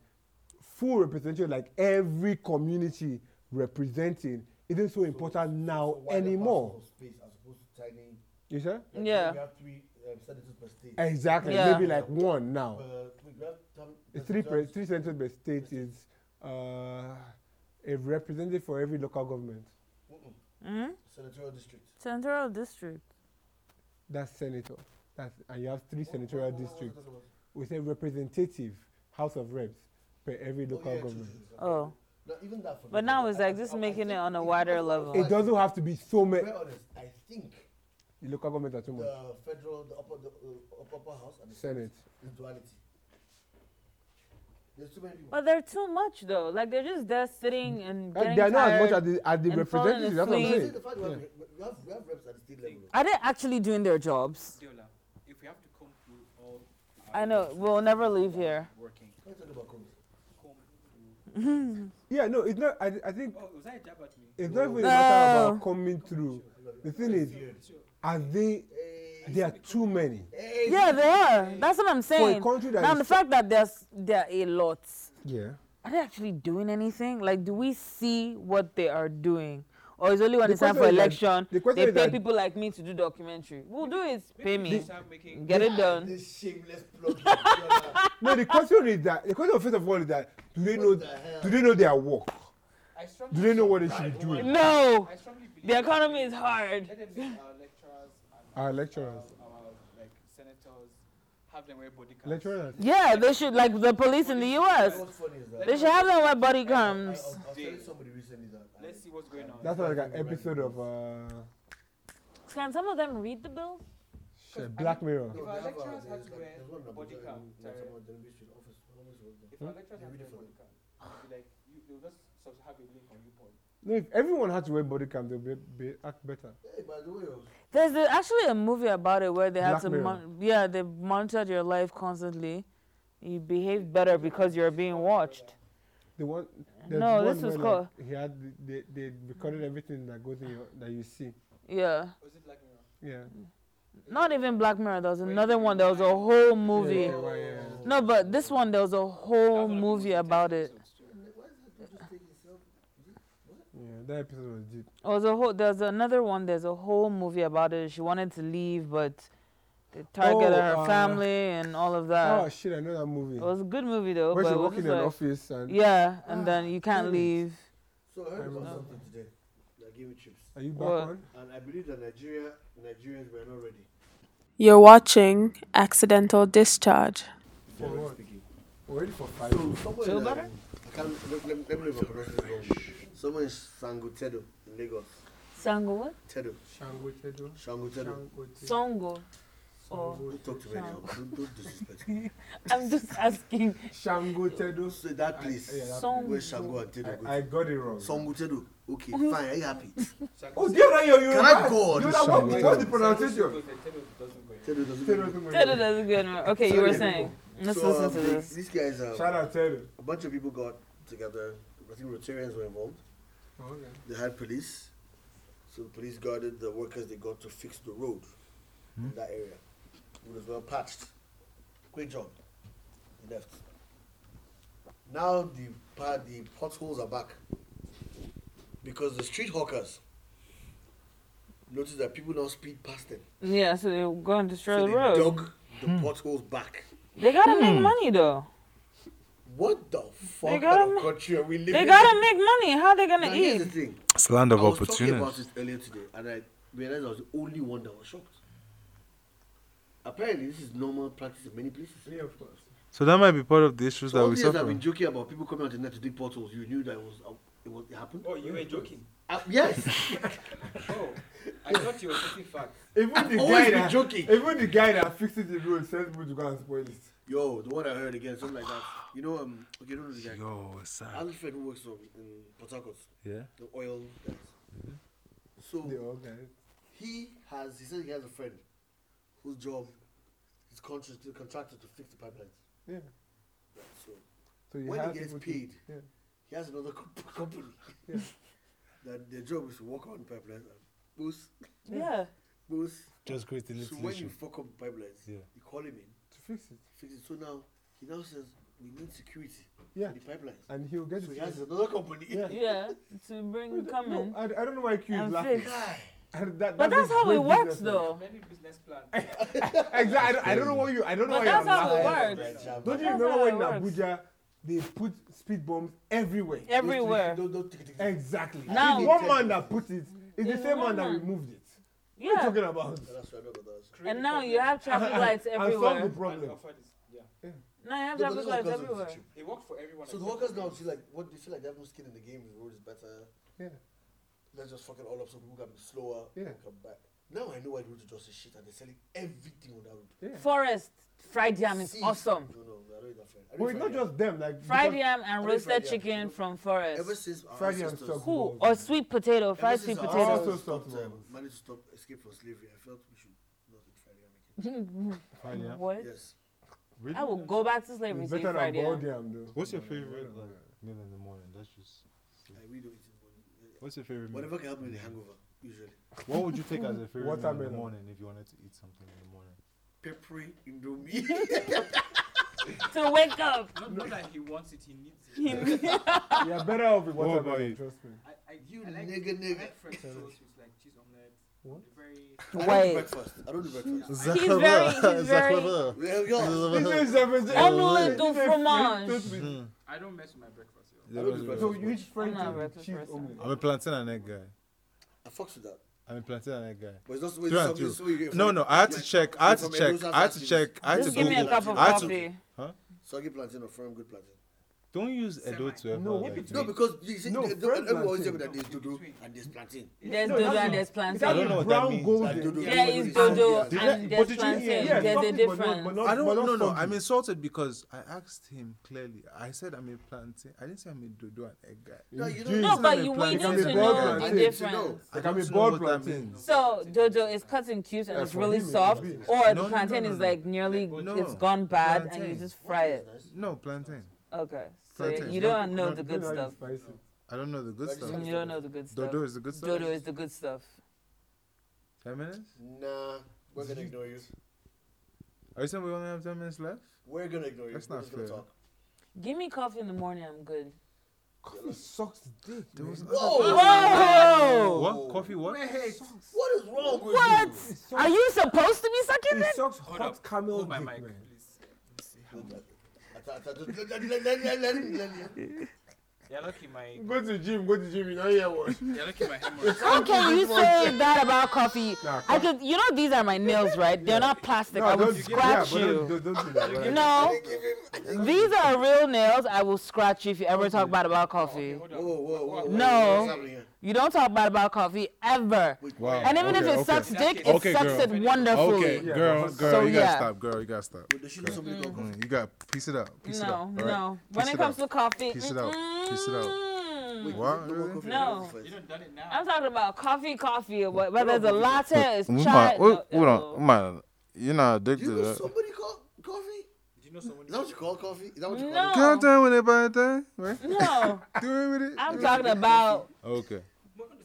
[SPEAKER 2] full representation, like every community representing, isn't so important now
[SPEAKER 7] So why the
[SPEAKER 2] anymore.
[SPEAKER 7] parcel of Space as opposed to tiny.
[SPEAKER 2] You see?
[SPEAKER 7] like,
[SPEAKER 5] Yeah.
[SPEAKER 7] We have three um, senators per state.
[SPEAKER 2] Exactly.
[SPEAKER 5] Yeah.
[SPEAKER 2] Maybe like one now.
[SPEAKER 7] Uh, we grab some-
[SPEAKER 2] It's three,
[SPEAKER 7] grab-
[SPEAKER 2] pre- three central by state is uh, a representative for every local government.
[SPEAKER 7] Mm-mm.
[SPEAKER 5] hmm
[SPEAKER 7] Senatorial district.
[SPEAKER 5] Central district.
[SPEAKER 2] That's senator. That's, and you have three
[SPEAKER 7] What- what-
[SPEAKER 2] senatorial
[SPEAKER 7] what- what-
[SPEAKER 2] districts.
[SPEAKER 7] what- what-
[SPEAKER 2] with a representative House of Reps per every
[SPEAKER 7] what-
[SPEAKER 2] local
[SPEAKER 7] oh, yeah, true,
[SPEAKER 2] government.
[SPEAKER 7] true, true.
[SPEAKER 5] Oh.
[SPEAKER 7] No, even that for
[SPEAKER 5] But
[SPEAKER 7] me,
[SPEAKER 5] now
[SPEAKER 7] I-
[SPEAKER 5] it's
[SPEAKER 7] I-
[SPEAKER 5] like just
[SPEAKER 7] I- I
[SPEAKER 5] making
[SPEAKER 7] think
[SPEAKER 5] it on a
[SPEAKER 7] if-
[SPEAKER 5] wider
[SPEAKER 7] if I'm
[SPEAKER 5] level.
[SPEAKER 2] It doesn't have to be so
[SPEAKER 7] To
[SPEAKER 2] many.
[SPEAKER 7] be honest, I think
[SPEAKER 2] The local government are too much.
[SPEAKER 7] the federal, the upper, the uh, upper, upper house and the
[SPEAKER 2] Senate.
[SPEAKER 7] is duality. There's too many people.
[SPEAKER 5] But they're too much though. Like they're just there sitting and
[SPEAKER 2] Uh,
[SPEAKER 5] getting
[SPEAKER 2] They are not as
[SPEAKER 5] tired.
[SPEAKER 2] much as the, as the
[SPEAKER 5] and falling
[SPEAKER 2] representatives. That's what I'm
[SPEAKER 5] asleep.
[SPEAKER 7] Is
[SPEAKER 2] saying.
[SPEAKER 7] it the fact we, have, we, have, we have reps at the state level.
[SPEAKER 5] Are they actually doing their jobs?
[SPEAKER 4] Deola, if we have to come through all our
[SPEAKER 5] I know. We'll never leave here.
[SPEAKER 4] working,
[SPEAKER 7] Let's talk about COVID.
[SPEAKER 4] come through.
[SPEAKER 2] Yeah, no, it's not. I, I think
[SPEAKER 4] Oh, was that a jab at me?
[SPEAKER 2] it's not even a matter about
[SPEAKER 5] No.
[SPEAKER 2] coming through. The thing is, are they?
[SPEAKER 7] Hey,
[SPEAKER 2] There are too many.
[SPEAKER 7] hey,
[SPEAKER 5] Yeah, they are. That's what I'm
[SPEAKER 2] For
[SPEAKER 5] saying.
[SPEAKER 2] a country that
[SPEAKER 5] now
[SPEAKER 2] is
[SPEAKER 5] the
[SPEAKER 2] so-
[SPEAKER 5] fact that there's there are a lot.
[SPEAKER 2] yeah.
[SPEAKER 5] Are they actually doing anything? Like, do we see what they are doing, or it's only when
[SPEAKER 2] The
[SPEAKER 5] it's time for
[SPEAKER 2] question is that-
[SPEAKER 5] election.
[SPEAKER 2] the question
[SPEAKER 5] they
[SPEAKER 2] is
[SPEAKER 5] pay
[SPEAKER 2] that-
[SPEAKER 5] people like me to do documentary. We'll do it. Pay
[SPEAKER 4] Maybe we
[SPEAKER 5] me.
[SPEAKER 4] start making-
[SPEAKER 5] Get it done.
[SPEAKER 7] This shameless plug. you know,
[SPEAKER 2] No, the question is that the question first of all is that do they know
[SPEAKER 7] What the hell?
[SPEAKER 2] do they know their work?
[SPEAKER 4] I strongly
[SPEAKER 2] Do they know what they
[SPEAKER 4] believe-
[SPEAKER 2] should be doing?
[SPEAKER 5] No,
[SPEAKER 4] I strongly believe
[SPEAKER 5] the economy is hard.
[SPEAKER 4] Let them make our lecturers and
[SPEAKER 2] Our lecturers.
[SPEAKER 4] Our, our like senators have them wear body cams.
[SPEAKER 2] Lecturers.
[SPEAKER 5] Yeah, they should like the police in the U.S.
[SPEAKER 7] What's funny is that
[SPEAKER 5] They should have them wear body
[SPEAKER 7] I, I, I was
[SPEAKER 5] cams.
[SPEAKER 7] telling somebody recently that I,
[SPEAKER 4] Let's see what's going on.
[SPEAKER 2] That's like an episode of uh,
[SPEAKER 5] Can some of them read the bill?
[SPEAKER 2] shit, Black Mirror.
[SPEAKER 4] If
[SPEAKER 7] No,
[SPEAKER 4] our
[SPEAKER 7] they have, uh,
[SPEAKER 4] lecturers had
[SPEAKER 7] there's
[SPEAKER 4] to
[SPEAKER 7] like-
[SPEAKER 4] wear
[SPEAKER 7] there's one that
[SPEAKER 4] body
[SPEAKER 7] was, uh,
[SPEAKER 4] cam,
[SPEAKER 7] in- in
[SPEAKER 4] Tyrell,
[SPEAKER 7] someone television office, always was there.
[SPEAKER 2] Hmm?
[SPEAKER 4] if our lecturers
[SPEAKER 7] They
[SPEAKER 4] had
[SPEAKER 7] read
[SPEAKER 4] to
[SPEAKER 7] it
[SPEAKER 4] wear
[SPEAKER 7] for
[SPEAKER 4] body cam, it'd be like you, they'll just sort of have a link on YouPorn.
[SPEAKER 2] No, if everyone had to wear body cam, they'll be, be act better.
[SPEAKER 7] Hey, by the way, oh,
[SPEAKER 5] There's a, actually a movie about it where they had
[SPEAKER 2] Black
[SPEAKER 5] to,
[SPEAKER 2] Mirror.
[SPEAKER 5] mon- yeah, they monitored your life constantly. You behave better because you're being watched.
[SPEAKER 2] The one. there's
[SPEAKER 5] No,
[SPEAKER 2] one
[SPEAKER 5] this was
[SPEAKER 2] where, like,
[SPEAKER 5] called-
[SPEAKER 2] He had the- they they recorded everything that goes in your that you see.
[SPEAKER 5] Yeah.
[SPEAKER 4] Was it like Mirror?
[SPEAKER 2] Yeah.
[SPEAKER 5] Not even Black Mirror. There was another one. There was a whole movie.
[SPEAKER 2] Yeah, why, yeah.
[SPEAKER 5] No, but this one there was a whole movie about it.
[SPEAKER 2] Yeah, that episode was deep.
[SPEAKER 5] It was a whole. There's another one. There's a whole movie about it. She wanted to leave, but they targeted
[SPEAKER 2] Oh,
[SPEAKER 5] her
[SPEAKER 2] uh,
[SPEAKER 5] family and all of
[SPEAKER 2] oh
[SPEAKER 5] that.
[SPEAKER 2] shit! I know that movie.
[SPEAKER 5] Ah. It was a good movie though.
[SPEAKER 2] Where
[SPEAKER 5] but
[SPEAKER 2] she
[SPEAKER 5] it was
[SPEAKER 2] working
[SPEAKER 5] just
[SPEAKER 2] in an
[SPEAKER 5] like-
[SPEAKER 2] office and
[SPEAKER 5] Yeah, and then you can't
[SPEAKER 2] damn it.
[SPEAKER 5] leave.
[SPEAKER 7] so I heard about
[SPEAKER 2] remember.
[SPEAKER 7] something today. They gave me chips,
[SPEAKER 2] are you back
[SPEAKER 5] What?
[SPEAKER 2] on?
[SPEAKER 7] and I believe that Nigeria Nigerians were not ready.
[SPEAKER 1] You're watching Accidental Discharge.
[SPEAKER 7] Generally
[SPEAKER 2] what?
[SPEAKER 7] speaking.
[SPEAKER 2] We're ready for five.
[SPEAKER 7] So somewhere
[SPEAKER 5] Feel
[SPEAKER 7] in,
[SPEAKER 5] better?
[SPEAKER 7] um, I can't. Let, let, let me know if I pronounce it wrong. Somewhere in Sango Tedo in Lagos.
[SPEAKER 5] Sango what?
[SPEAKER 7] Tedo.
[SPEAKER 2] Shangote do.
[SPEAKER 7] Shango Tedo.
[SPEAKER 2] Shangote.
[SPEAKER 5] Songo. Oh,
[SPEAKER 7] Don't talk to me now. Don't, don't disrespect me.
[SPEAKER 5] I'm just asking.
[SPEAKER 2] Shangote do.
[SPEAKER 7] So that place
[SPEAKER 2] yeah, that
[SPEAKER 5] Songo.
[SPEAKER 7] where Shango and Tedo
[SPEAKER 2] I
[SPEAKER 7] go.
[SPEAKER 2] got it wrong.
[SPEAKER 7] Sango Tedo. Okay, fine. Are you happy?
[SPEAKER 2] Oh, do you know your
[SPEAKER 7] Can I go on
[SPEAKER 2] You
[SPEAKER 7] this
[SPEAKER 2] know what?
[SPEAKER 7] Shango
[SPEAKER 2] What's the
[SPEAKER 7] Tedo?
[SPEAKER 2] pronunciation?
[SPEAKER 7] Tedo doesn't.
[SPEAKER 2] Tedo
[SPEAKER 7] Tedo.
[SPEAKER 2] Tungo.
[SPEAKER 5] That is good. one. Okay, you were saying. Let's
[SPEAKER 7] So
[SPEAKER 5] listen
[SPEAKER 7] um,
[SPEAKER 5] to
[SPEAKER 7] they-
[SPEAKER 5] this.
[SPEAKER 7] these guys, uh,
[SPEAKER 2] Shout out Tedo.
[SPEAKER 7] a bunch of people got together. I think Rotarians were involved.
[SPEAKER 2] Okay.
[SPEAKER 7] They had police. So the police guarded the workers they got to fix the road in that area. It was well patched. Great job. They left. Now the pa- the potholes are back. Because the street hawkers noticed that people now speed past them.
[SPEAKER 5] Yeah, so they go and destroy
[SPEAKER 7] so
[SPEAKER 5] the
[SPEAKER 7] they
[SPEAKER 5] road.
[SPEAKER 7] dug the potholes back.
[SPEAKER 5] They gotta make money though.
[SPEAKER 7] What the fuck
[SPEAKER 5] gotta
[SPEAKER 7] kind
[SPEAKER 5] ma-
[SPEAKER 7] of country are we living
[SPEAKER 5] They
[SPEAKER 7] in?
[SPEAKER 5] gotta make money. How they gonna
[SPEAKER 7] Now, here's the
[SPEAKER 5] eat?
[SPEAKER 7] thing.
[SPEAKER 6] It's a land
[SPEAKER 7] I was talking about this earlier today, and I realized I was the only one that was shocked. Apparently, this is normal practice in many places.
[SPEAKER 2] Yeah, of course.
[SPEAKER 6] So that might be part of the issues
[SPEAKER 7] So
[SPEAKER 6] that
[SPEAKER 7] all
[SPEAKER 6] we
[SPEAKER 7] these years I've
[SPEAKER 6] suffer.
[SPEAKER 7] been joking about people coming out the net to dig potholes. You knew that it was uh, it was it happened.
[SPEAKER 4] Oh, you were joking.
[SPEAKER 7] Uh, yes,
[SPEAKER 4] Oh, I thought you were stating facts.
[SPEAKER 2] Even the
[SPEAKER 7] always
[SPEAKER 2] guy
[SPEAKER 7] been
[SPEAKER 2] that
[SPEAKER 7] joking.
[SPEAKER 2] even the guy that fixes the road says people to go and spoil it.
[SPEAKER 7] Yo, the one I heard again, something like that. You know, um, okay, no, no, the guy.
[SPEAKER 6] Yo, what's
[SPEAKER 7] I have a friend who works on, in Port Harcourt,
[SPEAKER 6] Yeah.
[SPEAKER 7] the oil guys.
[SPEAKER 2] The
[SPEAKER 7] So
[SPEAKER 2] old guy.
[SPEAKER 7] he has, he said he has a friend whose job, his contract, contracted to fix the pipelines.
[SPEAKER 2] Yeah.
[SPEAKER 7] Right, so
[SPEAKER 2] So you
[SPEAKER 7] When he
[SPEAKER 2] have
[SPEAKER 7] gets
[SPEAKER 2] people to-
[SPEAKER 7] paid.
[SPEAKER 2] yeah.
[SPEAKER 7] he has another co- company.
[SPEAKER 2] Yeah.
[SPEAKER 7] that their job is to walk on pipelines and boost,
[SPEAKER 5] Yeah.
[SPEAKER 7] boost.
[SPEAKER 6] Just create the
[SPEAKER 7] So when you fuck up pipelines,
[SPEAKER 6] Yeah.
[SPEAKER 7] you call him in,
[SPEAKER 2] To fix it.
[SPEAKER 7] fix it. So now he now says we need security
[SPEAKER 2] Yeah.
[SPEAKER 7] in the pipelines.
[SPEAKER 2] And he'll get
[SPEAKER 7] So
[SPEAKER 2] it.
[SPEAKER 7] he has another company.
[SPEAKER 2] Yeah.
[SPEAKER 5] Yeah. To bring come
[SPEAKER 2] No,
[SPEAKER 5] in
[SPEAKER 2] I, I don't know why Q is
[SPEAKER 5] and
[SPEAKER 2] laughing.
[SPEAKER 5] fix.
[SPEAKER 2] And that,
[SPEAKER 5] Mm-hmm. But
[SPEAKER 2] that's
[SPEAKER 5] that's
[SPEAKER 2] a
[SPEAKER 5] how
[SPEAKER 2] great
[SPEAKER 5] it works
[SPEAKER 2] business
[SPEAKER 5] though.
[SPEAKER 4] Many business plans.
[SPEAKER 2] model. Exactly. I don't, I don't know why you. I don't know
[SPEAKER 5] But
[SPEAKER 2] why
[SPEAKER 5] that's
[SPEAKER 2] you're
[SPEAKER 5] how it
[SPEAKER 2] laughing.
[SPEAKER 5] works.
[SPEAKER 2] Don't you
[SPEAKER 5] That's
[SPEAKER 2] remember
[SPEAKER 5] how
[SPEAKER 2] when
[SPEAKER 5] it
[SPEAKER 2] in
[SPEAKER 5] works.
[SPEAKER 2] Abuja they put speed bombs everywhere?
[SPEAKER 5] Everywhere.
[SPEAKER 7] Don't, don't, tick, tick, tick.
[SPEAKER 2] Exactly.
[SPEAKER 5] Now-
[SPEAKER 2] it's one man that put it. It's the
[SPEAKER 5] It's
[SPEAKER 2] same
[SPEAKER 5] one
[SPEAKER 2] man that
[SPEAKER 5] man.
[SPEAKER 2] removed it. What are you
[SPEAKER 5] Yeah.
[SPEAKER 2] talking about?
[SPEAKER 7] That's what I know about those.
[SPEAKER 5] And now you have traffic lights
[SPEAKER 2] And solve the
[SPEAKER 5] everywhere.
[SPEAKER 4] And
[SPEAKER 2] problem.
[SPEAKER 4] offer this- Yeah.
[SPEAKER 5] Now you
[SPEAKER 7] No, but
[SPEAKER 5] have traffic
[SPEAKER 7] those
[SPEAKER 5] lights
[SPEAKER 7] workers are
[SPEAKER 5] everywhere.
[SPEAKER 7] cheap.
[SPEAKER 4] It worked for everyone.
[SPEAKER 7] So the
[SPEAKER 4] except-
[SPEAKER 7] workers now feel like what they feel like they have no skin in the game. The road is better.
[SPEAKER 2] Yeah.
[SPEAKER 7] Let's just fuck it all up so people can be slower.
[SPEAKER 2] Yeah.
[SPEAKER 7] and Come back. Now I know why the road to justice shit and they're selling everything on that road.
[SPEAKER 2] Yeah.
[SPEAKER 5] Forest fried yam is
[SPEAKER 7] See?
[SPEAKER 5] awesome.
[SPEAKER 7] No, no, I don't eat that friend.
[SPEAKER 2] But
[SPEAKER 7] I don't
[SPEAKER 2] it's
[SPEAKER 7] eat
[SPEAKER 2] not
[SPEAKER 7] fried
[SPEAKER 2] just them. Like
[SPEAKER 5] Fried
[SPEAKER 2] because
[SPEAKER 5] yam and
[SPEAKER 7] I like fried
[SPEAKER 5] roasted
[SPEAKER 7] yam.
[SPEAKER 5] chicken from
[SPEAKER 7] yam. Ever
[SPEAKER 5] forest.
[SPEAKER 7] since our
[SPEAKER 2] Fried yam
[SPEAKER 7] ancestors,
[SPEAKER 2] sucks.
[SPEAKER 5] Cool. Or sweet potato,
[SPEAKER 7] ever
[SPEAKER 5] fried
[SPEAKER 7] since
[SPEAKER 5] sweet
[SPEAKER 7] our
[SPEAKER 5] potatoes.
[SPEAKER 2] Also
[SPEAKER 7] ancestors stopped,
[SPEAKER 2] sucks.
[SPEAKER 7] um, managed to stop escape from slavery, I felt we should not eat fried yam again.
[SPEAKER 2] Fried yam.
[SPEAKER 5] What?
[SPEAKER 7] Yes.
[SPEAKER 5] I will go back to slavery
[SPEAKER 2] It's
[SPEAKER 5] to eat
[SPEAKER 2] better
[SPEAKER 5] fried
[SPEAKER 2] than
[SPEAKER 5] yam.
[SPEAKER 2] boiled yam, though.
[SPEAKER 6] What's your favorite like meal in the morning? That's just.
[SPEAKER 7] I really don't eat it. morning.
[SPEAKER 6] What's your favorite meal?
[SPEAKER 7] Whatever can help me with the hangover, usually.
[SPEAKER 6] What would you take as a favorite meal in the
[SPEAKER 2] Watermelon.
[SPEAKER 6] morning if you wanted to eat something in the morning?
[SPEAKER 7] Peppery indomie.
[SPEAKER 5] to wake up.
[SPEAKER 4] Not, not that he wants it, he needs it.
[SPEAKER 2] You are better off with
[SPEAKER 9] What
[SPEAKER 2] water
[SPEAKER 9] about
[SPEAKER 2] than
[SPEAKER 9] it?
[SPEAKER 2] trust me.
[SPEAKER 4] I, I,
[SPEAKER 7] You
[SPEAKER 4] I like,
[SPEAKER 7] nigga,
[SPEAKER 4] I
[SPEAKER 7] nigga.
[SPEAKER 4] like French toast with like cheese omelette.
[SPEAKER 2] What?
[SPEAKER 4] the Very.
[SPEAKER 5] Wait.
[SPEAKER 7] Breakfast. I don't do breakfast.
[SPEAKER 5] He's very, he's very.
[SPEAKER 7] We have yours.
[SPEAKER 2] This
[SPEAKER 6] Zaklava.
[SPEAKER 2] is everything.
[SPEAKER 5] Omelette
[SPEAKER 2] This
[SPEAKER 5] au
[SPEAKER 2] is French
[SPEAKER 5] fromage.
[SPEAKER 2] toast with-
[SPEAKER 6] Hmm,
[SPEAKER 4] I don't mess with my breakfast. Yo.
[SPEAKER 7] I don't do
[SPEAKER 2] So
[SPEAKER 7] breakfast.
[SPEAKER 2] you eat French
[SPEAKER 5] not a
[SPEAKER 2] toast with
[SPEAKER 5] breakfast
[SPEAKER 2] cheese
[SPEAKER 5] person.
[SPEAKER 2] omelette.
[SPEAKER 6] I'm a plantain and egg guy.
[SPEAKER 7] I fucks with that.
[SPEAKER 6] I'm a plantain and egg guy.
[SPEAKER 7] But it's not
[SPEAKER 6] Through and
[SPEAKER 7] something so you
[SPEAKER 6] through.
[SPEAKER 7] get
[SPEAKER 6] No,
[SPEAKER 7] from-
[SPEAKER 6] no, I had to
[SPEAKER 7] like,
[SPEAKER 6] check. I had to
[SPEAKER 7] from
[SPEAKER 6] check.
[SPEAKER 7] Mendoza
[SPEAKER 6] I had to
[SPEAKER 7] factories.
[SPEAKER 6] check. I had to
[SPEAKER 5] Just give me a
[SPEAKER 6] Google.
[SPEAKER 5] cup of
[SPEAKER 6] I had to-
[SPEAKER 5] coffee.
[SPEAKER 7] Soggy plantain or firm good plantain.
[SPEAKER 6] Don't use Edo to ever.
[SPEAKER 2] No, what
[SPEAKER 6] like,
[SPEAKER 2] between-
[SPEAKER 7] No, because you see,
[SPEAKER 2] No,
[SPEAKER 7] no,
[SPEAKER 2] firm
[SPEAKER 7] everyone always say
[SPEAKER 2] plantain.
[SPEAKER 7] that there's dodo and there's plantain.
[SPEAKER 5] There's
[SPEAKER 2] No,
[SPEAKER 5] dodo
[SPEAKER 2] that's
[SPEAKER 5] and
[SPEAKER 2] not-
[SPEAKER 5] there's
[SPEAKER 2] That
[SPEAKER 6] I
[SPEAKER 5] plantain.
[SPEAKER 6] don't
[SPEAKER 2] is
[SPEAKER 6] know what that
[SPEAKER 2] brown
[SPEAKER 6] means.
[SPEAKER 2] golden.
[SPEAKER 7] Like dodo.
[SPEAKER 5] There is dodo
[SPEAKER 7] Did
[SPEAKER 6] that-
[SPEAKER 5] and there's
[SPEAKER 6] but did you hear-
[SPEAKER 5] plantain.
[SPEAKER 2] Yeah,
[SPEAKER 5] There's a
[SPEAKER 2] salted, but not- but
[SPEAKER 5] difference.
[SPEAKER 2] not-
[SPEAKER 6] I don't
[SPEAKER 2] but
[SPEAKER 6] no
[SPEAKER 2] not
[SPEAKER 6] no.
[SPEAKER 2] salted.
[SPEAKER 6] I'm insulted because I asked him clearly. I said I'm a plantain. I didn't say I'm a dodo and egg guy.
[SPEAKER 7] No, you
[SPEAKER 2] Jeez.
[SPEAKER 7] don't.
[SPEAKER 5] No, but you
[SPEAKER 6] It can
[SPEAKER 5] we need
[SPEAKER 2] be boiled
[SPEAKER 5] to know the
[SPEAKER 2] plantain.
[SPEAKER 5] difference.
[SPEAKER 6] I
[SPEAKER 2] It can
[SPEAKER 6] don't
[SPEAKER 2] be
[SPEAKER 6] know
[SPEAKER 2] boiled
[SPEAKER 6] what that
[SPEAKER 2] plantain.
[SPEAKER 6] means.
[SPEAKER 5] So dodo is cut and cute and it's
[SPEAKER 2] for
[SPEAKER 5] really
[SPEAKER 2] him, it
[SPEAKER 5] soft,
[SPEAKER 2] is.
[SPEAKER 5] or
[SPEAKER 6] No,
[SPEAKER 5] the
[SPEAKER 6] no,
[SPEAKER 5] plantain
[SPEAKER 6] no,
[SPEAKER 5] is
[SPEAKER 6] no.
[SPEAKER 5] like nearly
[SPEAKER 6] No.
[SPEAKER 5] it's gone bad and you
[SPEAKER 6] Plantain.
[SPEAKER 5] just fry it.
[SPEAKER 6] No plantain.
[SPEAKER 5] Okay, so
[SPEAKER 6] Plantain.
[SPEAKER 5] you
[SPEAKER 6] No,
[SPEAKER 5] don't know
[SPEAKER 6] no,
[SPEAKER 5] the
[SPEAKER 2] You
[SPEAKER 5] good
[SPEAKER 2] know how
[SPEAKER 5] stuff.
[SPEAKER 2] you spice it.
[SPEAKER 6] I don't know the good
[SPEAKER 7] Like you
[SPEAKER 6] stuff.
[SPEAKER 7] said.
[SPEAKER 5] You don't know the good stuff.
[SPEAKER 6] Dodo is the good stuff.
[SPEAKER 5] Dodo is the good stuff.
[SPEAKER 6] Ten minutes?
[SPEAKER 7] Nah, we're gonna ignore you.
[SPEAKER 6] Are you saying we only have ten minutes left?
[SPEAKER 7] We're gonna ignore you.
[SPEAKER 6] That's
[SPEAKER 7] We're
[SPEAKER 6] not
[SPEAKER 7] just gonna
[SPEAKER 6] fair.
[SPEAKER 7] talk.
[SPEAKER 5] Give me coffee in the morning, I'm good.
[SPEAKER 2] Coffee sucks dick.
[SPEAKER 6] There
[SPEAKER 2] man.
[SPEAKER 6] was
[SPEAKER 5] Whoa!
[SPEAKER 6] what coffee? What?
[SPEAKER 7] What is wrong with
[SPEAKER 5] What?
[SPEAKER 2] It sucks-
[SPEAKER 5] Are you supposed to be sucking
[SPEAKER 2] It
[SPEAKER 5] this?
[SPEAKER 2] sucks
[SPEAKER 4] Hold
[SPEAKER 2] hot
[SPEAKER 4] up.
[SPEAKER 2] camel
[SPEAKER 4] Hold my
[SPEAKER 2] dick,
[SPEAKER 4] mic,
[SPEAKER 2] man.
[SPEAKER 4] please.
[SPEAKER 7] you? I thought- I thought- let- let- let- let- let- let- let- let-
[SPEAKER 4] You're lucky my.
[SPEAKER 10] Go to the gym, go to the gym, you know, yeah, what?
[SPEAKER 4] You're lucky my hemorrhoids.
[SPEAKER 5] How can you say that about coffee?
[SPEAKER 2] Nah,
[SPEAKER 5] I could, you know, these are my nails, right? They're not plastic. I would
[SPEAKER 2] don't- yeah,
[SPEAKER 5] scratch
[SPEAKER 2] but don't-
[SPEAKER 5] you.
[SPEAKER 2] don't- don't do that, right?
[SPEAKER 5] No, these are real nails. I will scratch you if you ever talk bad about coffee.
[SPEAKER 4] Hold
[SPEAKER 7] Whoa,
[SPEAKER 4] on.
[SPEAKER 7] whoa, whoa, whoa.
[SPEAKER 5] No.
[SPEAKER 7] What's happening here?
[SPEAKER 5] You don't talk bad about coffee ever.
[SPEAKER 6] Wow.
[SPEAKER 5] And even if
[SPEAKER 6] okay,
[SPEAKER 5] it
[SPEAKER 6] okay.
[SPEAKER 5] sucks dick, it
[SPEAKER 6] Okay,
[SPEAKER 5] sucks
[SPEAKER 6] girl.
[SPEAKER 5] it wonderfully.
[SPEAKER 6] Okay,
[SPEAKER 2] Yeah,
[SPEAKER 6] girl,
[SPEAKER 2] but-
[SPEAKER 6] girl,
[SPEAKER 5] So,
[SPEAKER 6] you gotta
[SPEAKER 5] yeah.
[SPEAKER 6] stop, girl, you gotta stop.
[SPEAKER 7] Wait, does she know somebody called-
[SPEAKER 6] Mm, You gotta piece it out, piece it out.
[SPEAKER 5] No,
[SPEAKER 6] all right?
[SPEAKER 5] no.
[SPEAKER 6] Piece
[SPEAKER 5] When
[SPEAKER 6] it
[SPEAKER 5] it comes
[SPEAKER 6] out.
[SPEAKER 5] to coffee,
[SPEAKER 6] Piece it out. Piece it out.
[SPEAKER 5] mm,
[SPEAKER 7] Wait,
[SPEAKER 6] What?
[SPEAKER 7] no more coffee.
[SPEAKER 5] No.
[SPEAKER 7] First.
[SPEAKER 4] You done done it now.
[SPEAKER 5] I'm talking about coffee, coffee, or what- whether it's a latte, it's
[SPEAKER 6] Woman,
[SPEAKER 5] chai.
[SPEAKER 6] wait,
[SPEAKER 5] no,
[SPEAKER 6] hold
[SPEAKER 5] no.
[SPEAKER 6] on, man, you're not
[SPEAKER 7] Do you
[SPEAKER 6] addicted.
[SPEAKER 7] know
[SPEAKER 6] Right?
[SPEAKER 7] somebody called coffee?
[SPEAKER 4] Did you know someone?
[SPEAKER 7] Is that what you call coffee? Is that what you call
[SPEAKER 5] No.
[SPEAKER 7] it?
[SPEAKER 6] Can I tell you what about that? Right?
[SPEAKER 5] No,
[SPEAKER 6] Do it with it.
[SPEAKER 5] I'm talking about
[SPEAKER 6] Okay.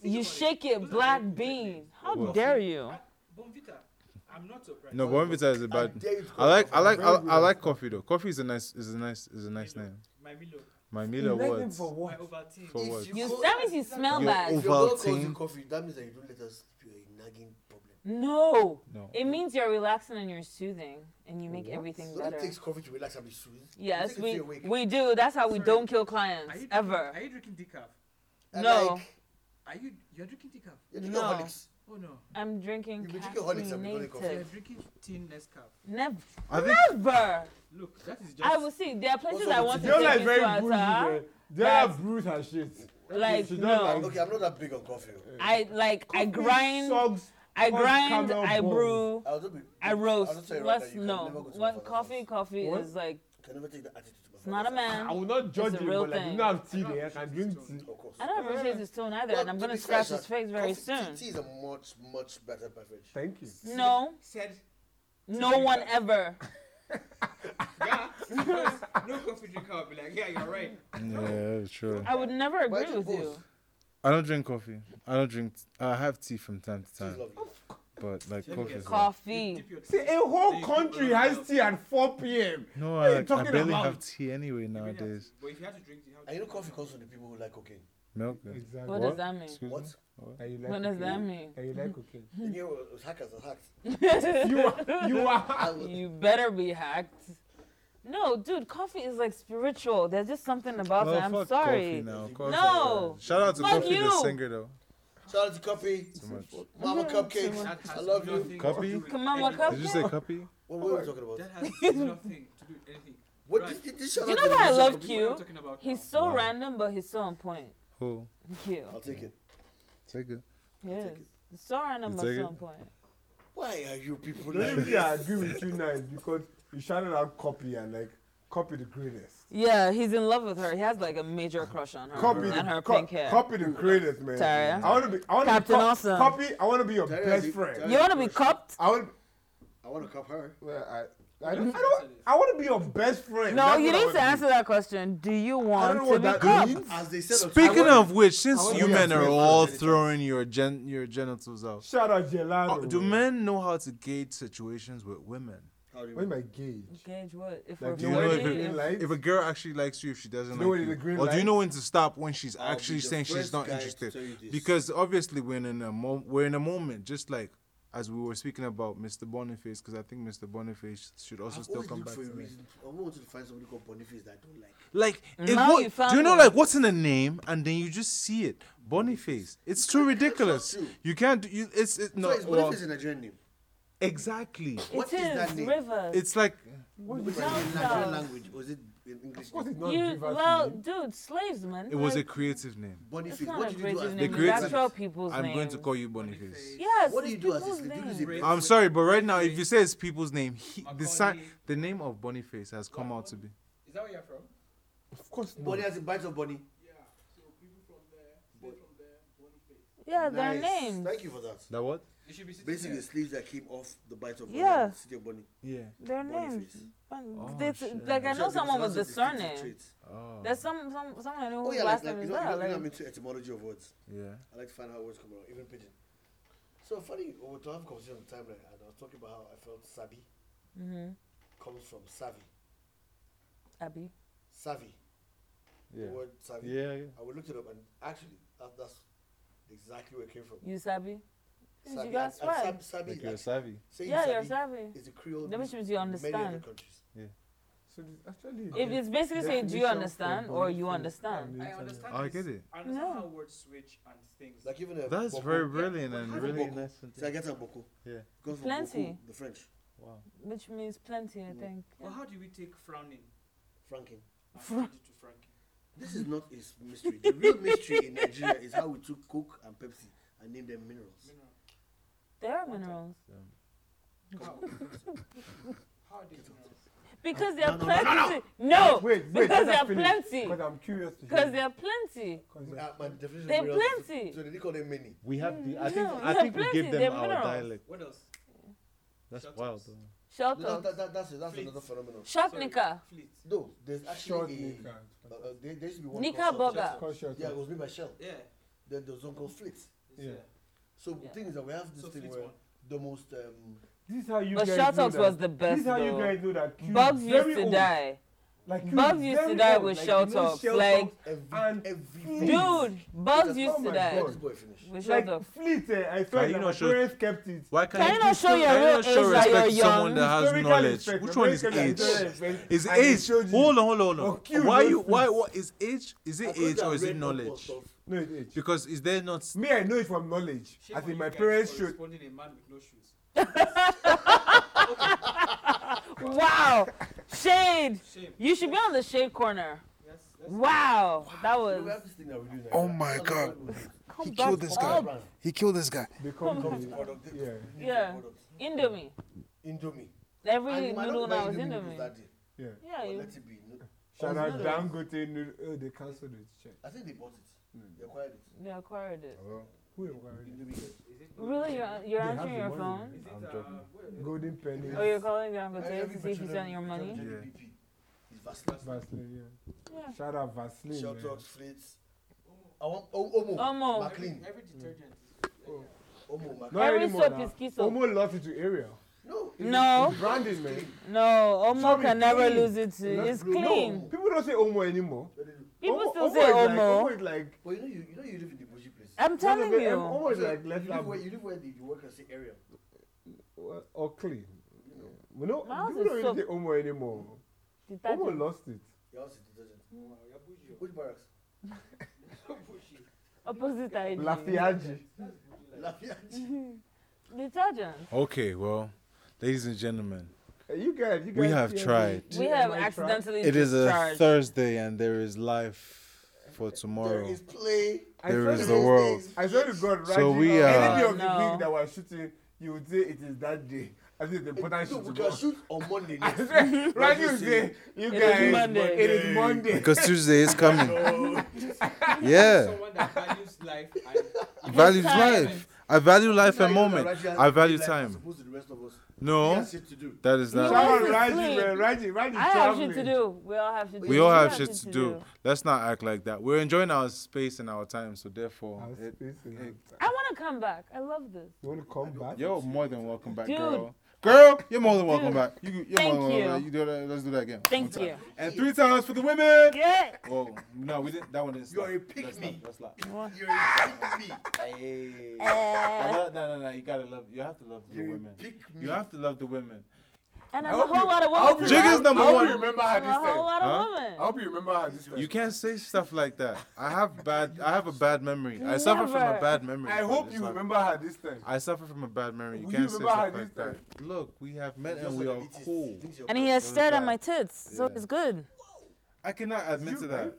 [SPEAKER 5] you shake it black bean. How dare you?
[SPEAKER 4] Bonvita. I'm not surprised.
[SPEAKER 6] No, Bonvita is a bad.
[SPEAKER 7] dare you to
[SPEAKER 6] I
[SPEAKER 7] call
[SPEAKER 6] like, I like, I, I like coffee though. Coffee is a nice, is a nice, is a nice name.
[SPEAKER 4] My Milo.
[SPEAKER 6] My
[SPEAKER 2] You
[SPEAKER 6] meal
[SPEAKER 2] like them
[SPEAKER 6] awards
[SPEAKER 2] for
[SPEAKER 6] for
[SPEAKER 4] My
[SPEAKER 2] what?
[SPEAKER 4] Ovaltine.
[SPEAKER 6] what?
[SPEAKER 5] You that means you smell
[SPEAKER 6] You're
[SPEAKER 5] bad.
[SPEAKER 6] over-
[SPEAKER 7] If your girl calls you
[SPEAKER 6] Ovaltine.
[SPEAKER 7] coffee, that means that you don't let us you're a nagging problem.
[SPEAKER 5] No,
[SPEAKER 6] No.
[SPEAKER 5] it means you're relaxing and you're soothing, and you make everything
[SPEAKER 7] Nobody
[SPEAKER 5] better.
[SPEAKER 7] takes coffee to relax and be soothed.
[SPEAKER 5] Yes,
[SPEAKER 7] It
[SPEAKER 5] we
[SPEAKER 7] takes you awake.
[SPEAKER 5] we do. That's how we
[SPEAKER 4] Sorry.
[SPEAKER 5] don't kill
[SPEAKER 4] Are
[SPEAKER 5] clients
[SPEAKER 4] you
[SPEAKER 5] ever.
[SPEAKER 4] Are you drinking decaf?
[SPEAKER 7] And
[SPEAKER 5] No.
[SPEAKER 7] Like,
[SPEAKER 4] Are you? You're drinking decaf?
[SPEAKER 7] you're
[SPEAKER 5] No.
[SPEAKER 7] alcoholics.
[SPEAKER 4] Oh no.
[SPEAKER 5] I'm drinking
[SPEAKER 7] You can drink your Horlicks and be calling
[SPEAKER 4] You're
[SPEAKER 5] caffeinated.
[SPEAKER 7] coffee.
[SPEAKER 4] drinking tin Nescaf.
[SPEAKER 5] Never,
[SPEAKER 6] I think
[SPEAKER 5] never.
[SPEAKER 4] Lok, that is just.
[SPEAKER 5] I will see. There are places
[SPEAKER 7] Also,
[SPEAKER 5] I want to
[SPEAKER 2] Yola
[SPEAKER 5] take
[SPEAKER 2] is
[SPEAKER 5] you to.
[SPEAKER 2] very
[SPEAKER 5] Ata.
[SPEAKER 2] bougie. They are
[SPEAKER 5] But-
[SPEAKER 2] brute her shit.
[SPEAKER 5] Like
[SPEAKER 2] She does
[SPEAKER 5] no,
[SPEAKER 7] Okay, I'm not that big on coffee.
[SPEAKER 5] I like I
[SPEAKER 2] Coffee
[SPEAKER 5] grind,
[SPEAKER 2] sucks
[SPEAKER 5] I
[SPEAKER 2] hot
[SPEAKER 5] grind,
[SPEAKER 2] camel
[SPEAKER 5] I
[SPEAKER 2] balls.
[SPEAKER 5] brew.
[SPEAKER 7] I'll just be, I'll
[SPEAKER 5] I
[SPEAKER 7] just
[SPEAKER 5] roast.
[SPEAKER 7] tell you right
[SPEAKER 5] What's
[SPEAKER 7] now, you can never
[SPEAKER 5] no?
[SPEAKER 7] go to my
[SPEAKER 5] What
[SPEAKER 7] father's
[SPEAKER 5] coffee?
[SPEAKER 7] house.
[SPEAKER 5] Coffee
[SPEAKER 2] What?
[SPEAKER 5] is like
[SPEAKER 7] You can never take that attitude to my
[SPEAKER 5] it's not a
[SPEAKER 7] father's house.
[SPEAKER 5] man.
[SPEAKER 2] I will not judge
[SPEAKER 5] a
[SPEAKER 2] him,
[SPEAKER 5] real
[SPEAKER 2] but like,
[SPEAKER 5] thing.
[SPEAKER 2] you don't have tea there, I can drink tea.
[SPEAKER 7] Of course.
[SPEAKER 5] I don't appreciate his tone either, and
[SPEAKER 7] Well,
[SPEAKER 5] I'm
[SPEAKER 7] to
[SPEAKER 5] gonna
[SPEAKER 7] be fair,
[SPEAKER 5] scratch his
[SPEAKER 7] sir,
[SPEAKER 5] face
[SPEAKER 7] coffee-
[SPEAKER 5] very
[SPEAKER 7] tea-
[SPEAKER 5] soon.
[SPEAKER 7] Tea is a much, much better beverage.
[SPEAKER 2] Thank you.
[SPEAKER 5] No,
[SPEAKER 4] said.
[SPEAKER 5] no one ever.
[SPEAKER 4] Yeah. because no coffee drinker will be like, yeah, you're right.
[SPEAKER 6] yeah, true.
[SPEAKER 5] I would never
[SPEAKER 7] Why
[SPEAKER 5] agree
[SPEAKER 7] do
[SPEAKER 5] with you.
[SPEAKER 7] both?
[SPEAKER 6] I don't drink coffee. I don't drink. I have tea from time to
[SPEAKER 7] Tea is
[SPEAKER 6] time,
[SPEAKER 7] lovely.
[SPEAKER 6] but like coffee. is not-
[SPEAKER 5] Coffee.
[SPEAKER 4] Dip your
[SPEAKER 2] See, a whole country has tea at 4 p.m.
[SPEAKER 6] No,
[SPEAKER 2] What are you
[SPEAKER 6] I, like, I
[SPEAKER 2] talking
[SPEAKER 6] barely
[SPEAKER 2] about?
[SPEAKER 6] have tea anyway nowadays.
[SPEAKER 4] But if you had to drink, you have to
[SPEAKER 7] And you know, coffee comes from the people who like cocaine.
[SPEAKER 6] Milk.
[SPEAKER 2] Exactly.
[SPEAKER 5] What does that mean?
[SPEAKER 6] Excuse
[SPEAKER 7] What?
[SPEAKER 6] me.
[SPEAKER 2] And you like
[SPEAKER 5] What does
[SPEAKER 2] cooking.
[SPEAKER 5] that mean?
[SPEAKER 2] And you like cooking.
[SPEAKER 7] They gave us hackers as hacks.
[SPEAKER 2] you are, you are.
[SPEAKER 7] I was-
[SPEAKER 5] You better be hacked. No, dude, coffee is like spiritual. There's just something about
[SPEAKER 6] Well,
[SPEAKER 5] it. I'm
[SPEAKER 6] fuck Coffee
[SPEAKER 5] sorry.
[SPEAKER 6] now. Coffee.
[SPEAKER 5] No.
[SPEAKER 6] Shout out to
[SPEAKER 5] Fuck
[SPEAKER 6] Coffee the
[SPEAKER 5] you.
[SPEAKER 6] singer though.
[SPEAKER 7] Shout out to Coffee.
[SPEAKER 6] Too much.
[SPEAKER 7] Mama
[SPEAKER 4] That
[SPEAKER 7] Cupcake.
[SPEAKER 4] has
[SPEAKER 7] I love you.
[SPEAKER 4] nothing
[SPEAKER 6] Coffee?
[SPEAKER 4] to do with
[SPEAKER 5] Come on,
[SPEAKER 4] anything.
[SPEAKER 5] wake up.
[SPEAKER 6] Did you say copy?
[SPEAKER 7] What were we talking about?
[SPEAKER 4] That has nothing to do with anything.
[SPEAKER 7] What
[SPEAKER 4] Right.
[SPEAKER 7] did, did, did shout
[SPEAKER 5] You
[SPEAKER 7] out
[SPEAKER 5] know
[SPEAKER 7] to the
[SPEAKER 5] why I
[SPEAKER 7] music
[SPEAKER 5] love
[SPEAKER 7] of-
[SPEAKER 4] What are you
[SPEAKER 5] Q?
[SPEAKER 4] talking about?
[SPEAKER 5] He's so random, but he's so on point.
[SPEAKER 6] Who?
[SPEAKER 5] Q.
[SPEAKER 7] I'll take it.
[SPEAKER 6] Take it.
[SPEAKER 5] Yes. He's so random,
[SPEAKER 6] You
[SPEAKER 5] but
[SPEAKER 6] take
[SPEAKER 5] so
[SPEAKER 6] it?
[SPEAKER 5] on point.
[SPEAKER 7] Why are you people
[SPEAKER 2] The only
[SPEAKER 7] like
[SPEAKER 2] reason I agree with you now is because you shouted out copy and like, copy the greatest.
[SPEAKER 5] Yeah, he's in love with her. He has like a major crush on her
[SPEAKER 2] Copy
[SPEAKER 5] and
[SPEAKER 2] the,
[SPEAKER 5] her
[SPEAKER 2] co-
[SPEAKER 5] pink hair.
[SPEAKER 2] copy the greatest, man.
[SPEAKER 5] Sorry.
[SPEAKER 2] I want to be, I want to be
[SPEAKER 5] Captain
[SPEAKER 2] co-
[SPEAKER 5] Awesome.
[SPEAKER 2] copy. I want to be your
[SPEAKER 7] Tell her
[SPEAKER 2] best
[SPEAKER 7] the-
[SPEAKER 2] friend.
[SPEAKER 7] tell
[SPEAKER 5] You want to be cupped?
[SPEAKER 2] I want,
[SPEAKER 7] I want to cup her.
[SPEAKER 2] well, I, I, don't, I don't, I want to be your best friend.
[SPEAKER 5] No,
[SPEAKER 2] That's
[SPEAKER 5] you
[SPEAKER 2] what I
[SPEAKER 5] need
[SPEAKER 2] wanna
[SPEAKER 5] to
[SPEAKER 2] be.
[SPEAKER 5] answer that question. Do you
[SPEAKER 2] I
[SPEAKER 5] want
[SPEAKER 2] don't know
[SPEAKER 5] to
[SPEAKER 2] what
[SPEAKER 5] be
[SPEAKER 2] that
[SPEAKER 5] cupped?
[SPEAKER 2] means.
[SPEAKER 7] As they said, on-
[SPEAKER 6] Speaking
[SPEAKER 7] I want-
[SPEAKER 6] of which, since
[SPEAKER 2] wanna
[SPEAKER 6] you
[SPEAKER 2] be
[SPEAKER 6] men
[SPEAKER 2] afraid
[SPEAKER 6] are
[SPEAKER 2] of
[SPEAKER 6] all
[SPEAKER 7] genitals.
[SPEAKER 6] throwing your gen your genitals out, uh,
[SPEAKER 5] Oh,
[SPEAKER 2] Shout out Gelado.
[SPEAKER 6] do men know how to gauge situations with women?
[SPEAKER 2] What do you mean by gauge?
[SPEAKER 5] Gauge what? If
[SPEAKER 2] Like,
[SPEAKER 5] we're
[SPEAKER 2] do
[SPEAKER 6] you know if
[SPEAKER 5] flirting,
[SPEAKER 6] it-
[SPEAKER 5] if-
[SPEAKER 2] light?
[SPEAKER 6] If a girl actually likes you, if she doesn't
[SPEAKER 2] You know
[SPEAKER 6] like
[SPEAKER 2] when
[SPEAKER 6] you,
[SPEAKER 2] the green
[SPEAKER 6] or do you
[SPEAKER 2] light-
[SPEAKER 6] know when to stop when she's
[SPEAKER 7] I'll be
[SPEAKER 6] actually
[SPEAKER 7] the
[SPEAKER 6] saying she's
[SPEAKER 7] first
[SPEAKER 6] not
[SPEAKER 7] guy to
[SPEAKER 6] interested?
[SPEAKER 7] tell you this.
[SPEAKER 6] Because obviously we're in a mo- we're in a moment, just like as we were speaking about Mr. Boniface, because I think Mr. Boniface should also
[SPEAKER 7] I've
[SPEAKER 6] still
[SPEAKER 7] always
[SPEAKER 6] come
[SPEAKER 7] looked
[SPEAKER 6] back.
[SPEAKER 7] for
[SPEAKER 6] To
[SPEAKER 7] a
[SPEAKER 6] me.
[SPEAKER 7] reason. I wanted to find somebody called Boniface that I don't like.
[SPEAKER 6] Like, it,
[SPEAKER 5] Now
[SPEAKER 6] what,
[SPEAKER 5] you found
[SPEAKER 6] do you know
[SPEAKER 5] one.
[SPEAKER 6] like what's in a name, and then you just see it, Boniface. It's too ridiculous.
[SPEAKER 7] you.
[SPEAKER 6] You can't. do- You, it's it,
[SPEAKER 7] No,
[SPEAKER 6] no.
[SPEAKER 7] so it's
[SPEAKER 6] well,
[SPEAKER 7] Boniface in Nigerian name.
[SPEAKER 6] exactly.
[SPEAKER 7] What
[SPEAKER 5] It
[SPEAKER 7] is that
[SPEAKER 5] is
[SPEAKER 7] name?
[SPEAKER 5] river.
[SPEAKER 6] It's like
[SPEAKER 7] What is
[SPEAKER 5] that
[SPEAKER 7] in
[SPEAKER 5] now?
[SPEAKER 7] Nigerian language? Was it in English?
[SPEAKER 2] What is not
[SPEAKER 5] you,
[SPEAKER 2] given
[SPEAKER 5] well,
[SPEAKER 2] to me?
[SPEAKER 5] dude, slaves, man.
[SPEAKER 6] it was a
[SPEAKER 5] Like,
[SPEAKER 6] creative name.
[SPEAKER 5] It's
[SPEAKER 7] Boniface.
[SPEAKER 5] not
[SPEAKER 7] What
[SPEAKER 5] a
[SPEAKER 7] did you do
[SPEAKER 5] creative
[SPEAKER 7] as
[SPEAKER 5] name.
[SPEAKER 6] The
[SPEAKER 5] it's
[SPEAKER 6] creative-
[SPEAKER 5] actual people's
[SPEAKER 6] I'm going to
[SPEAKER 5] names.
[SPEAKER 6] call you Boniface.
[SPEAKER 5] Yes.
[SPEAKER 7] What do you
[SPEAKER 5] it's
[SPEAKER 7] do as
[SPEAKER 5] people's
[SPEAKER 7] if you do
[SPEAKER 5] names.
[SPEAKER 7] the brain?
[SPEAKER 6] I'm sorry, but right now, if you say it's people's name, he, the sign,
[SPEAKER 4] Macaulay.
[SPEAKER 6] the name of Boniface has come out to be.
[SPEAKER 4] Is that where you're from?
[SPEAKER 2] Of course not.
[SPEAKER 7] Bonnie has a bite of Bonnie.
[SPEAKER 5] Yeah, their
[SPEAKER 7] Nice.
[SPEAKER 5] names.
[SPEAKER 7] Thank you for that.
[SPEAKER 6] That what?
[SPEAKER 4] You should be sitting
[SPEAKER 7] Basically,
[SPEAKER 4] here.
[SPEAKER 7] the sleeves that came off the bite of Bonnie.
[SPEAKER 5] Yeah.
[SPEAKER 7] Yeah. City of Bonnie.
[SPEAKER 6] Yeah.
[SPEAKER 5] Their names.
[SPEAKER 7] Boniface.
[SPEAKER 5] Fun-
[SPEAKER 6] Oh,
[SPEAKER 5] they-
[SPEAKER 6] shit.
[SPEAKER 5] like I
[SPEAKER 7] Sure,
[SPEAKER 5] know
[SPEAKER 7] because
[SPEAKER 5] someone
[SPEAKER 7] that's
[SPEAKER 5] with
[SPEAKER 7] a
[SPEAKER 5] the
[SPEAKER 7] distinctive
[SPEAKER 5] surname.
[SPEAKER 7] trait.
[SPEAKER 6] Oh.
[SPEAKER 5] There's some some someone I know
[SPEAKER 7] Oh
[SPEAKER 5] whose
[SPEAKER 7] yeah, like,
[SPEAKER 5] last
[SPEAKER 7] like
[SPEAKER 5] name
[SPEAKER 7] you
[SPEAKER 5] is
[SPEAKER 7] know, you know,
[SPEAKER 5] that.
[SPEAKER 7] you know,
[SPEAKER 5] Like,
[SPEAKER 7] I'm into etymology of words.
[SPEAKER 6] yeah.
[SPEAKER 7] I like to find how words come around, even pidgin. So funny, we were to have a conversation on the timeline, and I was talking about how I felt savvy
[SPEAKER 5] mm-hmm.
[SPEAKER 7] comes from savvy.
[SPEAKER 5] Abby.
[SPEAKER 7] Savvy.
[SPEAKER 6] Yeah.
[SPEAKER 7] The word savvy.
[SPEAKER 6] Yeah. yeah.
[SPEAKER 7] And we looked it up, and actually, that, that's exactly where it came from.
[SPEAKER 5] You savvy? Did
[SPEAKER 7] Savvy.
[SPEAKER 5] you guys
[SPEAKER 7] and, and
[SPEAKER 5] right?
[SPEAKER 7] sab- savvy
[SPEAKER 6] Like you're
[SPEAKER 7] like,
[SPEAKER 6] savvy.
[SPEAKER 7] saying
[SPEAKER 5] Yeah,
[SPEAKER 7] savvy
[SPEAKER 5] you're savvy.
[SPEAKER 7] is a Creole.
[SPEAKER 5] That
[SPEAKER 7] in
[SPEAKER 5] means it means you
[SPEAKER 7] Many other
[SPEAKER 5] understand.
[SPEAKER 7] countries.
[SPEAKER 2] So this- actually,
[SPEAKER 5] If it's basically saying, do you
[SPEAKER 2] definition of
[SPEAKER 5] understand or you
[SPEAKER 2] Boniface
[SPEAKER 5] understand?
[SPEAKER 2] and
[SPEAKER 4] I
[SPEAKER 2] the
[SPEAKER 4] understand.
[SPEAKER 6] Oh, I
[SPEAKER 4] this-
[SPEAKER 6] get it.
[SPEAKER 4] I understand
[SPEAKER 5] No.
[SPEAKER 4] how words switch and things.
[SPEAKER 7] Like even a
[SPEAKER 6] That's
[SPEAKER 7] boko.
[SPEAKER 6] very brilliant and
[SPEAKER 7] How do
[SPEAKER 6] really
[SPEAKER 7] boko?
[SPEAKER 6] nice.
[SPEAKER 7] See, I get a boko.
[SPEAKER 6] Yeah.
[SPEAKER 7] It comes from
[SPEAKER 5] Plenty.
[SPEAKER 7] boko, the French.
[SPEAKER 6] Wow.
[SPEAKER 5] Which means plenty, I think.
[SPEAKER 4] Well, how do we take frowning
[SPEAKER 7] Franking.
[SPEAKER 4] and change it to franking?
[SPEAKER 7] This is not a s- mystery. The real mystery in Nigeria is how we took Coke and Pepsi and named them minerals.
[SPEAKER 4] Mineral.
[SPEAKER 5] There are minerals.
[SPEAKER 4] How? how do you know?
[SPEAKER 5] Because there are
[SPEAKER 7] No, no, no,
[SPEAKER 5] plenty. No!
[SPEAKER 2] Wait, wait. let
[SPEAKER 5] Because there are
[SPEAKER 2] us finish,
[SPEAKER 5] plenty.
[SPEAKER 2] Because I'm curious to
[SPEAKER 5] Because
[SPEAKER 2] hear.
[SPEAKER 5] there are plenty.
[SPEAKER 2] Because
[SPEAKER 7] Uh, my definition of
[SPEAKER 5] They're
[SPEAKER 7] minerals is-
[SPEAKER 5] plenty.
[SPEAKER 7] So they did call them many.
[SPEAKER 6] We have the.
[SPEAKER 5] I think- No, I they're think we gave plenty, them they're our minerals. dialect.
[SPEAKER 4] What else?
[SPEAKER 6] That's
[SPEAKER 4] Shut
[SPEAKER 6] wild.
[SPEAKER 4] ups.
[SPEAKER 6] though.
[SPEAKER 5] Short
[SPEAKER 7] No,
[SPEAKER 5] of.
[SPEAKER 7] that, that, that's that's
[SPEAKER 4] Please.
[SPEAKER 7] another phenomenon.
[SPEAKER 4] Sorry,
[SPEAKER 5] Shopnika.
[SPEAKER 4] Fleet.
[SPEAKER 7] No, there's
[SPEAKER 2] short
[SPEAKER 7] actually
[SPEAKER 2] knicker.
[SPEAKER 7] a, uh, uh, there, there used to be one
[SPEAKER 5] Knicker
[SPEAKER 7] called Shell.
[SPEAKER 5] burger.
[SPEAKER 2] It's called short
[SPEAKER 7] Yeah, it
[SPEAKER 2] knicker.
[SPEAKER 7] was made by Shell.
[SPEAKER 4] Yeah. uh,
[SPEAKER 7] Then there was one called Fleet.
[SPEAKER 2] Yeah.
[SPEAKER 7] So the
[SPEAKER 5] Yeah.
[SPEAKER 7] thing is that we have this
[SPEAKER 4] So
[SPEAKER 7] thing
[SPEAKER 4] Fleet
[SPEAKER 7] where
[SPEAKER 4] one.
[SPEAKER 7] the most um,
[SPEAKER 2] This is how you
[SPEAKER 5] But
[SPEAKER 2] guys
[SPEAKER 5] Shell
[SPEAKER 2] know
[SPEAKER 5] Talks
[SPEAKER 2] that-
[SPEAKER 5] was the best,
[SPEAKER 2] This is how
[SPEAKER 5] though.
[SPEAKER 2] you guys know that. Q is
[SPEAKER 5] Bugs used
[SPEAKER 2] very
[SPEAKER 5] to
[SPEAKER 2] old.
[SPEAKER 5] die.
[SPEAKER 2] Like Q is
[SPEAKER 5] Bugs used
[SPEAKER 2] very
[SPEAKER 5] to die
[SPEAKER 2] old.
[SPEAKER 5] with
[SPEAKER 2] Like,
[SPEAKER 5] Shell
[SPEAKER 2] you know
[SPEAKER 5] Talks,
[SPEAKER 2] Shell
[SPEAKER 5] like-
[SPEAKER 2] Talks-
[SPEAKER 7] every
[SPEAKER 2] And
[SPEAKER 7] every
[SPEAKER 5] Dude, bugs
[SPEAKER 7] Just-
[SPEAKER 5] used
[SPEAKER 2] oh
[SPEAKER 5] to
[SPEAKER 2] my
[SPEAKER 5] die.
[SPEAKER 7] Let
[SPEAKER 2] God.
[SPEAKER 7] this boy finish.
[SPEAKER 5] With
[SPEAKER 2] Like
[SPEAKER 5] short of.
[SPEAKER 2] fleet, eh, I felt
[SPEAKER 6] you
[SPEAKER 2] like
[SPEAKER 6] not
[SPEAKER 2] my
[SPEAKER 6] show-
[SPEAKER 2] parents kept it.
[SPEAKER 6] Why can't
[SPEAKER 5] Can you not show
[SPEAKER 6] can
[SPEAKER 5] your
[SPEAKER 6] you
[SPEAKER 5] real
[SPEAKER 6] not show
[SPEAKER 5] age that
[SPEAKER 6] respect
[SPEAKER 5] you're
[SPEAKER 6] to someone
[SPEAKER 5] young?
[SPEAKER 6] that has
[SPEAKER 2] Historical
[SPEAKER 6] knowledge?
[SPEAKER 2] respect,
[SPEAKER 6] Which one is
[SPEAKER 2] American
[SPEAKER 6] age?
[SPEAKER 2] historical respect,
[SPEAKER 6] Is
[SPEAKER 2] and they
[SPEAKER 6] age?
[SPEAKER 2] showed you-
[SPEAKER 6] Hold on, hold on,
[SPEAKER 2] Oh,
[SPEAKER 6] hold
[SPEAKER 2] cute,
[SPEAKER 6] on. Why
[SPEAKER 2] no
[SPEAKER 6] you? Why?
[SPEAKER 2] sense.
[SPEAKER 6] What is age? Is
[SPEAKER 7] I
[SPEAKER 6] it
[SPEAKER 7] told you
[SPEAKER 6] age
[SPEAKER 7] I
[SPEAKER 6] or is
[SPEAKER 7] read
[SPEAKER 6] it
[SPEAKER 7] up on
[SPEAKER 6] knowledge?
[SPEAKER 7] stuff.
[SPEAKER 2] No, it's age.
[SPEAKER 6] Because is there not?
[SPEAKER 2] Me, I know it from knowledge.
[SPEAKER 4] Shame
[SPEAKER 2] I
[SPEAKER 4] on you
[SPEAKER 2] think my
[SPEAKER 4] guys
[SPEAKER 2] parents
[SPEAKER 4] for
[SPEAKER 2] should.
[SPEAKER 4] Responding a man with no shoes.
[SPEAKER 5] Wow. Shade.
[SPEAKER 4] Shame.
[SPEAKER 5] You should be on the shade corner.
[SPEAKER 4] Yes. That's
[SPEAKER 5] Wow. That
[SPEAKER 7] You know, we
[SPEAKER 5] was.
[SPEAKER 7] have this thing that we do now.
[SPEAKER 6] Oh my God.
[SPEAKER 5] Come back
[SPEAKER 6] killed this guy.
[SPEAKER 5] up.
[SPEAKER 6] He killed this guy.
[SPEAKER 2] They come
[SPEAKER 7] Comes
[SPEAKER 2] from.
[SPEAKER 7] product.
[SPEAKER 2] Yeah.
[SPEAKER 5] Yeah.
[SPEAKER 7] Product.
[SPEAKER 5] Indomie.
[SPEAKER 7] Indomie.
[SPEAKER 5] Every
[SPEAKER 7] And you might not
[SPEAKER 5] noodle
[SPEAKER 7] buy
[SPEAKER 5] now is
[SPEAKER 7] Indomie noodles
[SPEAKER 5] Indomie.
[SPEAKER 7] that day,
[SPEAKER 2] Yeah.
[SPEAKER 5] Yeah,
[SPEAKER 7] but
[SPEAKER 5] you-
[SPEAKER 7] let it be. No,
[SPEAKER 2] Shout out
[SPEAKER 5] Original.
[SPEAKER 2] Dangote. Noodle- Oh, they cancelled it. Check.
[SPEAKER 7] I think they bought it. They acquired it.
[SPEAKER 5] they acquired it.
[SPEAKER 7] Oh.
[SPEAKER 2] Who acquired
[SPEAKER 7] Indomie.
[SPEAKER 4] Is it? uh,
[SPEAKER 5] Really? You're, you're
[SPEAKER 2] They have
[SPEAKER 5] answering
[SPEAKER 2] the
[SPEAKER 5] your
[SPEAKER 2] money.
[SPEAKER 5] phone?
[SPEAKER 4] Is it?
[SPEAKER 6] I'm
[SPEAKER 4] uh,
[SPEAKER 6] joking.
[SPEAKER 4] where-
[SPEAKER 2] it? Golden penny.
[SPEAKER 5] Or you're calling your uncle
[SPEAKER 7] And
[SPEAKER 5] Ted
[SPEAKER 7] every
[SPEAKER 5] to see if he
[SPEAKER 7] petroleum-
[SPEAKER 5] sent your money?
[SPEAKER 7] petroleum BP is Vaseline.
[SPEAKER 2] Vaseline. Yeah.
[SPEAKER 5] Yeah.
[SPEAKER 2] Shout out Vaseline.
[SPEAKER 7] Shell
[SPEAKER 2] man.
[SPEAKER 7] Talks, Fleets. I want oh, Omo.
[SPEAKER 5] Omo.
[SPEAKER 4] Every,
[SPEAKER 7] McLean.
[SPEAKER 4] every
[SPEAKER 5] Mm.
[SPEAKER 4] detergent.
[SPEAKER 7] Omo. Mac-
[SPEAKER 2] Not
[SPEAKER 5] Every
[SPEAKER 2] anymore
[SPEAKER 5] soap
[SPEAKER 2] now.
[SPEAKER 5] is key soap.
[SPEAKER 2] Omo lost it to Ariel.
[SPEAKER 7] No.
[SPEAKER 2] It's-
[SPEAKER 5] No.
[SPEAKER 2] It's branding, man.
[SPEAKER 7] Clean.
[SPEAKER 5] No, Omo
[SPEAKER 2] Sorry,
[SPEAKER 5] can never
[SPEAKER 2] clean.
[SPEAKER 5] lose it. To,
[SPEAKER 2] Not
[SPEAKER 5] it's
[SPEAKER 7] blue.
[SPEAKER 5] clean.
[SPEAKER 2] People don't say Omo anymore.
[SPEAKER 5] People
[SPEAKER 2] Omo-
[SPEAKER 5] still
[SPEAKER 2] Omo
[SPEAKER 5] say
[SPEAKER 2] is like-
[SPEAKER 5] Omo.
[SPEAKER 2] Omo is like.
[SPEAKER 7] But you know you, you know you live in the bougie place.
[SPEAKER 5] I'm telling
[SPEAKER 2] No, no, but
[SPEAKER 5] you.
[SPEAKER 2] Omo is
[SPEAKER 7] So
[SPEAKER 2] like
[SPEAKER 7] you
[SPEAKER 2] left
[SPEAKER 7] live where
[SPEAKER 2] lab
[SPEAKER 7] you live where the, the workers say area.
[SPEAKER 2] or clean. We uh, know
[SPEAKER 5] My house
[SPEAKER 2] people
[SPEAKER 5] is
[SPEAKER 2] don't
[SPEAKER 5] soap.
[SPEAKER 2] really say Omo anymore. Omo
[SPEAKER 5] Detergent.
[SPEAKER 2] lost it.
[SPEAKER 7] Your house is detergent.
[SPEAKER 4] Wow, you're bougie.
[SPEAKER 7] Which barracks?
[SPEAKER 4] You're bougie.
[SPEAKER 5] Opposite IG.
[SPEAKER 2] Lafiaji.
[SPEAKER 7] Lafayette.
[SPEAKER 5] Detergent.
[SPEAKER 6] Okay, well, ladies and gentlemen,
[SPEAKER 2] Eh, You guys, you guys.
[SPEAKER 6] We have
[SPEAKER 2] hear me?
[SPEAKER 6] tried.
[SPEAKER 5] We
[SPEAKER 2] Yeah,
[SPEAKER 5] have
[SPEAKER 2] my
[SPEAKER 5] accidentally
[SPEAKER 6] it is a
[SPEAKER 5] discharged.
[SPEAKER 6] Thursday and there is life for
[SPEAKER 7] There
[SPEAKER 6] tomorrow.
[SPEAKER 7] is play.
[SPEAKER 2] tribe. I
[SPEAKER 6] there
[SPEAKER 2] swear
[SPEAKER 6] is
[SPEAKER 2] to
[SPEAKER 6] the
[SPEAKER 2] God-
[SPEAKER 6] world.
[SPEAKER 2] I swear to God,
[SPEAKER 6] So
[SPEAKER 2] Raji, uh,
[SPEAKER 6] we
[SPEAKER 2] any
[SPEAKER 6] are-
[SPEAKER 2] day of the
[SPEAKER 5] No.
[SPEAKER 2] week that we're shooting, you would say it is that day. I think the important
[SPEAKER 7] no,
[SPEAKER 2] shit
[SPEAKER 7] we
[SPEAKER 2] to
[SPEAKER 7] can
[SPEAKER 2] go.
[SPEAKER 7] shoot on Monday. next week.
[SPEAKER 2] Raji will say, you
[SPEAKER 5] is
[SPEAKER 2] guys,
[SPEAKER 5] Monday.
[SPEAKER 2] it is Monday.
[SPEAKER 6] Because Tuesday is coming. Yeah.
[SPEAKER 4] Someone that values life and
[SPEAKER 6] Values
[SPEAKER 5] Time.
[SPEAKER 6] life. I value life
[SPEAKER 7] Now
[SPEAKER 6] a
[SPEAKER 7] you know
[SPEAKER 6] moment.
[SPEAKER 7] that Raji has
[SPEAKER 6] I
[SPEAKER 7] to be
[SPEAKER 6] value
[SPEAKER 7] like
[SPEAKER 6] time.
[SPEAKER 7] Supposed to the rest of us. He
[SPEAKER 6] No,
[SPEAKER 7] has shit to do.
[SPEAKER 6] that is
[SPEAKER 2] Shout
[SPEAKER 6] not.
[SPEAKER 5] Why is
[SPEAKER 2] out
[SPEAKER 5] it
[SPEAKER 2] Raji,
[SPEAKER 5] clean?
[SPEAKER 2] man. Raji, Raji
[SPEAKER 5] I have shit to
[SPEAKER 2] traveling.
[SPEAKER 5] do. We all have shit to do.
[SPEAKER 6] We all have shit to do. Let's not act like that. We're enjoying our space and our time, so therefore.
[SPEAKER 2] I'll
[SPEAKER 6] It,
[SPEAKER 2] space it out.
[SPEAKER 5] I want to come back. I love this.
[SPEAKER 2] You want to come back?
[SPEAKER 6] you're more than welcome back,
[SPEAKER 5] Dude,
[SPEAKER 6] girl. Girl, you're more than welcome back. You, you're
[SPEAKER 5] Thank
[SPEAKER 6] more than welcome
[SPEAKER 5] you.
[SPEAKER 6] back. You do that. Let's do that again.
[SPEAKER 5] Thank
[SPEAKER 6] One time.
[SPEAKER 5] you.
[SPEAKER 6] And three times for the women.
[SPEAKER 5] Yeah.
[SPEAKER 6] Oh no, we didn't. That one didn't.
[SPEAKER 7] You're
[SPEAKER 6] slap.
[SPEAKER 7] a pick
[SPEAKER 6] That's
[SPEAKER 7] me.
[SPEAKER 6] not- That's not.
[SPEAKER 7] You're a pick me.
[SPEAKER 6] Hey.
[SPEAKER 5] Uh,
[SPEAKER 6] No, no, no, no. You gotta love. You have to love the
[SPEAKER 7] You
[SPEAKER 6] women.
[SPEAKER 7] pick me.
[SPEAKER 6] You have to love the women.
[SPEAKER 5] and
[SPEAKER 8] I
[SPEAKER 5] as a
[SPEAKER 8] hope
[SPEAKER 5] whole
[SPEAKER 8] you-
[SPEAKER 5] lot of
[SPEAKER 8] I hope
[SPEAKER 5] women.
[SPEAKER 8] you-
[SPEAKER 6] Jig is
[SPEAKER 8] I
[SPEAKER 6] number
[SPEAKER 8] hope
[SPEAKER 6] one.
[SPEAKER 8] you remember how
[SPEAKER 5] I'm a
[SPEAKER 8] this
[SPEAKER 5] whole
[SPEAKER 8] said.
[SPEAKER 5] lot of
[SPEAKER 6] Huh?
[SPEAKER 8] I
[SPEAKER 5] women.
[SPEAKER 8] hope you remember how this said.
[SPEAKER 6] You can't say stuff like that. I have bad. I have a bad memory. I suffer from a
[SPEAKER 5] Never.
[SPEAKER 6] bad memory.
[SPEAKER 8] I
[SPEAKER 6] for
[SPEAKER 8] hope
[SPEAKER 6] this
[SPEAKER 8] you
[SPEAKER 6] one.
[SPEAKER 8] remember how this time.
[SPEAKER 6] I suffer from a bad memory. You
[SPEAKER 8] Will you
[SPEAKER 6] can't say
[SPEAKER 8] remember
[SPEAKER 6] stuff
[SPEAKER 8] how
[SPEAKER 6] like
[SPEAKER 8] this
[SPEAKER 6] that. Look, we have met
[SPEAKER 7] Just
[SPEAKER 6] and we
[SPEAKER 7] an
[SPEAKER 6] are
[SPEAKER 7] elitist.
[SPEAKER 6] cool.
[SPEAKER 7] Thinks you're
[SPEAKER 5] And he has
[SPEAKER 6] Those
[SPEAKER 5] stared at
[SPEAKER 6] guys.
[SPEAKER 5] my tits, so
[SPEAKER 6] Yeah.
[SPEAKER 5] it's good.
[SPEAKER 6] I cannot admit
[SPEAKER 8] You,
[SPEAKER 6] to that.
[SPEAKER 8] right?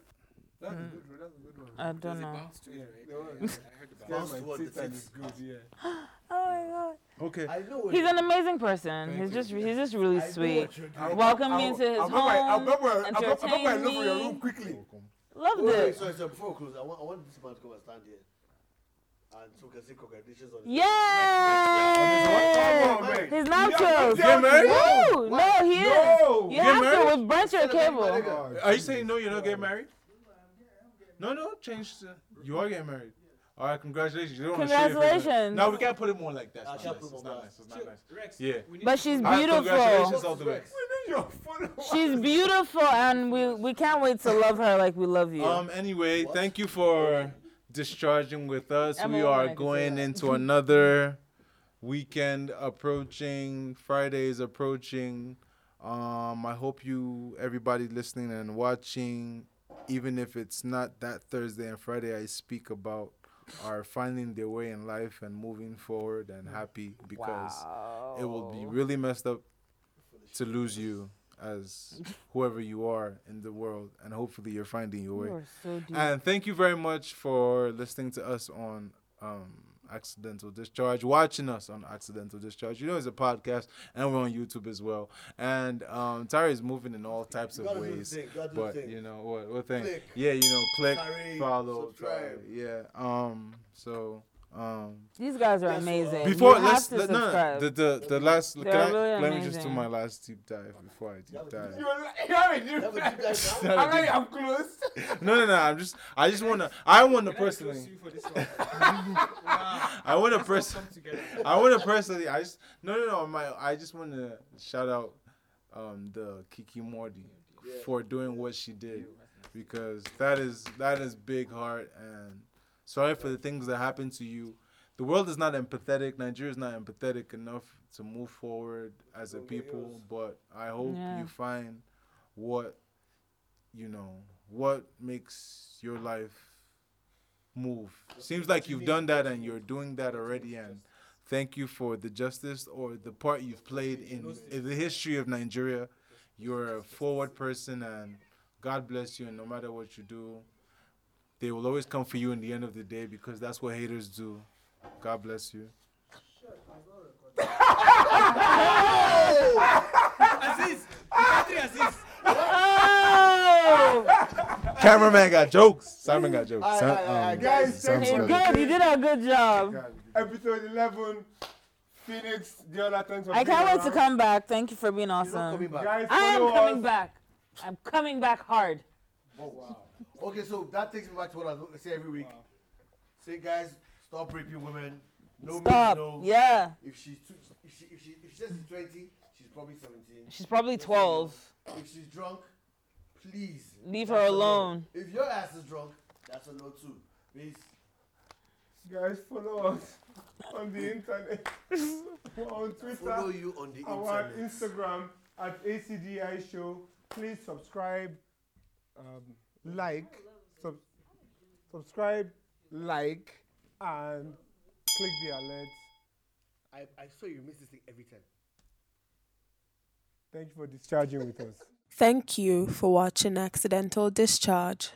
[SPEAKER 8] That's a good one. That's a good one.
[SPEAKER 5] I don't know.
[SPEAKER 4] Bounce to it, right?
[SPEAKER 8] Yeah,
[SPEAKER 4] Yeah,
[SPEAKER 8] yeah.
[SPEAKER 4] I heard the
[SPEAKER 8] Yeah,
[SPEAKER 4] bounce.
[SPEAKER 7] Bounce
[SPEAKER 8] my
[SPEAKER 7] toward the
[SPEAKER 8] tits and
[SPEAKER 7] tits.
[SPEAKER 8] it's good, yeah.
[SPEAKER 5] Oh
[SPEAKER 6] Okay.
[SPEAKER 7] I know
[SPEAKER 5] my
[SPEAKER 7] what
[SPEAKER 5] god. He's
[SPEAKER 7] you-
[SPEAKER 5] an amazing person. He's just he's just really
[SPEAKER 7] I know
[SPEAKER 5] sweet.
[SPEAKER 7] what you're doing.
[SPEAKER 5] Welcomed me
[SPEAKER 8] I'll-
[SPEAKER 5] into his
[SPEAKER 8] I'll go by- I'll
[SPEAKER 5] home.
[SPEAKER 8] go by- I'll go- I'll go by
[SPEAKER 5] entertained
[SPEAKER 8] look for your
[SPEAKER 5] me.
[SPEAKER 8] room quickly.
[SPEAKER 5] Loved
[SPEAKER 7] Wait, wait,
[SPEAKER 5] it.
[SPEAKER 7] sorry, sorry, before we close, I want, I want this man to come and stand here. And so we can say congratulations on his-
[SPEAKER 5] Yeah.
[SPEAKER 8] Come on, man.
[SPEAKER 5] His
[SPEAKER 8] Yeah,
[SPEAKER 5] nachos.
[SPEAKER 8] yeah, man.
[SPEAKER 5] Woo! No,
[SPEAKER 7] Why?
[SPEAKER 5] he is.
[SPEAKER 8] No. Oh
[SPEAKER 5] You have
[SPEAKER 6] married?
[SPEAKER 5] to with branch your cable.
[SPEAKER 6] Are you saying no? You're not getting married? No, no. Change. To, you are getting married. All right. Congratulations. You don't wanna show your face.
[SPEAKER 5] Congratulations.
[SPEAKER 6] No, we can't put it more like that.
[SPEAKER 7] I
[SPEAKER 6] It's
[SPEAKER 7] can't
[SPEAKER 6] not
[SPEAKER 7] put
[SPEAKER 6] nice.
[SPEAKER 7] more
[SPEAKER 6] It's not
[SPEAKER 7] like
[SPEAKER 6] nice. It's
[SPEAKER 4] Chill,
[SPEAKER 6] not nice.
[SPEAKER 4] Rex,
[SPEAKER 6] Yeah.
[SPEAKER 4] we need
[SPEAKER 5] But
[SPEAKER 4] to-
[SPEAKER 5] she's
[SPEAKER 6] All right, Congratulations
[SPEAKER 5] beautiful.
[SPEAKER 6] all the
[SPEAKER 8] We
[SPEAKER 6] way.
[SPEAKER 8] need your phone.
[SPEAKER 5] She's beautiful, and we we can't wait to love her like we love you.
[SPEAKER 6] Um. Anyway, thank you for discharging with us.
[SPEAKER 5] Emma
[SPEAKER 6] we
[SPEAKER 5] wanted
[SPEAKER 6] are
[SPEAKER 5] to say
[SPEAKER 6] going
[SPEAKER 5] that.
[SPEAKER 6] into another weekend approaching. Friday's approaching. Um. I hope you, everybody listening and watching, even if it's not that Thursday and Friday I speak about, are finding their way in life and moving forward and happy because it will be
[SPEAKER 5] Wow.
[SPEAKER 6] really messed up to lose you as whoever you are in the world and hopefully you're finding your way
[SPEAKER 5] You are so deep.
[SPEAKER 7] Mm.
[SPEAKER 6] and thank you very much for listening to us on um, Accidental Discharge, watching us on Accidental Discharge. You know, it's a podcast, and we're on YouTube as well. And um, Tari is moving in all types
[SPEAKER 7] You
[SPEAKER 6] of
[SPEAKER 7] gotta do the
[SPEAKER 6] ways.
[SPEAKER 7] thing, gotta do the
[SPEAKER 6] But
[SPEAKER 7] thing.
[SPEAKER 6] you know what? What thing?
[SPEAKER 7] Click.
[SPEAKER 6] Yeah, you know, click,
[SPEAKER 7] Tari,
[SPEAKER 6] follow,
[SPEAKER 7] subscribe.
[SPEAKER 6] Tari, Yeah. Um. So. Um.
[SPEAKER 5] These guys are
[SPEAKER 7] That's
[SPEAKER 5] amazing.
[SPEAKER 6] Before
[SPEAKER 5] you
[SPEAKER 6] let's
[SPEAKER 5] have
[SPEAKER 6] let,
[SPEAKER 5] to
[SPEAKER 6] no, no
[SPEAKER 5] subscribe.
[SPEAKER 6] the the the last.
[SPEAKER 5] They're
[SPEAKER 6] Can I,
[SPEAKER 5] really
[SPEAKER 6] let me just do
[SPEAKER 5] amazing.
[SPEAKER 6] my last deep dive before I deep
[SPEAKER 7] Yeah,
[SPEAKER 6] dive.
[SPEAKER 8] You are like, you have a new
[SPEAKER 7] Have a deep dive now.
[SPEAKER 8] I'm like, I'm close.
[SPEAKER 6] No, no, no. I'm just. I just wanna. I wanna
[SPEAKER 4] Can I roast
[SPEAKER 6] personally.
[SPEAKER 4] you for this one? Wow.
[SPEAKER 6] I
[SPEAKER 4] Let's
[SPEAKER 6] wanna
[SPEAKER 4] all
[SPEAKER 6] personally.
[SPEAKER 4] come together.
[SPEAKER 6] I want to personally. I just no no no. My I just want to shout out um the Kiki Morty for doing what she did because that is that is big heart and sorry for the things that happened to you. The world is not empathetic. Nigeria is not empathetic enough to move forward as a people. But I hope
[SPEAKER 5] Yeah.
[SPEAKER 6] you find what you know what makes your life move. Seems like you've done that and you're doing that already. And thank you for the justice or the part you've played in, in the history of Nigeria. You're a forward person, and God bless you. And no matter what you do, they will always come for you in the end of the day because that's what haters do. God bless you.
[SPEAKER 4] Aziz, Patrick Aziz.
[SPEAKER 5] oh,
[SPEAKER 6] Cameraman got jokes. Simon got jokes.
[SPEAKER 7] Aye,
[SPEAKER 6] Sam-
[SPEAKER 7] aye, aye,
[SPEAKER 6] um,
[SPEAKER 8] guys,
[SPEAKER 6] Sam's
[SPEAKER 8] thank you.
[SPEAKER 6] got jokes.
[SPEAKER 5] good. You did a good job.
[SPEAKER 8] Episode 11, Phoenix, Diola, thanks for
[SPEAKER 5] I
[SPEAKER 8] being
[SPEAKER 5] can't wait to
[SPEAKER 8] around.
[SPEAKER 5] come back. Thank you for being
[SPEAKER 7] He's not coming
[SPEAKER 5] awesome.
[SPEAKER 7] back.
[SPEAKER 8] Guys,
[SPEAKER 5] I am
[SPEAKER 8] follow
[SPEAKER 5] coming
[SPEAKER 8] us.
[SPEAKER 5] back. I'm coming back hard.
[SPEAKER 7] Oh, Okay, so that takes me back to what I say every week. Say, guys, stop raping women. No means
[SPEAKER 5] Stop.
[SPEAKER 7] no.
[SPEAKER 5] Yeah.
[SPEAKER 7] If she's too, if she if she if she says she's twenty, she's probably seventeen.
[SPEAKER 5] She's probably 12.
[SPEAKER 7] If she's drunk, please
[SPEAKER 5] Leave
[SPEAKER 7] that's
[SPEAKER 5] her
[SPEAKER 7] a no.
[SPEAKER 5] alone.
[SPEAKER 7] If your ass is drunk, that's a no too. Please.
[SPEAKER 8] Guys, follow us on the internet. We're on
[SPEAKER 7] Follow
[SPEAKER 8] Twitter,
[SPEAKER 7] you on the
[SPEAKER 8] our
[SPEAKER 7] internet.
[SPEAKER 8] Instagram at ACDI Show. Please subscribe, um, like, sub- subscribe, like, and click the alert.
[SPEAKER 7] I, I saw you miss this thing every time.
[SPEAKER 8] Thank you for discharging with us.
[SPEAKER 1] Thank you for watching Accidental Discharge.